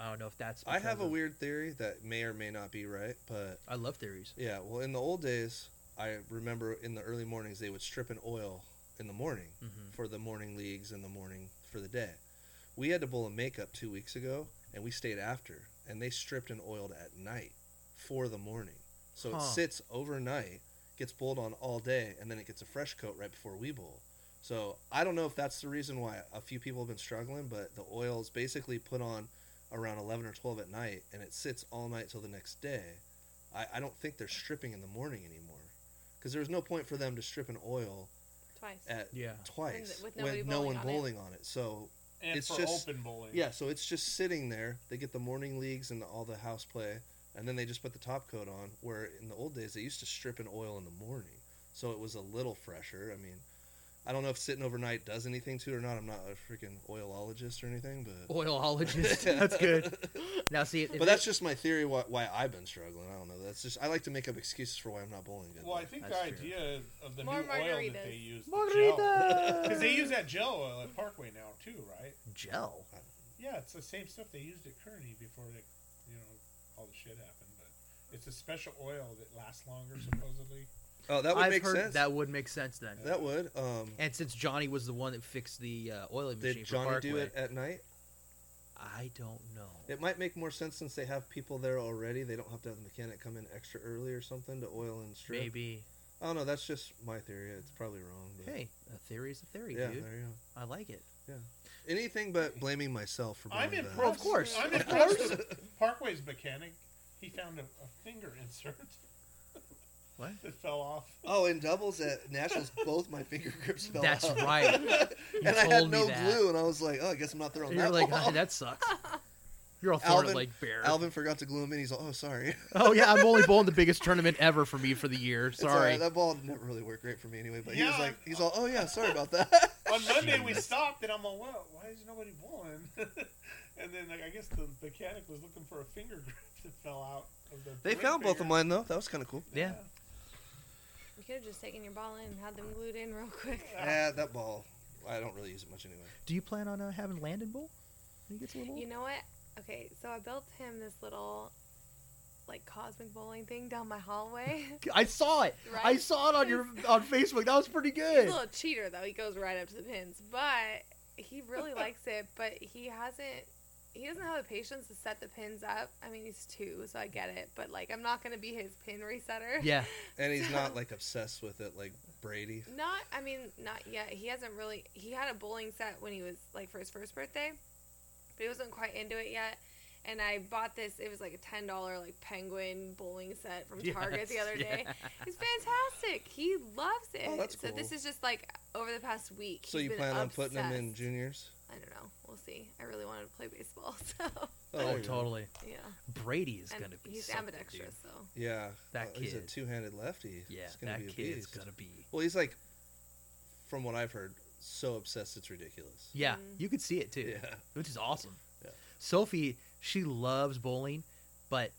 Speaker 6: I don't know if that's.
Speaker 10: I have
Speaker 6: because
Speaker 10: a
Speaker 6: of-
Speaker 10: weird theory that may or may not be right, but
Speaker 6: I love theories.
Speaker 10: yeah, well, in the old days, I remember in the early mornings they would strip an oil in the morning
Speaker 6: Mm-hmm.
Speaker 10: for the morning leagues and the morning for the day. We had to bowl a makeup two weeks ago, and we stayed after, and they stripped and oiled at night for the morning, so it
Speaker 6: Huh.
Speaker 10: sits overnight, gets bowled on all day, and then it gets a fresh coat right before we bowl. So I don't know if that's the reason why a few people have been struggling, but the oil is basically put on around 11 or 12 at night and it sits all night till the next day. I, I don't think they're stripping in the morning anymore because there's no point for them to strip an oil
Speaker 11: Twice.
Speaker 10: at
Speaker 6: Yeah.
Speaker 10: twice
Speaker 11: And with nobody
Speaker 10: when no
Speaker 11: bowling
Speaker 10: one
Speaker 11: on it.
Speaker 10: bowling on it. So
Speaker 7: And
Speaker 10: It's
Speaker 7: for
Speaker 10: just-
Speaker 7: open bowling.
Speaker 10: yeah, so it's just sitting there. They get the morning leagues and all the house play, and then they just put the top coat on. Where in the old days they used to strip an oil in the morning, so it was a little fresher. I mean, I don't know if sitting overnight does anything to it or not. I'm not a freaking oilologist or anything, but
Speaker 6: Oilologist. Oh, that's good. Now see, if
Speaker 10: but that's just my theory why, why I've been struggling. I don't know. That's just I like to make up excuses for why I'm not bowling good.
Speaker 7: Well, I think the
Speaker 6: That's true.
Speaker 7: idea of the
Speaker 11: More
Speaker 7: new oil that
Speaker 11: margaritas.
Speaker 7: they use,
Speaker 6: margarita.
Speaker 7: because they use that gel oil at Parkway now too, right?
Speaker 6: gel.
Speaker 7: Yeah, it's the same stuff they used at Kearney before they, you know, all the shit happened. But it's a special oil that lasts longer, supposedly.
Speaker 10: oh, that would
Speaker 6: I've
Speaker 10: make
Speaker 6: heard
Speaker 10: sense. That,
Speaker 6: That would make sense then.
Speaker 10: would. Um,
Speaker 6: And since Johnny was the one that fixed the uh, oiling machine
Speaker 10: did
Speaker 6: for
Speaker 10: Johnny
Speaker 6: Parkway,
Speaker 10: do it at night?
Speaker 6: I don't know.
Speaker 10: It might make more sense since they have people there already. They don't have to have the mechanic come in extra early or something to oil and strip.
Speaker 6: Maybe.
Speaker 10: I don't know. That's just my theory. It's probably wrong. But
Speaker 6: Hey, a theory is a theory,
Speaker 10: yeah,
Speaker 6: dude.
Speaker 10: there you go.
Speaker 6: I like it.
Speaker 10: Anything but blaming myself for.
Speaker 7: I'm
Speaker 10: buying that.
Speaker 7: impressed.
Speaker 6: Of course.
Speaker 7: I'm
Speaker 6: Of
Speaker 7: impressed with Parkway's mechanic. He found a, a finger insert.
Speaker 6: What?
Speaker 7: That fell off.
Speaker 10: Oh, in doubles at nationals, both my finger grips fell
Speaker 6: That's
Speaker 10: out.
Speaker 6: right. You
Speaker 10: and I
Speaker 6: told
Speaker 10: had
Speaker 6: me
Speaker 10: no
Speaker 6: that.
Speaker 10: glue, and I was like, "Oh, I guess I'm not there on
Speaker 6: You're
Speaker 10: that
Speaker 6: like,
Speaker 10: wall."
Speaker 6: "Oh, that sucks. You're all throwing it
Speaker 10: Alvin-
Speaker 6: like bear.
Speaker 10: Alvin forgot to glue him in. He's like, "Oh, sorry."
Speaker 6: Oh yeah, I'm only bowling the biggest tournament ever for me for the year.
Speaker 10: It's all right.
Speaker 6: Sorry.
Speaker 10: That ball never really worked great for me anyway. But he
Speaker 7: Yeah.
Speaker 10: was like, "He's all, oh yeah, sorry about that."
Speaker 7: On Monday we
Speaker 6: Jeez.
Speaker 7: stopped, and I'm like, "Well, why is nobody bowling?" and then like, I guess the mechanic was looking for a finger grip that fell out. Of the
Speaker 10: they
Speaker 7: ring
Speaker 10: found both of
Speaker 7: finger.
Speaker 10: mine though. That was kind of cool.
Speaker 6: yeah.
Speaker 4: We could have just taken your ball in and had them glued in real quick.
Speaker 10: Yeah, that ball. I don't really use it much anyway.
Speaker 6: Do you plan on uh, having Landon bowl? When he gets a little.
Speaker 4: You know what? Okay, so I built him this little like cosmic bowling thing down my hallway.
Speaker 6: I saw it. I
Speaker 4: Right?
Speaker 6: saw it on your on Facebook. That was pretty
Speaker 4: He's a
Speaker 6: good.
Speaker 4: little cheater though. He goes right up to the pins, but he really likes it. But he hasn't. He doesn't have the patience to set the pins up. I mean, he's two, so I get it. But like, I'm not gonna be his pin resetter.
Speaker 6: Yeah.
Speaker 10: And he's not like obsessed with it like Brady.
Speaker 4: Not, I mean, not yet. He hasn't really. He had a bowling set when he was like for his first birthday, but he wasn't quite into it yet. And I bought this. It was like a ten dollar like penguin bowling set from Target the
Speaker 6: Yes,
Speaker 4: other
Speaker 6: yeah. Oh,
Speaker 4: day. It's fantastic. He loves it.
Speaker 10: Oh, that's
Speaker 4: So this
Speaker 10: cool.
Speaker 4: is just like over the past week.
Speaker 10: So
Speaker 4: he's
Speaker 10: you
Speaker 4: been
Speaker 10: plan on putting him in
Speaker 4: obsessed.
Speaker 10: juniors?
Speaker 4: I don't know. We'll see. I really wanted to play baseball, so
Speaker 10: there
Speaker 6: Oh,
Speaker 10: you go.
Speaker 6: totally.
Speaker 4: yeah.
Speaker 6: Brady is
Speaker 4: And
Speaker 6: gonna be.
Speaker 4: he's
Speaker 6: something,
Speaker 4: ambidextrous,
Speaker 6: dude.
Speaker 4: so
Speaker 10: Yeah. Oh,
Speaker 6: That
Speaker 10: He's a
Speaker 6: kid.
Speaker 10: two-handed lefty.
Speaker 6: Yeah,
Speaker 10: It's gonna
Speaker 6: that
Speaker 10: be a
Speaker 6: kid's
Speaker 10: beast.
Speaker 6: gonna be.
Speaker 10: Well, he's like, from what I've heard, so obsessed it's ridiculous.
Speaker 6: Yeah,
Speaker 4: Mm.
Speaker 6: you could see it too,
Speaker 10: Yeah.
Speaker 6: which is awesome.
Speaker 10: Yeah.
Speaker 6: Sophie, she loves bowling, but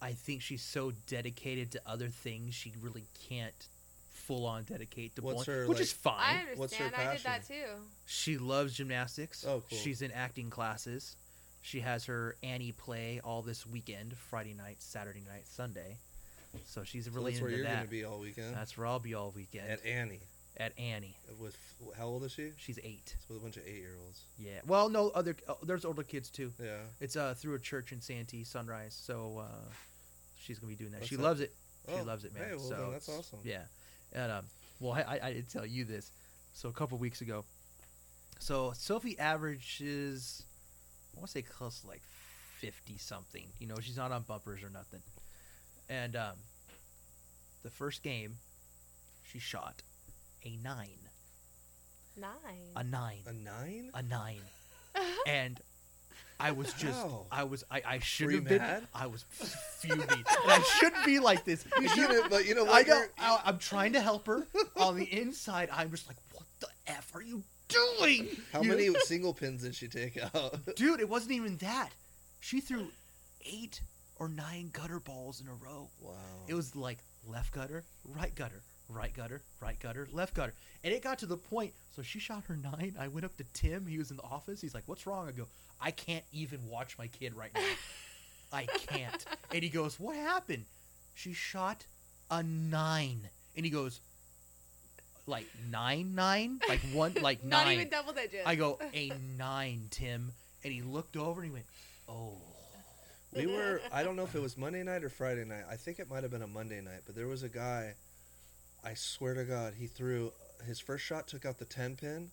Speaker 6: I think she's so dedicated to other things she really can't full on dedicate to
Speaker 10: What's
Speaker 6: bowling,
Speaker 10: her,
Speaker 6: which
Speaker 10: like-
Speaker 6: is fine.
Speaker 4: I
Speaker 10: What's her
Speaker 4: understand. I did that too.
Speaker 6: She loves gymnastics.
Speaker 10: Oh, cool.
Speaker 6: She's in acting classes. She has her Annie play all this weekend, Friday night, Saturday night, Sunday. So she's
Speaker 10: So
Speaker 6: really
Speaker 10: that's where
Speaker 6: into
Speaker 10: you're
Speaker 6: that.
Speaker 10: gonna be all weekend.
Speaker 6: That's where I'll be all weekend
Speaker 10: At Annie.
Speaker 6: at Annie.
Speaker 10: With how old is she?
Speaker 6: She's eight.
Speaker 10: It's with a bunch of eight-year-olds.
Speaker 6: Yeah. Well, no other. oh, there's older kids too.
Speaker 10: Yeah.
Speaker 6: It's uh through a church in Santee, Sunrise. So uh, she's gonna be doing that.
Speaker 10: That's
Speaker 6: she
Speaker 10: it.
Speaker 6: loves it. She
Speaker 10: Oh,
Speaker 6: loves it, man.
Speaker 10: Hey, well,
Speaker 6: so
Speaker 10: then that's
Speaker 6: it's-
Speaker 10: awesome.
Speaker 6: Yeah, and um, well, I, I I did tell you this. So a couple weeks ago, so Sophie averages, I want to say close to like fifty something. You know, she's not on bumpers or nothing. And um, the first game, she shot a nine,
Speaker 4: Nine.
Speaker 6: a nine,
Speaker 10: A nine?
Speaker 6: a nine, and I was just.
Speaker 10: Wow.
Speaker 6: I was I, I should
Speaker 10: Were you
Speaker 6: have been
Speaker 10: mad?
Speaker 6: I was fuming. and I shouldn't be like this.
Speaker 10: You
Speaker 6: If you-
Speaker 10: shouldn't, but you know
Speaker 6: I
Speaker 10: what?
Speaker 6: know.
Speaker 10: You're-
Speaker 6: I, I'm trying to help her. On the inside, I'm just like, what the f are you doing?
Speaker 10: How
Speaker 6: You-
Speaker 10: many single pins did she take out?
Speaker 6: Dude, it wasn't even that. She threw eight or nine gutter balls in a row.
Speaker 10: wow.
Speaker 6: It was like left gutter, right gutter, right gutter, right gutter, left gutter. And it got to the point, so she shot her nine. I went up to Tim. He was in the office. He's like, What's wrong? I go, I can't even watch my kid right now. I can't. And he goes, What happened? She shot a nine. And he goes, Like nine, nine? Like one, like
Speaker 4: Not
Speaker 6: nine.
Speaker 4: even double digits.
Speaker 6: I go, A nine, Tim. And he looked over and he went, Oh.
Speaker 10: we were i don't know if it was monday night or friday night i think it might have been a monday night but there was a guy i swear to god he threw his first shot took out the 10 pin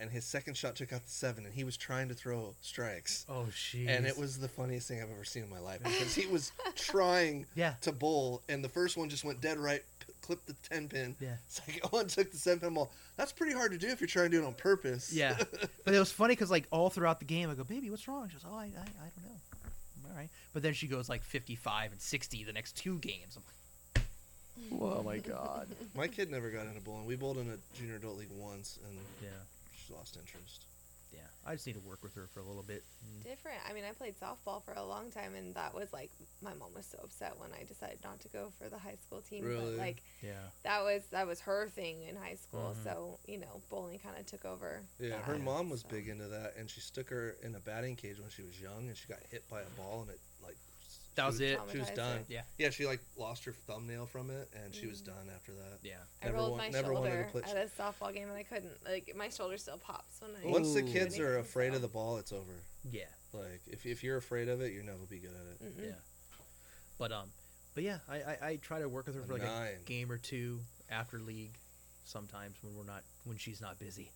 Speaker 10: and his second shot took out the 7 and he was trying to throw strikes
Speaker 6: Oh, shit.
Speaker 10: and it was the funniest thing i've ever seen in my life because he was trying
Speaker 6: Yeah.
Speaker 10: to bowl and the first one just went dead right p- clipped the 10 pin
Speaker 6: Yeah.
Speaker 10: second one took the 7 pin ball that's pretty hard to do if you're trying to do it on purpose
Speaker 6: Yeah, but it was funny because like all throughout the game, I go, "Baby, what's wrong?" She goes, "Oh, I, I, I don't know." I'm all right, but then she goes like 55 and 60 the next two games. I'm like, "Oh my god!"
Speaker 10: my kid never got into bowling we bowled in a junior adult league once and
Speaker 6: yeah,
Speaker 10: she lost interest
Speaker 6: yeah. I just need to work with her for a little bit. Mm.
Speaker 4: different. I mean, I played softball for a long time, and that was like my mom was so upset when I decided not to go for the high school team.
Speaker 10: Really?
Speaker 4: But like
Speaker 6: Yeah,
Speaker 4: that was that was her thing in high school,
Speaker 10: Mm-hmm.
Speaker 6: Mhm.
Speaker 4: so you know, bowling kind of took over.
Speaker 10: Yeah,
Speaker 4: that,
Speaker 10: her mom was
Speaker 4: so.
Speaker 10: big into that, and she stuck her in a batting cage when she was young, and she got hit by a ball, and it like s-
Speaker 6: That was it.
Speaker 10: She was
Speaker 4: Traumatized
Speaker 10: done.
Speaker 4: it.
Speaker 6: Yeah.
Speaker 10: Yeah, she like lost her thumbnail from it, and she
Speaker 4: Mm.
Speaker 10: was done after that.
Speaker 6: Yeah.
Speaker 4: I
Speaker 10: Never
Speaker 4: rolled
Speaker 10: won-
Speaker 4: my
Speaker 10: never wanted to
Speaker 4: shoulder
Speaker 10: play-
Speaker 4: at a softball game and I couldn't like my shoulder still pops when I
Speaker 10: Once the
Speaker 6: Ooh.
Speaker 10: kids
Speaker 4: when it
Speaker 10: are
Speaker 4: comes
Speaker 10: afraid
Speaker 4: out.
Speaker 10: of the ball, it's over.
Speaker 6: Yeah.
Speaker 10: Like if if you're afraid of it, you'll never be good at it.
Speaker 4: Mm-mm.
Speaker 6: Mm. But um, but yeah, I I, I try to work with her
Speaker 10: A
Speaker 6: for like
Speaker 10: nine.
Speaker 6: a game or two after league, sometimes when we're not when she's not busy,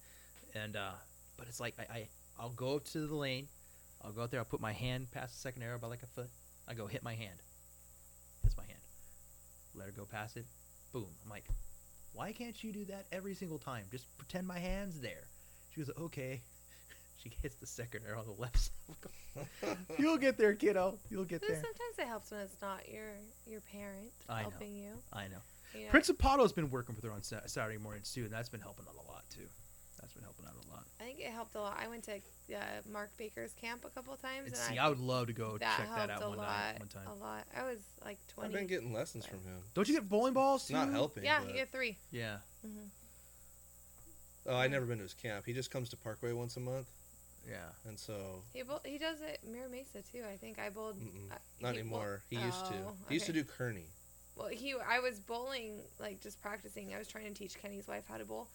Speaker 6: and uh, but it's like I, I I'll go up to the lane, I'll go out there, I'll put my hand past the second arrow by like a foot, I go hit my hand, hits my hand, let her go past it, boom. I'm like, why can't you do that every single time? Just pretend my hand's there. She goes, okay. She hits the second arrow on the left side. You'll get there, kiddo. You'll get
Speaker 4: But
Speaker 6: there.
Speaker 4: Sometimes it helps when it's not your your parent
Speaker 6: I know.
Speaker 4: helping you.
Speaker 6: I know.
Speaker 4: you know?
Speaker 6: Principato's been working with her on Sa- Saturday mornings too, and that's been helping out a lot too. That's been helping out a lot.
Speaker 4: I think it helped a lot. I went to uh, Mark Baker's camp a couple times,
Speaker 6: And
Speaker 4: and
Speaker 6: see,
Speaker 4: I,
Speaker 6: I would love to go
Speaker 4: that
Speaker 6: check
Speaker 4: helped
Speaker 6: that out
Speaker 4: a
Speaker 6: one
Speaker 4: lot.
Speaker 6: night, one time.
Speaker 4: A lot. I was like
Speaker 10: I've
Speaker 4: twenty.
Speaker 10: been getting lessons from him.
Speaker 6: Don't you get bowling balls
Speaker 10: It's
Speaker 6: too?
Speaker 10: not helping.
Speaker 4: yeah,
Speaker 10: but-
Speaker 4: you get 3
Speaker 6: Yeah.
Speaker 4: Mm-hmm.
Speaker 10: Oh, I never been to his camp. He just comes to Parkway once a month,
Speaker 6: Yeah.
Speaker 10: and so
Speaker 4: He bowl, he does it Mira Mesa too. I think I bowled.
Speaker 10: Mm-mm.
Speaker 4: uh,
Speaker 10: not
Speaker 4: he bowl-
Speaker 10: anymore. He used to.
Speaker 4: Oh,
Speaker 10: He used to
Speaker 4: okay.
Speaker 10: do Kearney.
Speaker 4: Well, he I was bowling like just practicing. I was trying to teach Kenny's wife how to bowl,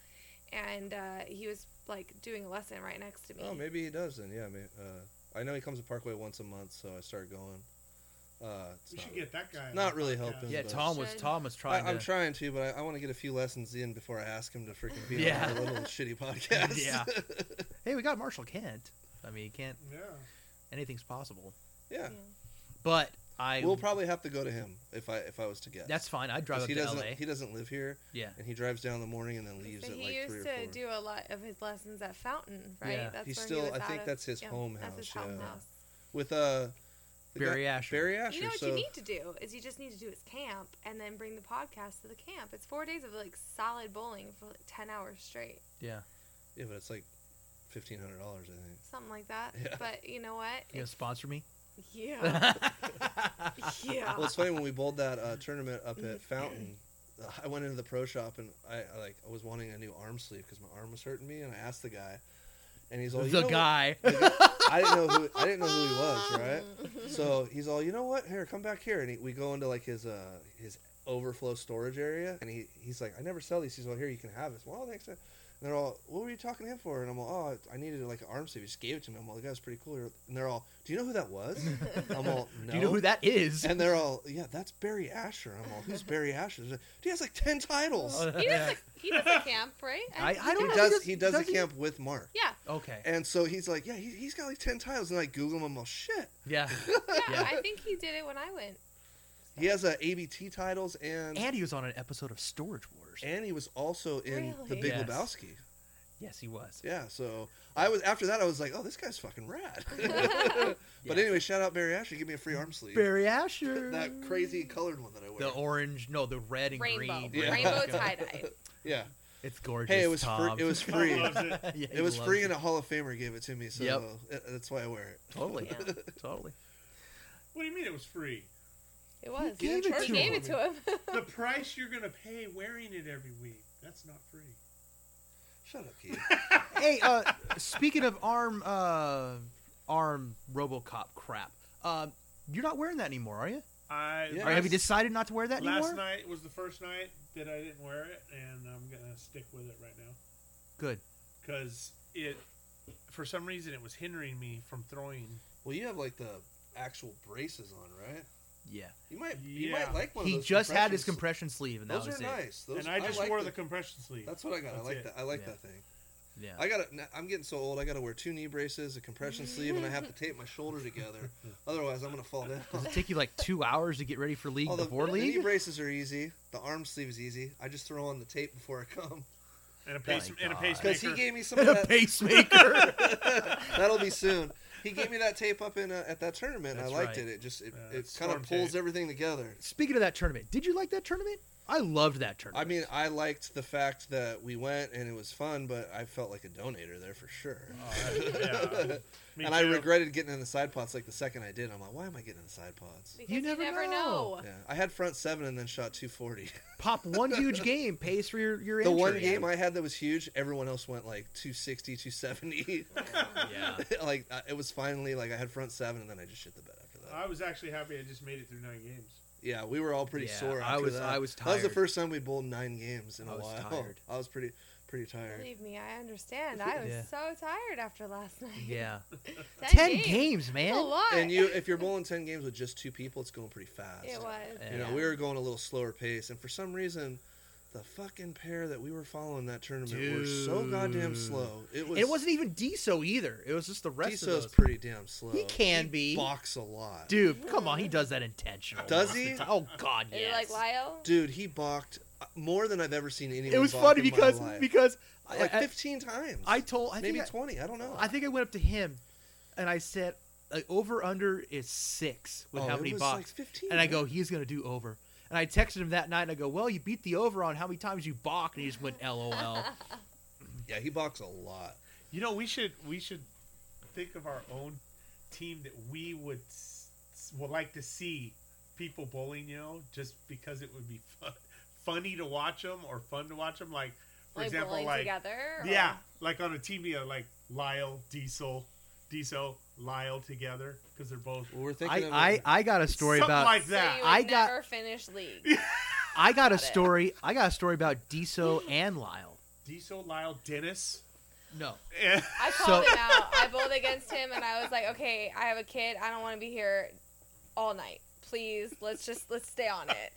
Speaker 4: and uh, he was like doing a lesson right next to me.
Speaker 10: Oh, maybe he does then. Yeah, maybe, uh, I know he comes to Parkway once a month, so I start going. Uh, it's
Speaker 7: We
Speaker 10: not,
Speaker 7: should get that guy.
Speaker 10: not
Speaker 7: on.
Speaker 10: really
Speaker 7: Yeah.
Speaker 10: helping.
Speaker 6: Yeah,
Speaker 10: but-
Speaker 6: Tom was
Speaker 4: Should-
Speaker 6: Tom was
Speaker 10: I,
Speaker 6: trying
Speaker 10: I'm
Speaker 6: to
Speaker 10: trying to, but I, I want to get a few lessons in before I ask him to freaking be
Speaker 6: Yeah.
Speaker 10: on our little shitty podcast.
Speaker 6: Yeah. Hey, we got Marshall Kent. I mean, can't
Speaker 7: Yeah.
Speaker 6: anything's possible.
Speaker 10: yeah.
Speaker 6: But I
Speaker 10: We'll probably have to go to him if I if I was to guess.
Speaker 6: that's fine. I'd drive
Speaker 10: 'Cause
Speaker 6: up
Speaker 10: he
Speaker 6: to
Speaker 10: doesn't
Speaker 6: LA.
Speaker 10: he doesn't live here,
Speaker 6: yeah.
Speaker 10: and he drives down in the morning and then leaves
Speaker 4: So
Speaker 10: at
Speaker 4: he
Speaker 10: like
Speaker 4: used
Speaker 10: three or
Speaker 4: to
Speaker 10: four.
Speaker 4: do a lot of his lessons at Fountain, right?
Speaker 6: Yeah.
Speaker 4: That's
Speaker 10: He's
Speaker 4: where
Speaker 10: still-
Speaker 4: he was
Speaker 10: I
Speaker 4: out
Speaker 10: think
Speaker 4: of-
Speaker 10: that's his home
Speaker 4: That's his
Speaker 10: house,
Speaker 4: home
Speaker 10: yeah.
Speaker 4: house.
Speaker 10: With uh, the guy-
Speaker 6: Barry Asher.
Speaker 10: Barry Asher.
Speaker 4: You know what
Speaker 10: so
Speaker 4: you need to do is you just need to do his camp and then bring the podcast to the camp. It's four days of like solid bowling for like ten hours straight,
Speaker 6: Yeah.
Speaker 10: yeah, but it's like fifteen hundred dollars, I think.
Speaker 4: something like that.
Speaker 10: Yeah.
Speaker 4: But you know what?
Speaker 6: You gonna sponsor me?
Speaker 4: yeah, yeah.
Speaker 10: Well, it's funny when we bowled that uh, tournament up at Fountain. uh, I went into the pro shop and I, I like I was wanting a new arm sleeve because my arm was hurting me, and I asked the guy, and he's all "You
Speaker 6: the
Speaker 10: know what-
Speaker 6: guy.
Speaker 10: I didn't know who I didn't know who he was, right? So he's all, you know what? Here, come back here, and he, we go into like his uh his overflow storage area, and he he's like, I never sell these. He's all, here, you can have this. Well, thanks. And they're all, what were you talking to him for? And I'm all, oh, I needed like an arm sleeve. He just gave it to me. I'm all, the guy's pretty cool. And they're all, do you know who that was? I'm all, no.
Speaker 6: Do you know who that is?
Speaker 10: And they're all, yeah, that's Barry Asher. I'm all, who's Barry Asher? They're like, Dude, he has like ten titles.
Speaker 4: He does a, he does a camp, right?
Speaker 6: I- I
Speaker 4: he
Speaker 6: don't
Speaker 10: He
Speaker 6: know.
Speaker 10: does. He
Speaker 6: doesn't-
Speaker 10: does a
Speaker 6: doesn't-
Speaker 10: camp with Mark.
Speaker 4: Yeah,
Speaker 6: okay.
Speaker 10: And so he's like, yeah, he, he's got like ten titles. And I Google him. I'm all, shit.
Speaker 6: Yeah.
Speaker 4: yeah,
Speaker 6: Yeah.
Speaker 4: I think he did it when I went.
Speaker 10: He has uh, ABT titles, and, and
Speaker 6: And he was on an episode of Storage Wars.
Speaker 10: he was also in The
Speaker 4: Really?
Speaker 10: Big
Speaker 6: Yes.
Speaker 10: Lebowski.
Speaker 6: yes, he was.
Speaker 10: Yeah, so I was after that. I was like, oh, this guy's fucking rad. But anyway, shout out Barry Asher. Give me a free arm sleeve.
Speaker 6: Barry Asher.
Speaker 10: that crazy colored one that I wear.
Speaker 6: The orange, no, the red and
Speaker 4: Rainbow,
Speaker 6: green.
Speaker 10: Yeah.
Speaker 4: rainbow
Speaker 6: It's
Speaker 4: tie dye.
Speaker 10: yeah.
Speaker 6: It's gorgeous.
Speaker 10: Hey, it was free.
Speaker 6: Tom.
Speaker 10: It was free.
Speaker 7: loves it.
Speaker 6: Yeah, he
Speaker 10: it was
Speaker 6: loves
Speaker 10: free, and a Hall of Famer gave it to me, so
Speaker 6: Yep.
Speaker 10: it- that's why I wear it.
Speaker 6: totally,
Speaker 4: Yeah.
Speaker 6: totally.
Speaker 7: What do you mean it was free?
Speaker 4: It was.
Speaker 6: gave it
Speaker 4: he
Speaker 6: to
Speaker 4: gave
Speaker 6: him.
Speaker 4: it to him.
Speaker 7: The price you're gonna pay wearing it every week. That's not free.
Speaker 10: Shut up, kid.
Speaker 6: Hey, uh, speaking of arm, uh, arm RoboCop crap, um, you're not wearing that anymore, are you?
Speaker 7: I
Speaker 10: Yeah.
Speaker 6: Or have you decided not to wear that anymore?
Speaker 7: last night was the first night that I didn't wear it, and I'm gonna stick with it right now
Speaker 6: Good.
Speaker 7: because it, for some reason, it was hindering me from throwing.
Speaker 10: well, you have like the actual braces on, right?
Speaker 6: Yeah.
Speaker 10: You might. You
Speaker 7: Yeah.
Speaker 10: might like one.
Speaker 6: He
Speaker 10: of those
Speaker 6: just had his
Speaker 10: compressions.
Speaker 6: compression sleeve, and that
Speaker 10: Those
Speaker 6: was
Speaker 10: are
Speaker 6: it.
Speaker 10: nice. Those,
Speaker 7: and I just
Speaker 10: like
Speaker 7: wore
Speaker 10: the-
Speaker 7: the compression sleeve.
Speaker 10: That's what I got. I
Speaker 7: That's
Speaker 10: like
Speaker 7: it.
Speaker 10: that. I like
Speaker 6: Yeah.
Speaker 10: that thing.
Speaker 6: Yeah.
Speaker 10: I got. to I'm getting so old. I got to wear two knee braces, a compression sleeve, and I have to tape my shoulder together. Otherwise, I'm gonna fall down.
Speaker 6: Does it take you like two hours to get ready for league
Speaker 10: Oh, the,
Speaker 6: before
Speaker 10: the knee
Speaker 6: league?
Speaker 10: braces are easy. The arm sleeve is easy. I just throw on the tape before I come
Speaker 7: and a pace
Speaker 6: my
Speaker 7: and a
Speaker 6: God.
Speaker 10: because he
Speaker 7: pacemaker.
Speaker 10: gave me some of
Speaker 6: And a
Speaker 10: that.
Speaker 6: pacemaker.
Speaker 10: That'll be soon. He gave me that tape up in uh, at that tournament. and I
Speaker 6: That's
Speaker 10: liked
Speaker 6: right.
Speaker 10: it. It just it,
Speaker 7: Yeah,
Speaker 10: it
Speaker 7: it's
Speaker 10: kind of
Speaker 7: storm
Speaker 10: pulls
Speaker 7: tape.
Speaker 10: everything together.
Speaker 6: Speaking of that tournament, did you like that tournament? I loved that
Speaker 10: I
Speaker 6: tournament.
Speaker 10: mean, I liked the fact that we went and it was fun, but I felt like a donator there for sure.
Speaker 7: Oh, yeah. Me
Speaker 10: and I
Speaker 7: too.
Speaker 10: regretted getting in the side pots like the second I did. I'm like, why am I getting in the side pots?
Speaker 4: Because
Speaker 6: never know.
Speaker 10: Yeah, I had front seven and then shot 240.
Speaker 6: pop one huge game pays for your your
Speaker 10: the
Speaker 6: entry.
Speaker 10: one game I had that was huge, everyone else went like 260, 270.
Speaker 6: yeah.
Speaker 10: like uh, it was finally like I had front seven and then I just shit the bed after that.
Speaker 7: I was actually happy I just made it through nine games.
Speaker 10: Yeah, we were all pretty
Speaker 6: Yeah,
Speaker 10: sore.
Speaker 6: I
Speaker 10: after
Speaker 6: was-
Speaker 10: that.
Speaker 6: I was
Speaker 10: That was the
Speaker 6: tired.
Speaker 10: first time we bowled nine games in a
Speaker 6: I was
Speaker 10: while.
Speaker 6: tired.
Speaker 10: I was pretty pretty tired.
Speaker 4: Believe me, I understand. I was
Speaker 6: Yeah.
Speaker 4: so tired after last night.
Speaker 6: Yeah,
Speaker 4: Ten,
Speaker 6: ten
Speaker 4: games.
Speaker 6: games,
Speaker 4: That's a
Speaker 6: man.
Speaker 4: lot.
Speaker 10: And you, if you're bowling ten games with just two people, it's going pretty fast.
Speaker 4: It was.
Speaker 10: You know,
Speaker 6: Yeah.
Speaker 10: we were going a little slower pace, and for some reason, the fucking pair that we were following that tournament were so goddamn
Speaker 6: Dude.
Speaker 10: slow. It
Speaker 6: And
Speaker 10: was.
Speaker 6: it wasn't even Deso either. It was just the rest
Speaker 10: Tiso's
Speaker 6: of those.
Speaker 10: pretty damn slow.
Speaker 6: He can be,
Speaker 10: box a lot, dude.
Speaker 6: dude. Come on, he does that intentional. most
Speaker 10: Does
Speaker 6: of the
Speaker 10: he?
Speaker 6: time. Oh God,
Speaker 4: Are you like
Speaker 6: yes.
Speaker 4: Lyle?
Speaker 10: he balked uh, more than I've ever seen anyone.
Speaker 6: it was
Speaker 10: balk
Speaker 6: funny
Speaker 10: in my
Speaker 6: because
Speaker 10: life.
Speaker 6: because I-
Speaker 10: like
Speaker 6: I,
Speaker 10: fifteen times.
Speaker 6: I told I
Speaker 10: maybe
Speaker 6: think I-
Speaker 10: twenty. I don't know.
Speaker 6: I think I went up to him, and I said, like, "Over under is six with
Speaker 10: Oh,
Speaker 6: how
Speaker 10: it
Speaker 6: many
Speaker 10: was
Speaker 6: box."
Speaker 10: like 15,
Speaker 6: and I
Speaker 10: right?
Speaker 6: go, "He's gonna do over." And I texted him that night, and I go, "Well, you beat the over on how many times you balk," and he just went, "LOL."
Speaker 10: yeah, he balks a lot.
Speaker 7: You know, we should we should think of our own team that we would s- s- would like to see people bowling. You know, just because it would be fun, funny to watch them or fun to watch them. Like for
Speaker 4: like
Speaker 7: example,
Speaker 4: bowling
Speaker 7: like
Speaker 4: together? or-
Speaker 7: yeah, like on a team, you know, like Lyle, Diesel, Diesel, Lyle together because they're both
Speaker 10: Well, we're thinking. of it.
Speaker 6: I, I I got a story
Speaker 7: something
Speaker 6: about
Speaker 7: like
Speaker 4: So
Speaker 7: that.
Speaker 4: you would
Speaker 6: I got-
Speaker 4: never finish league.
Speaker 6: I got a
Speaker 4: about it.
Speaker 6: story I got a story about Deso and Lyle.
Speaker 7: Diesel, Lyle, Dennis.
Speaker 6: No,
Speaker 7: And
Speaker 4: I
Speaker 6: So-
Speaker 4: called him out. I bowled against him, and I was like, "Okay, I have a kid. I don't want to be here all night. Please, let's just let's stay on it."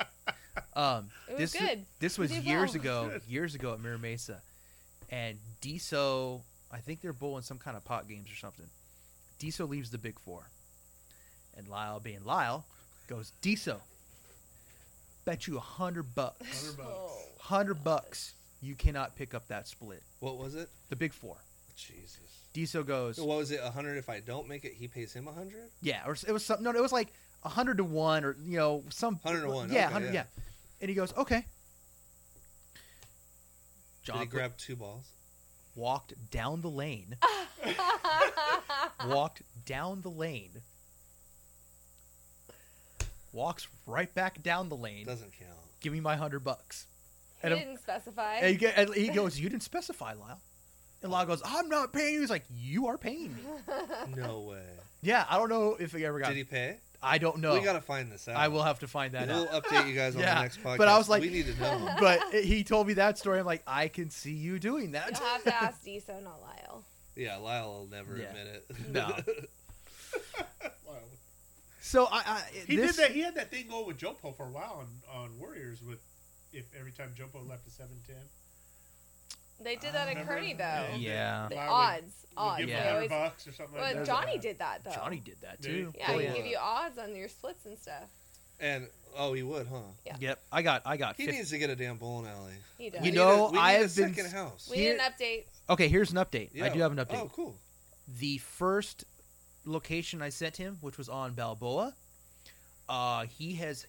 Speaker 6: um,
Speaker 4: It was
Speaker 6: this
Speaker 4: good.
Speaker 6: this
Speaker 4: We
Speaker 6: was
Speaker 4: did
Speaker 6: years
Speaker 4: well.
Speaker 6: ago, years ago at Mira Mesa, and Deso, I think they're bowling some kind of pot games or something. Deso leaves the big four, and Lyle, being Lyle, goes Deso. Bet you a hundred bucks,
Speaker 4: Oh.
Speaker 6: hundred bucks, you cannot pick up that split.
Speaker 10: what was it?
Speaker 6: The big four.
Speaker 10: Jesus.
Speaker 6: Deso goes,
Speaker 10: So What was it? A hundred. If I don't make it, he pays him a hundred.
Speaker 6: yeah, or s- it was some. No, it was like a hundred to one, or you know, some
Speaker 10: 100 to one,
Speaker 6: Yeah,
Speaker 10: okay,
Speaker 6: hundred.
Speaker 10: yeah.
Speaker 6: Yeah. and he goes, okay.
Speaker 10: Did he
Speaker 6: John
Speaker 10: grab two balls?
Speaker 6: walked down the lane
Speaker 4: Why?
Speaker 6: walked down the lane, walks right back down the lane.
Speaker 10: Doesn't count.
Speaker 6: Give me my hundred bucks.
Speaker 4: He
Speaker 6: and I'm-
Speaker 4: didn't specify.
Speaker 6: And he, ge- and he goes, "You didn't specify, Lyle." And Lyle goes, "I'm not paying you." He's like, "You are paying me."
Speaker 10: No way.
Speaker 6: Yeah, I don't know if he ever got.
Speaker 10: Did he pay?
Speaker 6: I don't know.
Speaker 10: We gotta find this out.
Speaker 6: I will have to find that
Speaker 10: We'll
Speaker 6: out.
Speaker 10: update you guys on the
Speaker 6: Yeah,
Speaker 10: next podcast.
Speaker 6: but I was like-
Speaker 10: we need to know.
Speaker 6: But it- he told me that story. I'm like, I can see you doing
Speaker 4: You'll
Speaker 6: that.
Speaker 4: have to ask Deso, not Lyle.
Speaker 10: Yeah, Lyle will never
Speaker 6: Yeah.
Speaker 10: admit it.
Speaker 6: No. So I, I
Speaker 7: He
Speaker 6: this,
Speaker 7: did that. He had that thing going with Jopo for a while on, on Warriors with if every time Jopo left a seven ten.
Speaker 4: They did that at
Speaker 7: Remember?
Speaker 4: Kearney though.
Speaker 7: Yeah.
Speaker 6: Yeah,
Speaker 4: The
Speaker 7: Lyle would-
Speaker 4: odds,
Speaker 7: We'll
Speaker 4: odds.
Speaker 7: give
Speaker 6: yeah.
Speaker 4: They
Speaker 7: him
Speaker 4: always-
Speaker 7: hundred bucks or something. like
Speaker 4: well,
Speaker 7: that.
Speaker 4: Johnny did that though.
Speaker 6: Johnny did that
Speaker 7: Did he?
Speaker 6: too.
Speaker 4: Yeah,
Speaker 6: Oh,
Speaker 4: he
Speaker 6: yeah.
Speaker 4: give you odds on your splits and stuff.
Speaker 10: And oh, he would, huh?
Speaker 4: Yeah.
Speaker 6: Yep, I got, I got.
Speaker 10: He
Speaker 6: 50.
Speaker 10: needs to get a damn bowling alley.
Speaker 4: He does.
Speaker 10: We
Speaker 6: You
Speaker 10: need
Speaker 6: know,
Speaker 10: a, we need
Speaker 6: I
Speaker 10: a
Speaker 6: have been-
Speaker 10: second house.
Speaker 4: we need an
Speaker 6: here-
Speaker 4: update.
Speaker 6: Okay, here's an update.
Speaker 10: Yeah.
Speaker 6: I do have an update.
Speaker 10: Oh, cool.
Speaker 6: the first location I sent him, which was on Balboa, uh, he has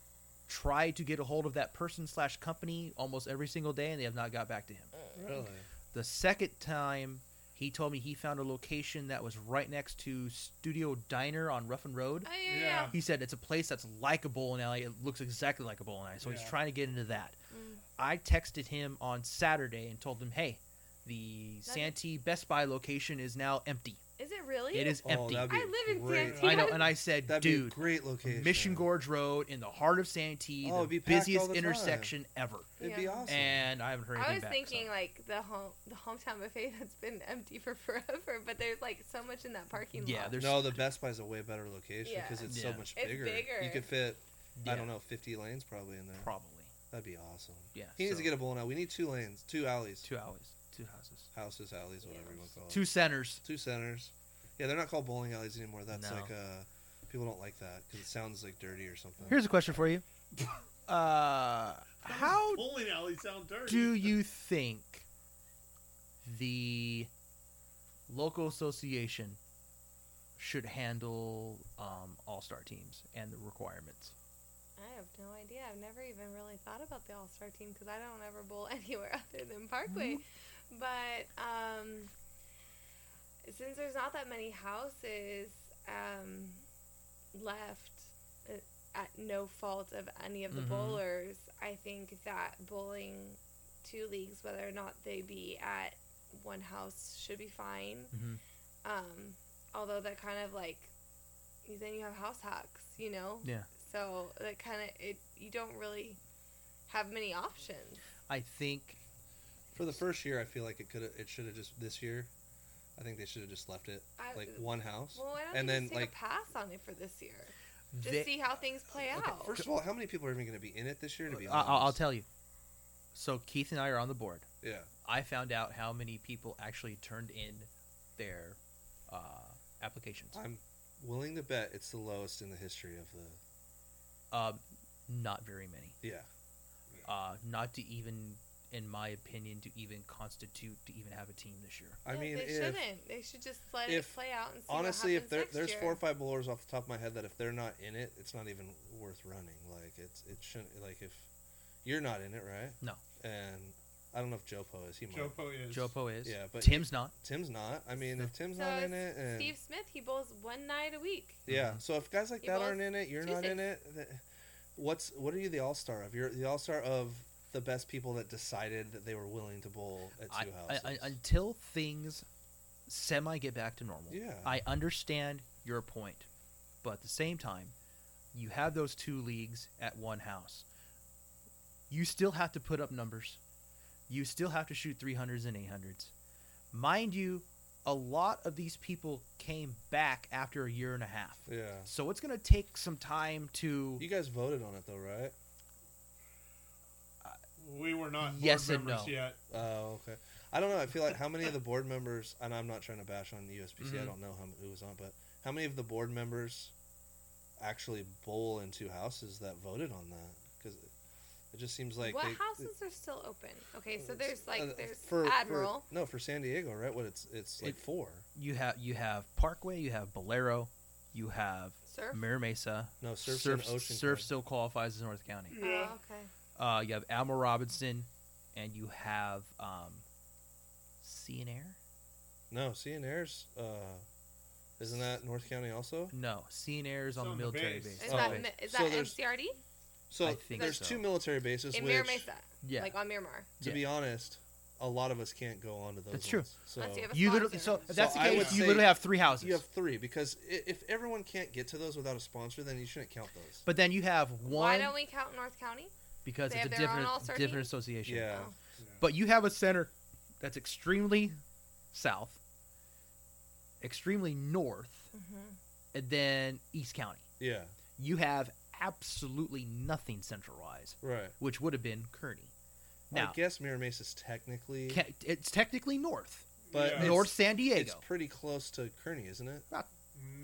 Speaker 6: tried to get a hold of that person slash company almost every single day, and they have not got back to him.
Speaker 4: Mm.
Speaker 10: Really?
Speaker 6: The second time, he told me he found a location that was right next to Studio Diner on Ruffin Road.
Speaker 4: Oh, yeah, yeah.
Speaker 7: Yeah.
Speaker 6: He said it's a place that's like a bowling alley. It looks exactly like a bowling alley, so he's
Speaker 7: Yeah.
Speaker 6: trying to get into that.
Speaker 4: Mm.
Speaker 6: I texted him on Saturday and told him, "Hey, the Santee Best Buy location is now empty.
Speaker 4: yeah. Is it really?
Speaker 6: It is
Speaker 10: Oh,
Speaker 6: empty."
Speaker 10: that'd be
Speaker 4: I live in
Speaker 10: great.
Speaker 4: Santee.
Speaker 6: I know, and I said,
Speaker 10: That'd be
Speaker 6: dude,
Speaker 10: a great location.
Speaker 6: Mission Gorge Road in the heart of Santee,
Speaker 10: Oh,
Speaker 6: the
Speaker 10: it'd be packed all
Speaker 6: busiest
Speaker 10: the time.
Speaker 6: intersection ever.
Speaker 10: It'd be
Speaker 4: Yeah.
Speaker 10: awesome.
Speaker 6: And I haven't heard anything
Speaker 4: I was
Speaker 6: back,
Speaker 4: thinking
Speaker 6: so.
Speaker 4: like the home the hometown buffet that's been empty for forever, but there's like so much in that parking
Speaker 6: Yeah,
Speaker 4: lot.
Speaker 6: there's-
Speaker 10: no, the Best Buy's a way better location
Speaker 4: Yeah.
Speaker 10: because it's
Speaker 6: Yeah.
Speaker 10: so much
Speaker 4: It's
Speaker 10: bigger.
Speaker 4: bigger.
Speaker 10: You could fit,
Speaker 6: Yeah,
Speaker 10: I don't know, 50 lanes probably in there.
Speaker 6: probably.
Speaker 10: That'd be awesome.
Speaker 6: Yeah,
Speaker 10: He needs
Speaker 6: so
Speaker 10: to get a bowling alley. We need two lanes, two alleys,
Speaker 6: two alleys, two houses,
Speaker 10: houses, alleys,
Speaker 4: Yeah.
Speaker 10: whatever you want to call it.
Speaker 6: two centers.
Speaker 10: Oh. Two centers. Yeah, they're not called bowling alleys anymore. That's
Speaker 6: No.
Speaker 10: like uh, people don't like that because it sounds like dirty or something.
Speaker 6: Here's a question for you: uh, How
Speaker 7: bowling alley sound dirty?
Speaker 6: do you think the local association should handle um, all-star teams and the requirements?
Speaker 4: I have no idea. I've never even really thought about the All Star team because I don't ever bowl anywhere other than Parkway. But um, since there's not that many houses um, left uh, at no fault of any of the
Speaker 6: Mhm.
Speaker 4: bowlers, I think that bowling two leagues, whether or not they be at one house, should be fine.
Speaker 6: Mhm.
Speaker 4: Um, although that kind of like then you have house hacks, you know.
Speaker 6: Yeah.
Speaker 4: So that kind of it. You don't really have many options.
Speaker 6: I think
Speaker 10: For the first year, I feel like it could have. It should have just this year. I think they should have just left it
Speaker 4: I,
Speaker 10: like one house.
Speaker 4: well, why don't
Speaker 10: and
Speaker 4: you
Speaker 10: then,
Speaker 4: just take
Speaker 10: like-
Speaker 4: a pass on it for this year? Just
Speaker 6: they-
Speaker 4: see how things play
Speaker 10: Okay,
Speaker 4: out.
Speaker 10: first of all, how many people are even going to be in it this year? To be
Speaker 6: I-
Speaker 10: honest,
Speaker 6: I'll, I'll tell you. So Keith and I are on the board.
Speaker 10: Yeah,
Speaker 6: I found out how many people actually turned in their uh, applications.
Speaker 10: I'm willing to bet it's the lowest in the history of the.
Speaker 6: Um, not very many.
Speaker 10: Yeah,
Speaker 6: Uh, not to even, in my opinion, to even constitute to even have a team this year.
Speaker 10: I
Speaker 4: Yeah,
Speaker 10: mean,
Speaker 4: they
Speaker 10: if,
Speaker 4: shouldn't. They should just let
Speaker 10: if-
Speaker 4: it play out and see
Speaker 10: honestly,
Speaker 4: what
Speaker 10: if there,
Speaker 4: happens
Speaker 10: there's
Speaker 4: next year.
Speaker 10: four or five bowlers off the top of my head that if they're not in it, it's not even worth running. Like it's it shouldn't like if you're not in it, right?
Speaker 6: No.
Speaker 10: And I don't know if Jopo is. He might.
Speaker 12: Jopo is
Speaker 6: Jopo is.
Speaker 10: Yeah, but
Speaker 6: Tim's not.
Speaker 10: Tim's not. I mean, if Tim's
Speaker 4: So
Speaker 10: not in
Speaker 4: it's
Speaker 10: it, and
Speaker 4: Steve Smith, he bowls one night a week.
Speaker 10: yeah,
Speaker 6: Mm-hmm.
Speaker 10: so if guys like
Speaker 4: He
Speaker 10: that
Speaker 4: bowls
Speaker 10: aren't in it, you're not in it. th- What's what are you the all star of? You're the all star of the best people that decided that they were willing to bowl at
Speaker 6: I,
Speaker 10: two
Speaker 6: I,
Speaker 10: houses.
Speaker 6: I, until things semi get back to normal.
Speaker 10: yeah,
Speaker 6: I understand your point, but at the same time, you have those two leagues at one house. You still have to put up numbers. You still have to shoot 300s and 800s. Mind you, a lot of these people came back after a year and a half.
Speaker 10: yeah.
Speaker 6: So it's going to take some time to.
Speaker 10: You guys voted on it though, right?
Speaker 7: We were not board
Speaker 6: Yes and
Speaker 7: members
Speaker 6: no.
Speaker 7: yet.
Speaker 10: Oh, okay. I don't know. I feel like how many of the board members, and I'm not trying to bash on the USPC. I
Speaker 6: Mhm.
Speaker 10: don't know how, who was on, but how many of the board members actually bowl in two houses that voted on that? Because it just seems like
Speaker 4: what
Speaker 10: they-
Speaker 4: houses are still open? Okay, so there's like
Speaker 10: uh,
Speaker 4: there's
Speaker 10: for- for-
Speaker 4: Admiral.
Speaker 10: no, for San Diego, right? What it's it's like
Speaker 6: It-
Speaker 10: four.
Speaker 6: You have you have Parkway, you have Bolero, you have
Speaker 4: Surf.
Speaker 6: Mira Mesa.
Speaker 10: No, Surf's
Speaker 6: Surf,
Speaker 10: in Ocean
Speaker 6: Surf
Speaker 10: County.
Speaker 6: still qualifies as North County.
Speaker 4: Oh, okay.
Speaker 6: Uh, you have Alma Robinson, and you have um, Sea and Air.
Speaker 10: No, Sea and Air's. Uh, isn't that North County also?
Speaker 6: No, Sea and Air is on
Speaker 7: It's
Speaker 6: the military base.
Speaker 4: Is
Speaker 10: Oh,
Speaker 4: that
Speaker 10: okay.
Speaker 4: mi- is
Speaker 10: So
Speaker 4: that
Speaker 10: there's-
Speaker 4: MCRD
Speaker 10: So
Speaker 6: I think
Speaker 10: there's
Speaker 6: so.
Speaker 10: two military bases.
Speaker 4: in
Speaker 10: which,
Speaker 4: Mira Mesa?
Speaker 6: Yeah,
Speaker 4: Like on Miramar.
Speaker 10: To
Speaker 6: Yeah.
Speaker 10: be honest, a lot of us can't go on to those.
Speaker 6: That's true.
Speaker 10: ones. So
Speaker 4: Unless you have a
Speaker 6: you
Speaker 4: sponsor.
Speaker 6: literally. So if that's
Speaker 10: So
Speaker 6: the
Speaker 10: I
Speaker 6: case.
Speaker 10: would
Speaker 6: You
Speaker 10: say
Speaker 6: literally have three houses.
Speaker 10: You have three because i- if everyone can't get to those without a sponsor, then you shouldn't count those.
Speaker 6: but then you have
Speaker 4: why
Speaker 6: one
Speaker 4: don't we count North County?
Speaker 6: because
Speaker 4: they
Speaker 6: it's a
Speaker 4: have their own
Speaker 6: different
Speaker 4: all-star
Speaker 6: different
Speaker 4: team?
Speaker 6: association.
Speaker 10: Yeah,
Speaker 4: Oh.
Speaker 6: But you have a center that's extremely south, extremely north,
Speaker 4: mm-hmm.
Speaker 6: and then East County.
Speaker 10: yeah,
Speaker 6: You have absolutely nothing centralized,
Speaker 10: right.
Speaker 6: which would have been Kearney. Now,
Speaker 10: I guess Mira Mesa's technically,
Speaker 6: Ca- it's technically north,
Speaker 10: but
Speaker 7: Yeah.
Speaker 10: it's,
Speaker 6: north San Diego.
Speaker 10: it's pretty close to Kearney, isn't it?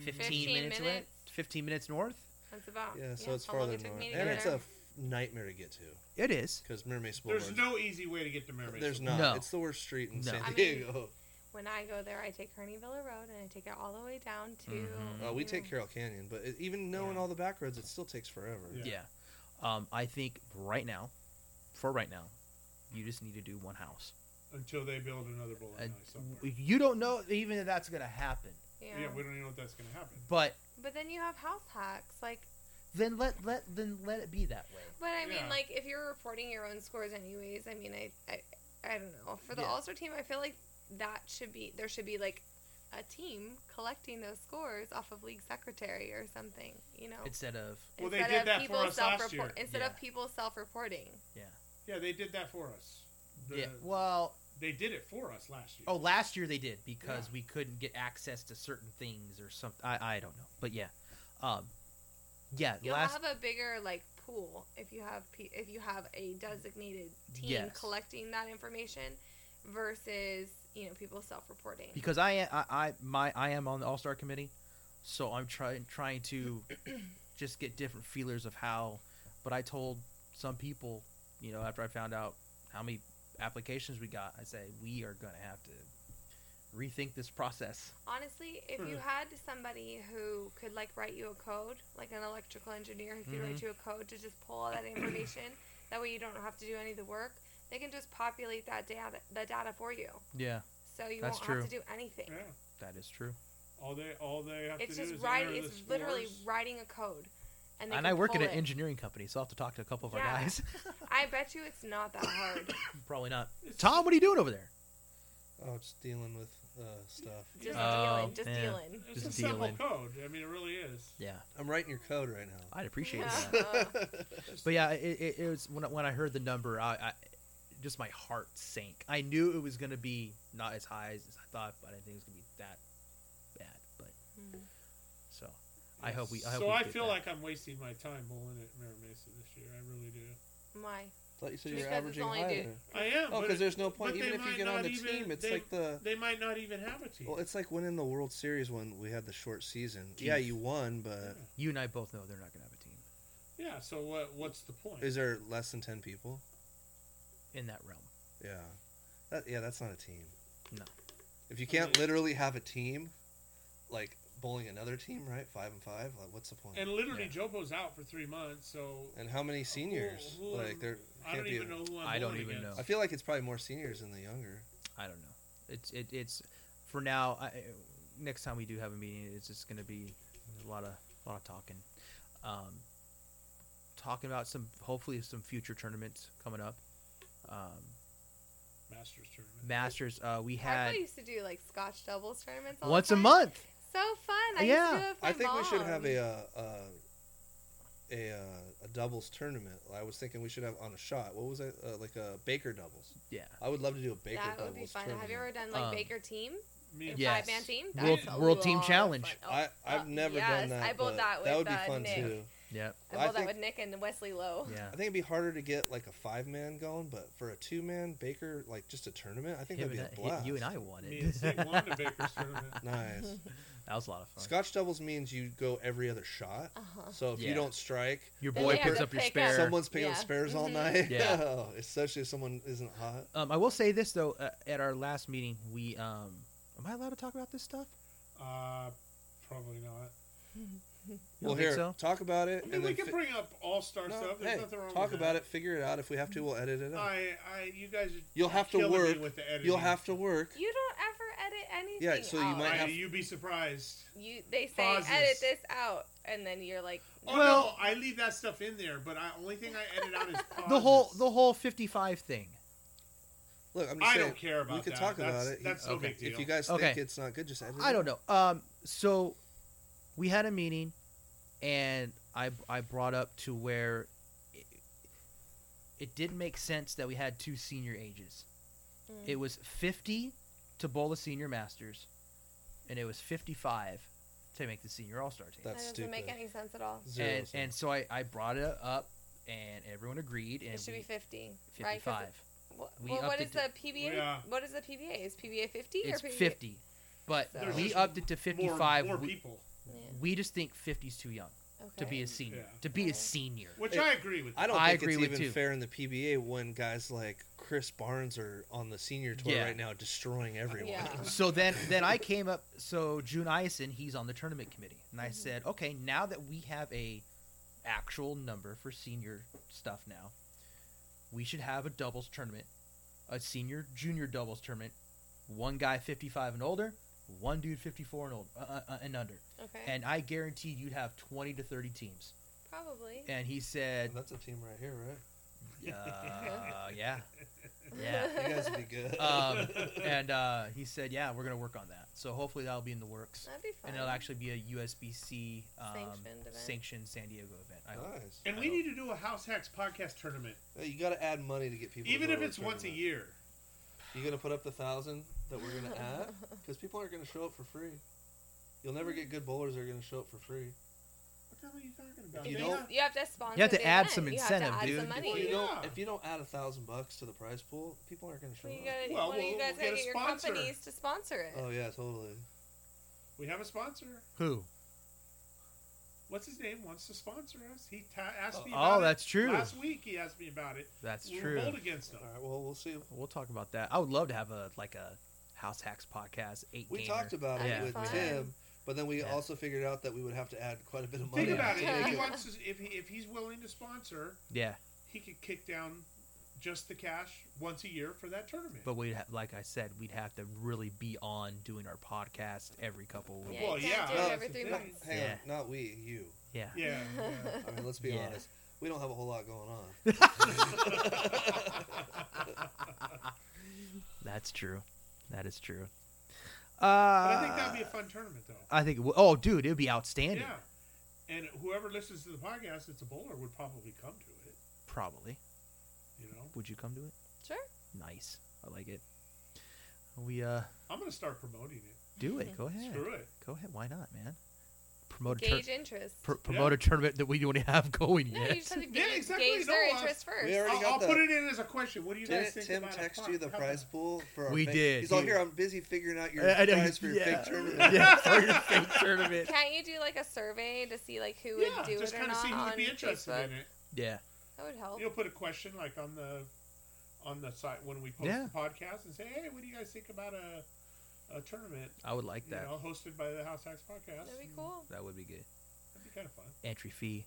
Speaker 6: 15,
Speaker 4: 15
Speaker 6: minutes, away.
Speaker 4: minutes.
Speaker 6: 15 minutes north.
Speaker 4: That's about
Speaker 10: Yeah, so it's
Speaker 4: how long
Speaker 10: farther
Speaker 4: it took
Speaker 10: north,
Speaker 4: me to
Speaker 10: and
Speaker 4: get
Speaker 10: it's a
Speaker 4: there.
Speaker 10: f- nightmare to get to
Speaker 6: It is.
Speaker 10: because Mira Mesa Boulevard.
Speaker 7: There's no easy way to get to Mermaid.
Speaker 10: there's not.
Speaker 6: No.
Speaker 10: It's the worst street in
Speaker 6: No.
Speaker 4: I
Speaker 10: San
Speaker 4: mean-
Speaker 10: Diego.
Speaker 11: mm-hmm.
Speaker 4: When I go there, I take Kearney Villa Road and I take it all the way down to.
Speaker 6: Mhm.
Speaker 10: Uh, we
Speaker 4: you
Speaker 10: take
Speaker 4: know,
Speaker 10: Carroll Canyon, but it, even knowing all the back roads, it still takes forever.
Speaker 7: Yeah.
Speaker 6: Yeah. Um, I think right now, for right now, you just need to do one house.
Speaker 7: until they build another bowling alley
Speaker 6: And
Speaker 7: somewhere.
Speaker 6: you don't know even if that's going to happen.
Speaker 7: yeah.
Speaker 4: Yeah.
Speaker 7: we don't even know if that's going to happen.
Speaker 6: But
Speaker 4: But then you have house hacks like.
Speaker 6: then let let then let it be that way.
Speaker 4: But I mean,
Speaker 7: Yeah.
Speaker 4: like, if you're reporting your own scores, anyways, I mean, I, I, I don't know. For the
Speaker 6: Yeah.
Speaker 4: All Star team, I feel like that should be there should be like a team collecting those scores off of league secretary or something, you know.
Speaker 6: Instead of
Speaker 7: Well, they did that for us last
Speaker 4: self-report-
Speaker 7: year.
Speaker 4: Instead
Speaker 6: Yeah.
Speaker 4: of people self-reporting,
Speaker 7: Yeah, they did that for us. The-
Speaker 6: yeah, well,
Speaker 7: they did it for us last year.
Speaker 6: oh, last year they did because we couldn't get access to certain things or something. I I don't know, but yeah, um, yeah.
Speaker 4: you'll
Speaker 6: last
Speaker 4: have a bigger like pool if you have pe- if you have a designated team
Speaker 6: Yes.
Speaker 4: collecting that information versus you know people self-reporting.
Speaker 6: because I am I, I my I am on the All Star committee, so I'm trying trying to just get different feelers of how. But I told some people, you know, after I found out how many applications we got, I say we are gonna have to rethink this process.
Speaker 4: Honestly, if you
Speaker 6: Hmm.
Speaker 4: had somebody who could like write you a code, like an electrical engineer who could write
Speaker 6: Mm-hmm.
Speaker 4: you a code to just pull all that information, that way you don't have to do any of the work. They can just populate that data, the data for you,
Speaker 6: Yeah,
Speaker 4: so you
Speaker 6: That's
Speaker 4: won't have to do anything.
Speaker 7: Yeah.
Speaker 6: that is true.
Speaker 7: All they all they have
Speaker 4: It's
Speaker 7: to do
Speaker 4: just
Speaker 7: is
Speaker 4: write.
Speaker 7: enter
Speaker 4: It's
Speaker 7: the
Speaker 4: literally
Speaker 7: scores.
Speaker 4: writing a code, and they can
Speaker 6: and I work at
Speaker 4: pull
Speaker 6: an
Speaker 4: it.
Speaker 6: engineering company, so I'll have to talk to a couple of our
Speaker 4: Yeah.
Speaker 6: guys.
Speaker 4: I bet you it's not that hard.
Speaker 6: Probably not. Tom, what are you doing over there?
Speaker 10: Oh, just dealing with uh, stuff.
Speaker 11: Just
Speaker 6: Oh,
Speaker 11: dealing. Just
Speaker 6: yeah.
Speaker 11: dealing.
Speaker 7: It's
Speaker 6: Just
Speaker 7: a simple
Speaker 6: dealing.
Speaker 7: code. I mean, it really is.
Speaker 6: Yeah,
Speaker 10: I'm writing your code right now.
Speaker 6: I'd appreciate
Speaker 11: Yeah.
Speaker 6: that. But yeah, it, it, it was when I, when I heard the number, I, I just my heart sank. I knew it was gonna be not as high as I thought, but I didn't think it was gonna be that bad. But
Speaker 11: Mm.
Speaker 6: so I hope we. I hope
Speaker 7: so
Speaker 6: we
Speaker 7: I
Speaker 6: get
Speaker 7: feel
Speaker 6: that.
Speaker 7: like I'm wasting my time bowling at Mira Mesa this year. I really do.
Speaker 11: My.
Speaker 10: Thought you said you
Speaker 11: Because
Speaker 10: were
Speaker 11: it's
Speaker 10: averaging
Speaker 11: only
Speaker 10: higher.
Speaker 11: due-
Speaker 7: I am.
Speaker 10: Oh,
Speaker 7: but
Speaker 10: because
Speaker 7: it-
Speaker 10: there's no point.
Speaker 7: but
Speaker 10: Even
Speaker 7: they
Speaker 10: if you
Speaker 7: might
Speaker 10: get on
Speaker 7: not
Speaker 10: the
Speaker 7: even-
Speaker 10: team, it's
Speaker 7: they-
Speaker 10: like the
Speaker 7: they might not even have a team.
Speaker 10: well, it's like winning the World Series when we had the short season. Yeah,
Speaker 6: Teeth.
Speaker 10: you won, but
Speaker 6: you and I both know they're not gonna have a team
Speaker 7: yeah. So what? What's the point?
Speaker 10: is there less than ten people?
Speaker 6: in that realm.
Speaker 10: Yeah, that yeah, that's not a team.
Speaker 6: No.
Speaker 10: If you can't
Speaker 7: mean-
Speaker 10: literally have a team, like bowling another team, right? Five and five. Like, what's the point?
Speaker 7: and literally,
Speaker 6: Yeah.
Speaker 7: Jobo's out for three months. So uh,
Speaker 10: And how many seniors?
Speaker 7: Who- who-
Speaker 10: like there
Speaker 7: I
Speaker 10: can't
Speaker 7: don't
Speaker 10: be.
Speaker 7: even know who I'm
Speaker 6: I don't
Speaker 7: bowling
Speaker 6: even
Speaker 7: against.
Speaker 6: know.
Speaker 10: I feel like it's probably more seniors than the younger.
Speaker 6: I don't know. It's it, it's for now. I, I- next time we do have a meeting, it's just going to be a lot of a lot of talking, um, talking about some hopefully some future tournaments coming up. Um,
Speaker 7: Masters tournament.
Speaker 6: Masters, uh, we
Speaker 11: Had,
Speaker 6: had
Speaker 11: I used to do like Scotch doubles tournaments. All the
Speaker 6: once a
Speaker 11: time.
Speaker 6: month.
Speaker 11: So fun. I
Speaker 6: Yeah.
Speaker 11: used to do it with my
Speaker 10: I think we should have
Speaker 11: mom.
Speaker 10: a uh, uh, a uh, a doubles tournament. I was thinking we should have on a shot. What was that? Uh, like a Baker doubles.
Speaker 6: Yeah,
Speaker 10: I would love to do a Baker
Speaker 11: That
Speaker 10: doubles
Speaker 11: would be fun.
Speaker 10: tournament.
Speaker 11: Have you ever done like
Speaker 6: Um,
Speaker 11: Baker team?
Speaker 7: Me
Speaker 11: A
Speaker 7: and
Speaker 6: Yeah. Yes.
Speaker 11: Five-man team?
Speaker 6: World-
Speaker 11: That's a
Speaker 6: World Team
Speaker 11: lot of
Speaker 6: Challenge.
Speaker 11: fun. Oh,
Speaker 10: I I've
Speaker 11: uh,
Speaker 10: never
Speaker 11: yes,
Speaker 10: done that.
Speaker 11: I bowled
Speaker 10: but
Speaker 11: that with
Speaker 10: that would be
Speaker 11: uh,
Speaker 10: fun
Speaker 11: Nick.
Speaker 10: too.
Speaker 6: yeah,
Speaker 11: I
Speaker 10: I
Speaker 11: bowled that
Speaker 10: think-
Speaker 11: with Nick and Wesley Lowe.
Speaker 6: yeah.
Speaker 10: I think it'd be harder to get like a five man going, but for a two man Baker, like just a tournament, I think
Speaker 6: Him
Speaker 10: that'd be
Speaker 6: and
Speaker 10: a
Speaker 6: I-
Speaker 10: blast.
Speaker 6: you and I won
Speaker 7: Me and
Speaker 6: it.
Speaker 7: Steve won the Baker's tournament.
Speaker 10: Nice.
Speaker 6: that was a lot of fun.
Speaker 10: Scotch doubles means you go every other shot.
Speaker 11: Uh-huh.
Speaker 10: So if
Speaker 6: Yeah.
Speaker 10: you don't strike,
Speaker 6: Your
Speaker 11: Then
Speaker 6: boy
Speaker 11: they have
Speaker 6: picks
Speaker 11: to
Speaker 6: up your
Speaker 11: pick up-
Speaker 6: spare.
Speaker 10: someone's picking up
Speaker 11: Yeah.
Speaker 10: spares all
Speaker 11: Mhm.
Speaker 10: night.
Speaker 6: Yeah.
Speaker 10: Oh, especially if someone isn't hot.
Speaker 6: Um, I will say this though. Uh, at our last meeting, we um, am I allowed to talk about this stuff?
Speaker 7: Uh, probably not.
Speaker 6: You
Speaker 10: Well,
Speaker 6: don't
Speaker 10: here,
Speaker 6: think so?
Speaker 10: talk about it.
Speaker 7: I
Speaker 10: and
Speaker 7: mean, we
Speaker 10: then
Speaker 7: can
Speaker 10: fi-
Speaker 7: bring up all star
Speaker 10: No,
Speaker 7: stuff. There's
Speaker 10: hey,
Speaker 7: nothing wrong
Speaker 10: talk
Speaker 7: with
Speaker 10: about
Speaker 7: that.
Speaker 10: it. Figure it out. If we have to, we'll edit it out.
Speaker 7: I, I, you guys. Are
Speaker 10: You'll have to
Speaker 7: killing me
Speaker 10: work.
Speaker 7: with the editing.
Speaker 10: You'll have to work.
Speaker 11: You don't ever edit anything.
Speaker 10: Yeah, so you
Speaker 11: out.
Speaker 10: might
Speaker 7: I,
Speaker 10: have-
Speaker 7: You'd be surprised.
Speaker 11: You they say
Speaker 7: Pauses.
Speaker 11: edit this out, and then you're like,
Speaker 7: Oh,
Speaker 6: Well-
Speaker 7: no, I leave that stuff in there, but I only thing I edit out is pauses.
Speaker 6: The whole the whole fifty five thing.
Speaker 10: Look, I'm just
Speaker 7: I
Speaker 10: saying,
Speaker 7: don't care about
Speaker 10: We could
Speaker 7: that.
Speaker 10: talk about
Speaker 7: That's-
Speaker 10: it.
Speaker 7: That's no
Speaker 6: Okay.
Speaker 7: big deal.
Speaker 10: If you guys think
Speaker 6: Okay.
Speaker 10: it's not good, just edit it.
Speaker 6: I don't
Speaker 10: out.
Speaker 6: know. Um, so we had a meeting, and I I brought up to where it, it didn't make sense that we had two senior ages.
Speaker 11: Mm.
Speaker 6: It was fifty to bowl the senior masters, and it was fifty five to make the senior all star team.
Speaker 11: that
Speaker 10: That's
Speaker 11: doesn't
Speaker 10: stupid.
Speaker 11: make any sense at all.
Speaker 10: Zero
Speaker 6: and
Speaker 10: cents.
Speaker 6: and so I, I brought it up, and everyone agreed, and
Speaker 11: It should
Speaker 6: we-
Speaker 11: be 50, right? 'Cause
Speaker 6: 55.
Speaker 11: wh- Well,
Speaker 6: We
Speaker 11: what
Speaker 6: upped
Speaker 11: is
Speaker 6: it
Speaker 11: the
Speaker 6: to-
Speaker 11: PBA?
Speaker 7: Yeah.
Speaker 11: What is the PBA? Is PBA 50
Speaker 6: It's
Speaker 11: or PBA?
Speaker 6: 50, but
Speaker 11: So- There's
Speaker 6: we
Speaker 7: just
Speaker 6: upped it to
Speaker 7: More-
Speaker 6: 55.
Speaker 7: More,
Speaker 6: we,
Speaker 7: people,
Speaker 11: Yeah,
Speaker 6: we just think 50's too young
Speaker 11: okay.
Speaker 6: to be a senior.
Speaker 7: Yeah.
Speaker 6: To be a
Speaker 11: Okay.
Speaker 6: senior.
Speaker 7: which
Speaker 10: Hey,
Speaker 7: I agree with.
Speaker 10: I don't
Speaker 6: I
Speaker 10: think
Speaker 6: agree
Speaker 10: it's
Speaker 6: with
Speaker 10: even
Speaker 6: you.
Speaker 10: fair in the PBA when guys like Chris Barnes are on the senior tour
Speaker 6: Yeah.
Speaker 10: right now, destroying everyone.
Speaker 11: Yeah.
Speaker 6: so then then I came up so June Ison, he's on the tournament committee. And I
Speaker 11: Mhm.
Speaker 6: said, "Okay, now that we have a actual number for senior stuff now, we should have a doubles tournament, a senior junior doubles tournament, one guy 55 and older, one dude 54 and old uh, uh, uh, and under."
Speaker 11: Okay,
Speaker 6: And I guarantee you'd have 20 to 30 teams.
Speaker 11: probably.
Speaker 6: And he
Speaker 10: And
Speaker 6: said,
Speaker 10: that's a team right here, right?
Speaker 6: uh, yeah. Yeah.
Speaker 10: You guys would be good.
Speaker 6: Um, and uh, he said, "Yeah, we're gonna work on that. So hopefully that'll be in the works."
Speaker 11: That'd be fun.
Speaker 6: and it'll actually be a USBC um,
Speaker 11: Sanctioned event.
Speaker 6: sanctioned San Diego event. I hope.
Speaker 10: nice.
Speaker 7: And we need to do a House Hacks podcast tournament,
Speaker 10: Hey, you got to add money to get people. to
Speaker 7: even
Speaker 10: go
Speaker 7: if
Speaker 10: to a
Speaker 7: it's once a
Speaker 10: tournament.
Speaker 7: year.
Speaker 10: You gonna put up the thousand that we're gonna add? Because people aren't gonna show up for free. You'll never get good bowlers that are gonna show up for free.
Speaker 7: What the hell are you talking about?
Speaker 10: You
Speaker 11: If
Speaker 7: They
Speaker 10: don't-
Speaker 7: got-
Speaker 11: you have to sponsor.
Speaker 6: You have to
Speaker 11: the
Speaker 6: add
Speaker 11: event.
Speaker 6: some
Speaker 11: You have
Speaker 6: incentive,
Speaker 11: to add
Speaker 6: dude.
Speaker 11: Some
Speaker 6: If
Speaker 11: money.
Speaker 10: If you
Speaker 7: Yeah.
Speaker 10: don't, if you don't add a thousand bucks to the prize pool, people aren't gonna show
Speaker 11: Well, you
Speaker 10: up.
Speaker 11: gotta,
Speaker 7: Well,
Speaker 11: one of you
Speaker 7: we'll-
Speaker 11: guys
Speaker 7: we'll get
Speaker 11: gotta
Speaker 7: a
Speaker 11: get your
Speaker 7: sponsor. Uh,
Speaker 11: companies to sponsor it.
Speaker 10: Oh yeah, totally.
Speaker 7: We have a sponsor.
Speaker 6: Who?
Speaker 7: What's his name? Wants to sponsor us. He ta- asked me. About
Speaker 6: Oh,
Speaker 7: it
Speaker 6: that's true.
Speaker 7: Last week he asked me about it.
Speaker 6: That's
Speaker 7: we
Speaker 6: true.
Speaker 7: Rolled against him.
Speaker 10: All right, well we'll see.
Speaker 6: We'll talk about that. I would love to have a like a house hacks podcast. Eight.
Speaker 10: We
Speaker 6: gamer.
Speaker 10: talked about
Speaker 11: That'd
Speaker 10: it
Speaker 6: be
Speaker 10: with
Speaker 11: fun.
Speaker 10: Tim, but then we
Speaker 6: Yeah.
Speaker 10: also figured out that we would have to add quite a bit of money.
Speaker 7: Think about
Speaker 10: to
Speaker 7: it.
Speaker 11: Yeah.
Speaker 7: If he
Speaker 10: make
Speaker 7: wants, to, if he, if he's willing to sponsor,
Speaker 6: Yeah,
Speaker 7: he could kick down just the cash once a year for that tournament.
Speaker 6: but we ha- like I said, we'd have to really be on doing our podcast every couple of weeks.
Speaker 11: Yeah, you
Speaker 7: Well,
Speaker 11: can't
Speaker 7: yeah.
Speaker 11: do it
Speaker 10: Well,
Speaker 11: every
Speaker 10: it's
Speaker 11: three
Speaker 7: a thing.
Speaker 11: months.
Speaker 10: Hang
Speaker 6: Yeah.
Speaker 10: on, not we, you.
Speaker 6: Yeah.
Speaker 7: yeah, yeah.
Speaker 10: I mean, let's be
Speaker 6: Yeah.
Speaker 10: honest. We don't have a whole lot going on.
Speaker 6: That's true. That is true.
Speaker 7: But I think that'd be a fun tournament, though.
Speaker 6: I think it would. Oh, dude, it would be outstanding.
Speaker 7: Yeah. And whoever listens to the podcast, it's a bowler, would probably come to it.
Speaker 6: Probably.
Speaker 7: You know,
Speaker 6: Would you come to it?
Speaker 4: Sure.
Speaker 6: Nice. I like it. We uh
Speaker 7: I'm gonna start promoting it.
Speaker 6: do it. Go ahead.
Speaker 7: Screw it.
Speaker 6: Go ahead. Why not, man? Promote a, tur-
Speaker 4: Gauge interest.
Speaker 6: pr- promote a tournament that we don't have going
Speaker 4: No,
Speaker 6: yet.
Speaker 4: you just have to gauge,
Speaker 7: Yeah, exactly,
Speaker 4: gauge
Speaker 7: no,
Speaker 4: their
Speaker 7: uh,
Speaker 4: interest first.
Speaker 10: we already
Speaker 7: I'll,
Speaker 10: got
Speaker 7: I'll
Speaker 10: the-
Speaker 7: put it in as a question. What do you guys
Speaker 10: Didn't
Speaker 7: think
Speaker 10: Tim
Speaker 7: about
Speaker 10: text
Speaker 7: a
Speaker 10: you the
Speaker 7: How
Speaker 10: prize
Speaker 7: about-
Speaker 10: pool for our
Speaker 6: We
Speaker 10: fake-
Speaker 6: did,
Speaker 10: He's all
Speaker 6: dude.
Speaker 10: here. I'm busy figuring out your
Speaker 6: I- I know,
Speaker 10: prize for your
Speaker 6: yeah.
Speaker 10: fake tournament.
Speaker 6: yeah, for your fake tournament.
Speaker 4: Can't you do like a survey to see like who
Speaker 7: Yeah,
Speaker 4: would do
Speaker 7: just
Speaker 4: it or
Speaker 7: kind of
Speaker 4: not
Speaker 7: see who
Speaker 4: on
Speaker 7: would be interested
Speaker 4: Facebook?
Speaker 7: in it.
Speaker 6: Yeah.
Speaker 4: That would help.
Speaker 7: You'll put a question like on the on the site when we post
Speaker 6: Yeah.
Speaker 7: the podcast and say, hey, what do you guys think about a a tournament?
Speaker 6: I would like
Speaker 7: You
Speaker 6: that.
Speaker 7: know, hosted by the House Hacks Podcast.
Speaker 4: That'd be cool.
Speaker 6: That would be good.
Speaker 7: That'd be kind of fun.
Speaker 6: Entry fee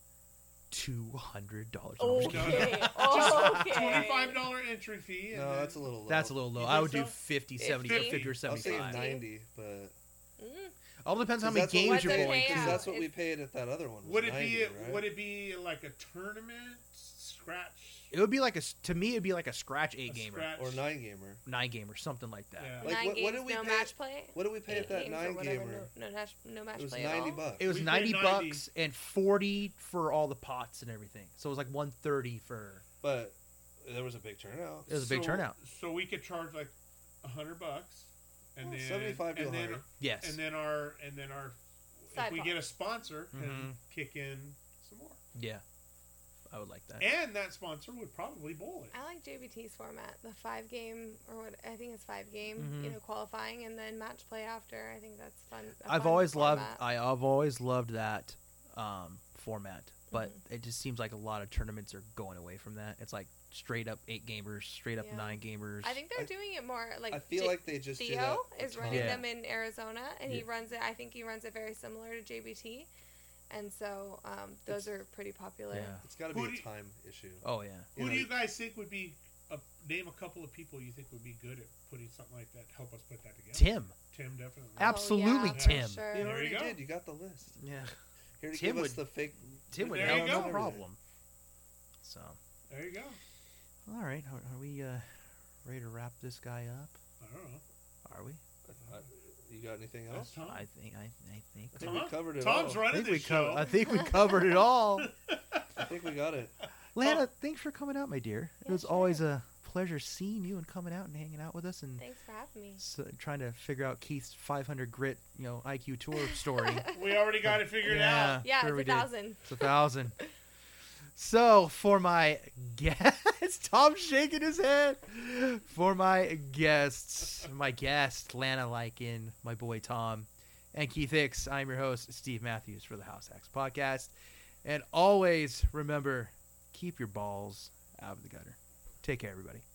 Speaker 6: two hundred dollars.
Speaker 4: Okay. Oh,
Speaker 7: Twenty-five
Speaker 4: okay.
Speaker 7: dollar entry fee. And
Speaker 10: No,
Speaker 7: then-
Speaker 10: that's a little. Low.
Speaker 6: That's a little low.
Speaker 7: You
Speaker 6: I
Speaker 7: think
Speaker 6: would do
Speaker 7: so?
Speaker 6: 50, 70, 50,
Speaker 4: 50?
Speaker 6: or
Speaker 10: I was thinking
Speaker 6: 75.
Speaker 4: Seventy-five.
Speaker 10: ninety, but
Speaker 4: Mm.
Speaker 6: All depends how
Speaker 10: 'cause
Speaker 6: many
Speaker 10: that's what we
Speaker 6: games
Speaker 10: paid-
Speaker 6: you're going
Speaker 4: Yeah.
Speaker 10: Cause
Speaker 6: through.
Speaker 10: that's what we paid at that other one. was
Speaker 7: Would it be?
Speaker 10: 90, right?
Speaker 7: Would it be like a tournament scratch?
Speaker 6: It would be like a s- to me it'd be like a scratch eight
Speaker 7: a
Speaker 6: gamer,
Speaker 7: scratch?
Speaker 10: or nine gamer?
Speaker 6: nine gamer, something like that.
Speaker 7: Yeah.
Speaker 10: Like,
Speaker 4: nine
Speaker 10: what- what
Speaker 4: games,
Speaker 10: did we
Speaker 4: no
Speaker 10: pay-
Speaker 4: match play.
Speaker 10: What did we pay at
Speaker 4: Eight
Speaker 10: that
Speaker 4: games or
Speaker 10: nine
Speaker 4: whatever,
Speaker 10: gamer?
Speaker 4: No, no, match, no match
Speaker 10: It was
Speaker 4: play at
Speaker 10: ninety
Speaker 4: all.
Speaker 10: bucks.
Speaker 6: It was
Speaker 7: We paid
Speaker 6: 90
Speaker 7: 90.
Speaker 6: bucks and 40 for all the pots and everything. So it was like 130 for
Speaker 10: but there was a big turnout.
Speaker 6: It was a big
Speaker 7: So-
Speaker 6: turnout.
Speaker 7: So we could charge like a hundred bucks, and
Speaker 10: Well,
Speaker 7: then
Speaker 10: 75 Oh, to
Speaker 7: and then
Speaker 10: 100.
Speaker 6: Yes.
Speaker 7: and then our and then our if
Speaker 4: Side
Speaker 7: we
Speaker 4: pot.
Speaker 7: get a sponsor and
Speaker 6: Mhm.
Speaker 7: kick in some more,
Speaker 6: yeah. I would like that.
Speaker 7: and that sponsor would probably bowl it.
Speaker 4: I like JBT's format, the five game or what I think it's five game, you
Speaker 6: Mhm.
Speaker 4: know, qualifying and then match play after. I think that's fun. a
Speaker 6: I've
Speaker 4: fun
Speaker 6: always
Speaker 4: format.
Speaker 6: loved I, I've always loved that um, format,
Speaker 4: Mm-hmm.
Speaker 6: but it just seems like a lot of tournaments are going away from that. It's like straight up 8 gamers, straight up
Speaker 4: Yeah.
Speaker 6: 9 gamers.
Speaker 4: I think they're
Speaker 10: I-
Speaker 4: doing it more like
Speaker 10: I feel
Speaker 4: J-
Speaker 10: like they just do that
Speaker 4: Theo
Speaker 10: a
Speaker 4: is running
Speaker 6: Yeah.
Speaker 4: them in Arizona, and he
Speaker 6: Yeah.
Speaker 4: runs it. I think he runs it very similar to JBT, and so um, those are pretty popular.
Speaker 6: yeah.
Speaker 10: It's got to
Speaker 7: Who
Speaker 10: be
Speaker 7: do you-
Speaker 10: a time issue.
Speaker 6: Oh yeah.
Speaker 7: Who
Speaker 10: You
Speaker 7: do
Speaker 10: know,
Speaker 7: you guys think would be? A, name a couple of people you think would be good at putting something like that. Help us put that together.
Speaker 6: Tim.
Speaker 7: Tim definitely.
Speaker 4: Oh, yeah,
Speaker 6: Absolutely,
Speaker 4: for
Speaker 6: Tim.
Speaker 4: sure.
Speaker 10: You
Speaker 7: There
Speaker 10: already
Speaker 7: you go.
Speaker 10: did. You got the list.
Speaker 6: Yeah.
Speaker 10: Here to
Speaker 6: Tim
Speaker 10: give us
Speaker 6: would-
Speaker 10: the fake.
Speaker 6: Tim would
Speaker 7: There you
Speaker 6: have no
Speaker 7: go.
Speaker 6: problem. So,
Speaker 7: There you go.
Speaker 6: all right, are, are we uh, ready to wrap this guy up?
Speaker 7: I don't know.
Speaker 6: Are we?
Speaker 10: Uh, You got anything
Speaker 7: That's
Speaker 10: else?
Speaker 7: Tom.
Speaker 6: I think I, I think
Speaker 10: I think we covered it
Speaker 7: Tom's
Speaker 10: all.
Speaker 6: I
Speaker 7: running
Speaker 6: think
Speaker 7: the
Speaker 6: we
Speaker 7: show.
Speaker 6: co- I think we covered it all.
Speaker 10: I think we got it. Uh,
Speaker 6: Lana, thanks for coming out, my dear. It
Speaker 4: Yeah,
Speaker 6: was always a pleasure seeing you and coming out and hanging out with us and
Speaker 4: Thanks for having me.
Speaker 6: s- trying to figure out Keith's 500 grit, you know, IQ tour story.
Speaker 7: we already got it figured
Speaker 6: yeah,
Speaker 7: out.
Speaker 4: Yeah,
Speaker 6: sure we
Speaker 4: it's a
Speaker 6: did.
Speaker 4: thousand.
Speaker 6: It's a thousand. So for my guest, Tom shaking his head. For my guests, my guest Lana Lykin, my boy Tom, and Keith Hicks. I'm your host Steve Matthews for the House Hacks podcast, and always remember keep your balls out of the gutter. Take care, everybody.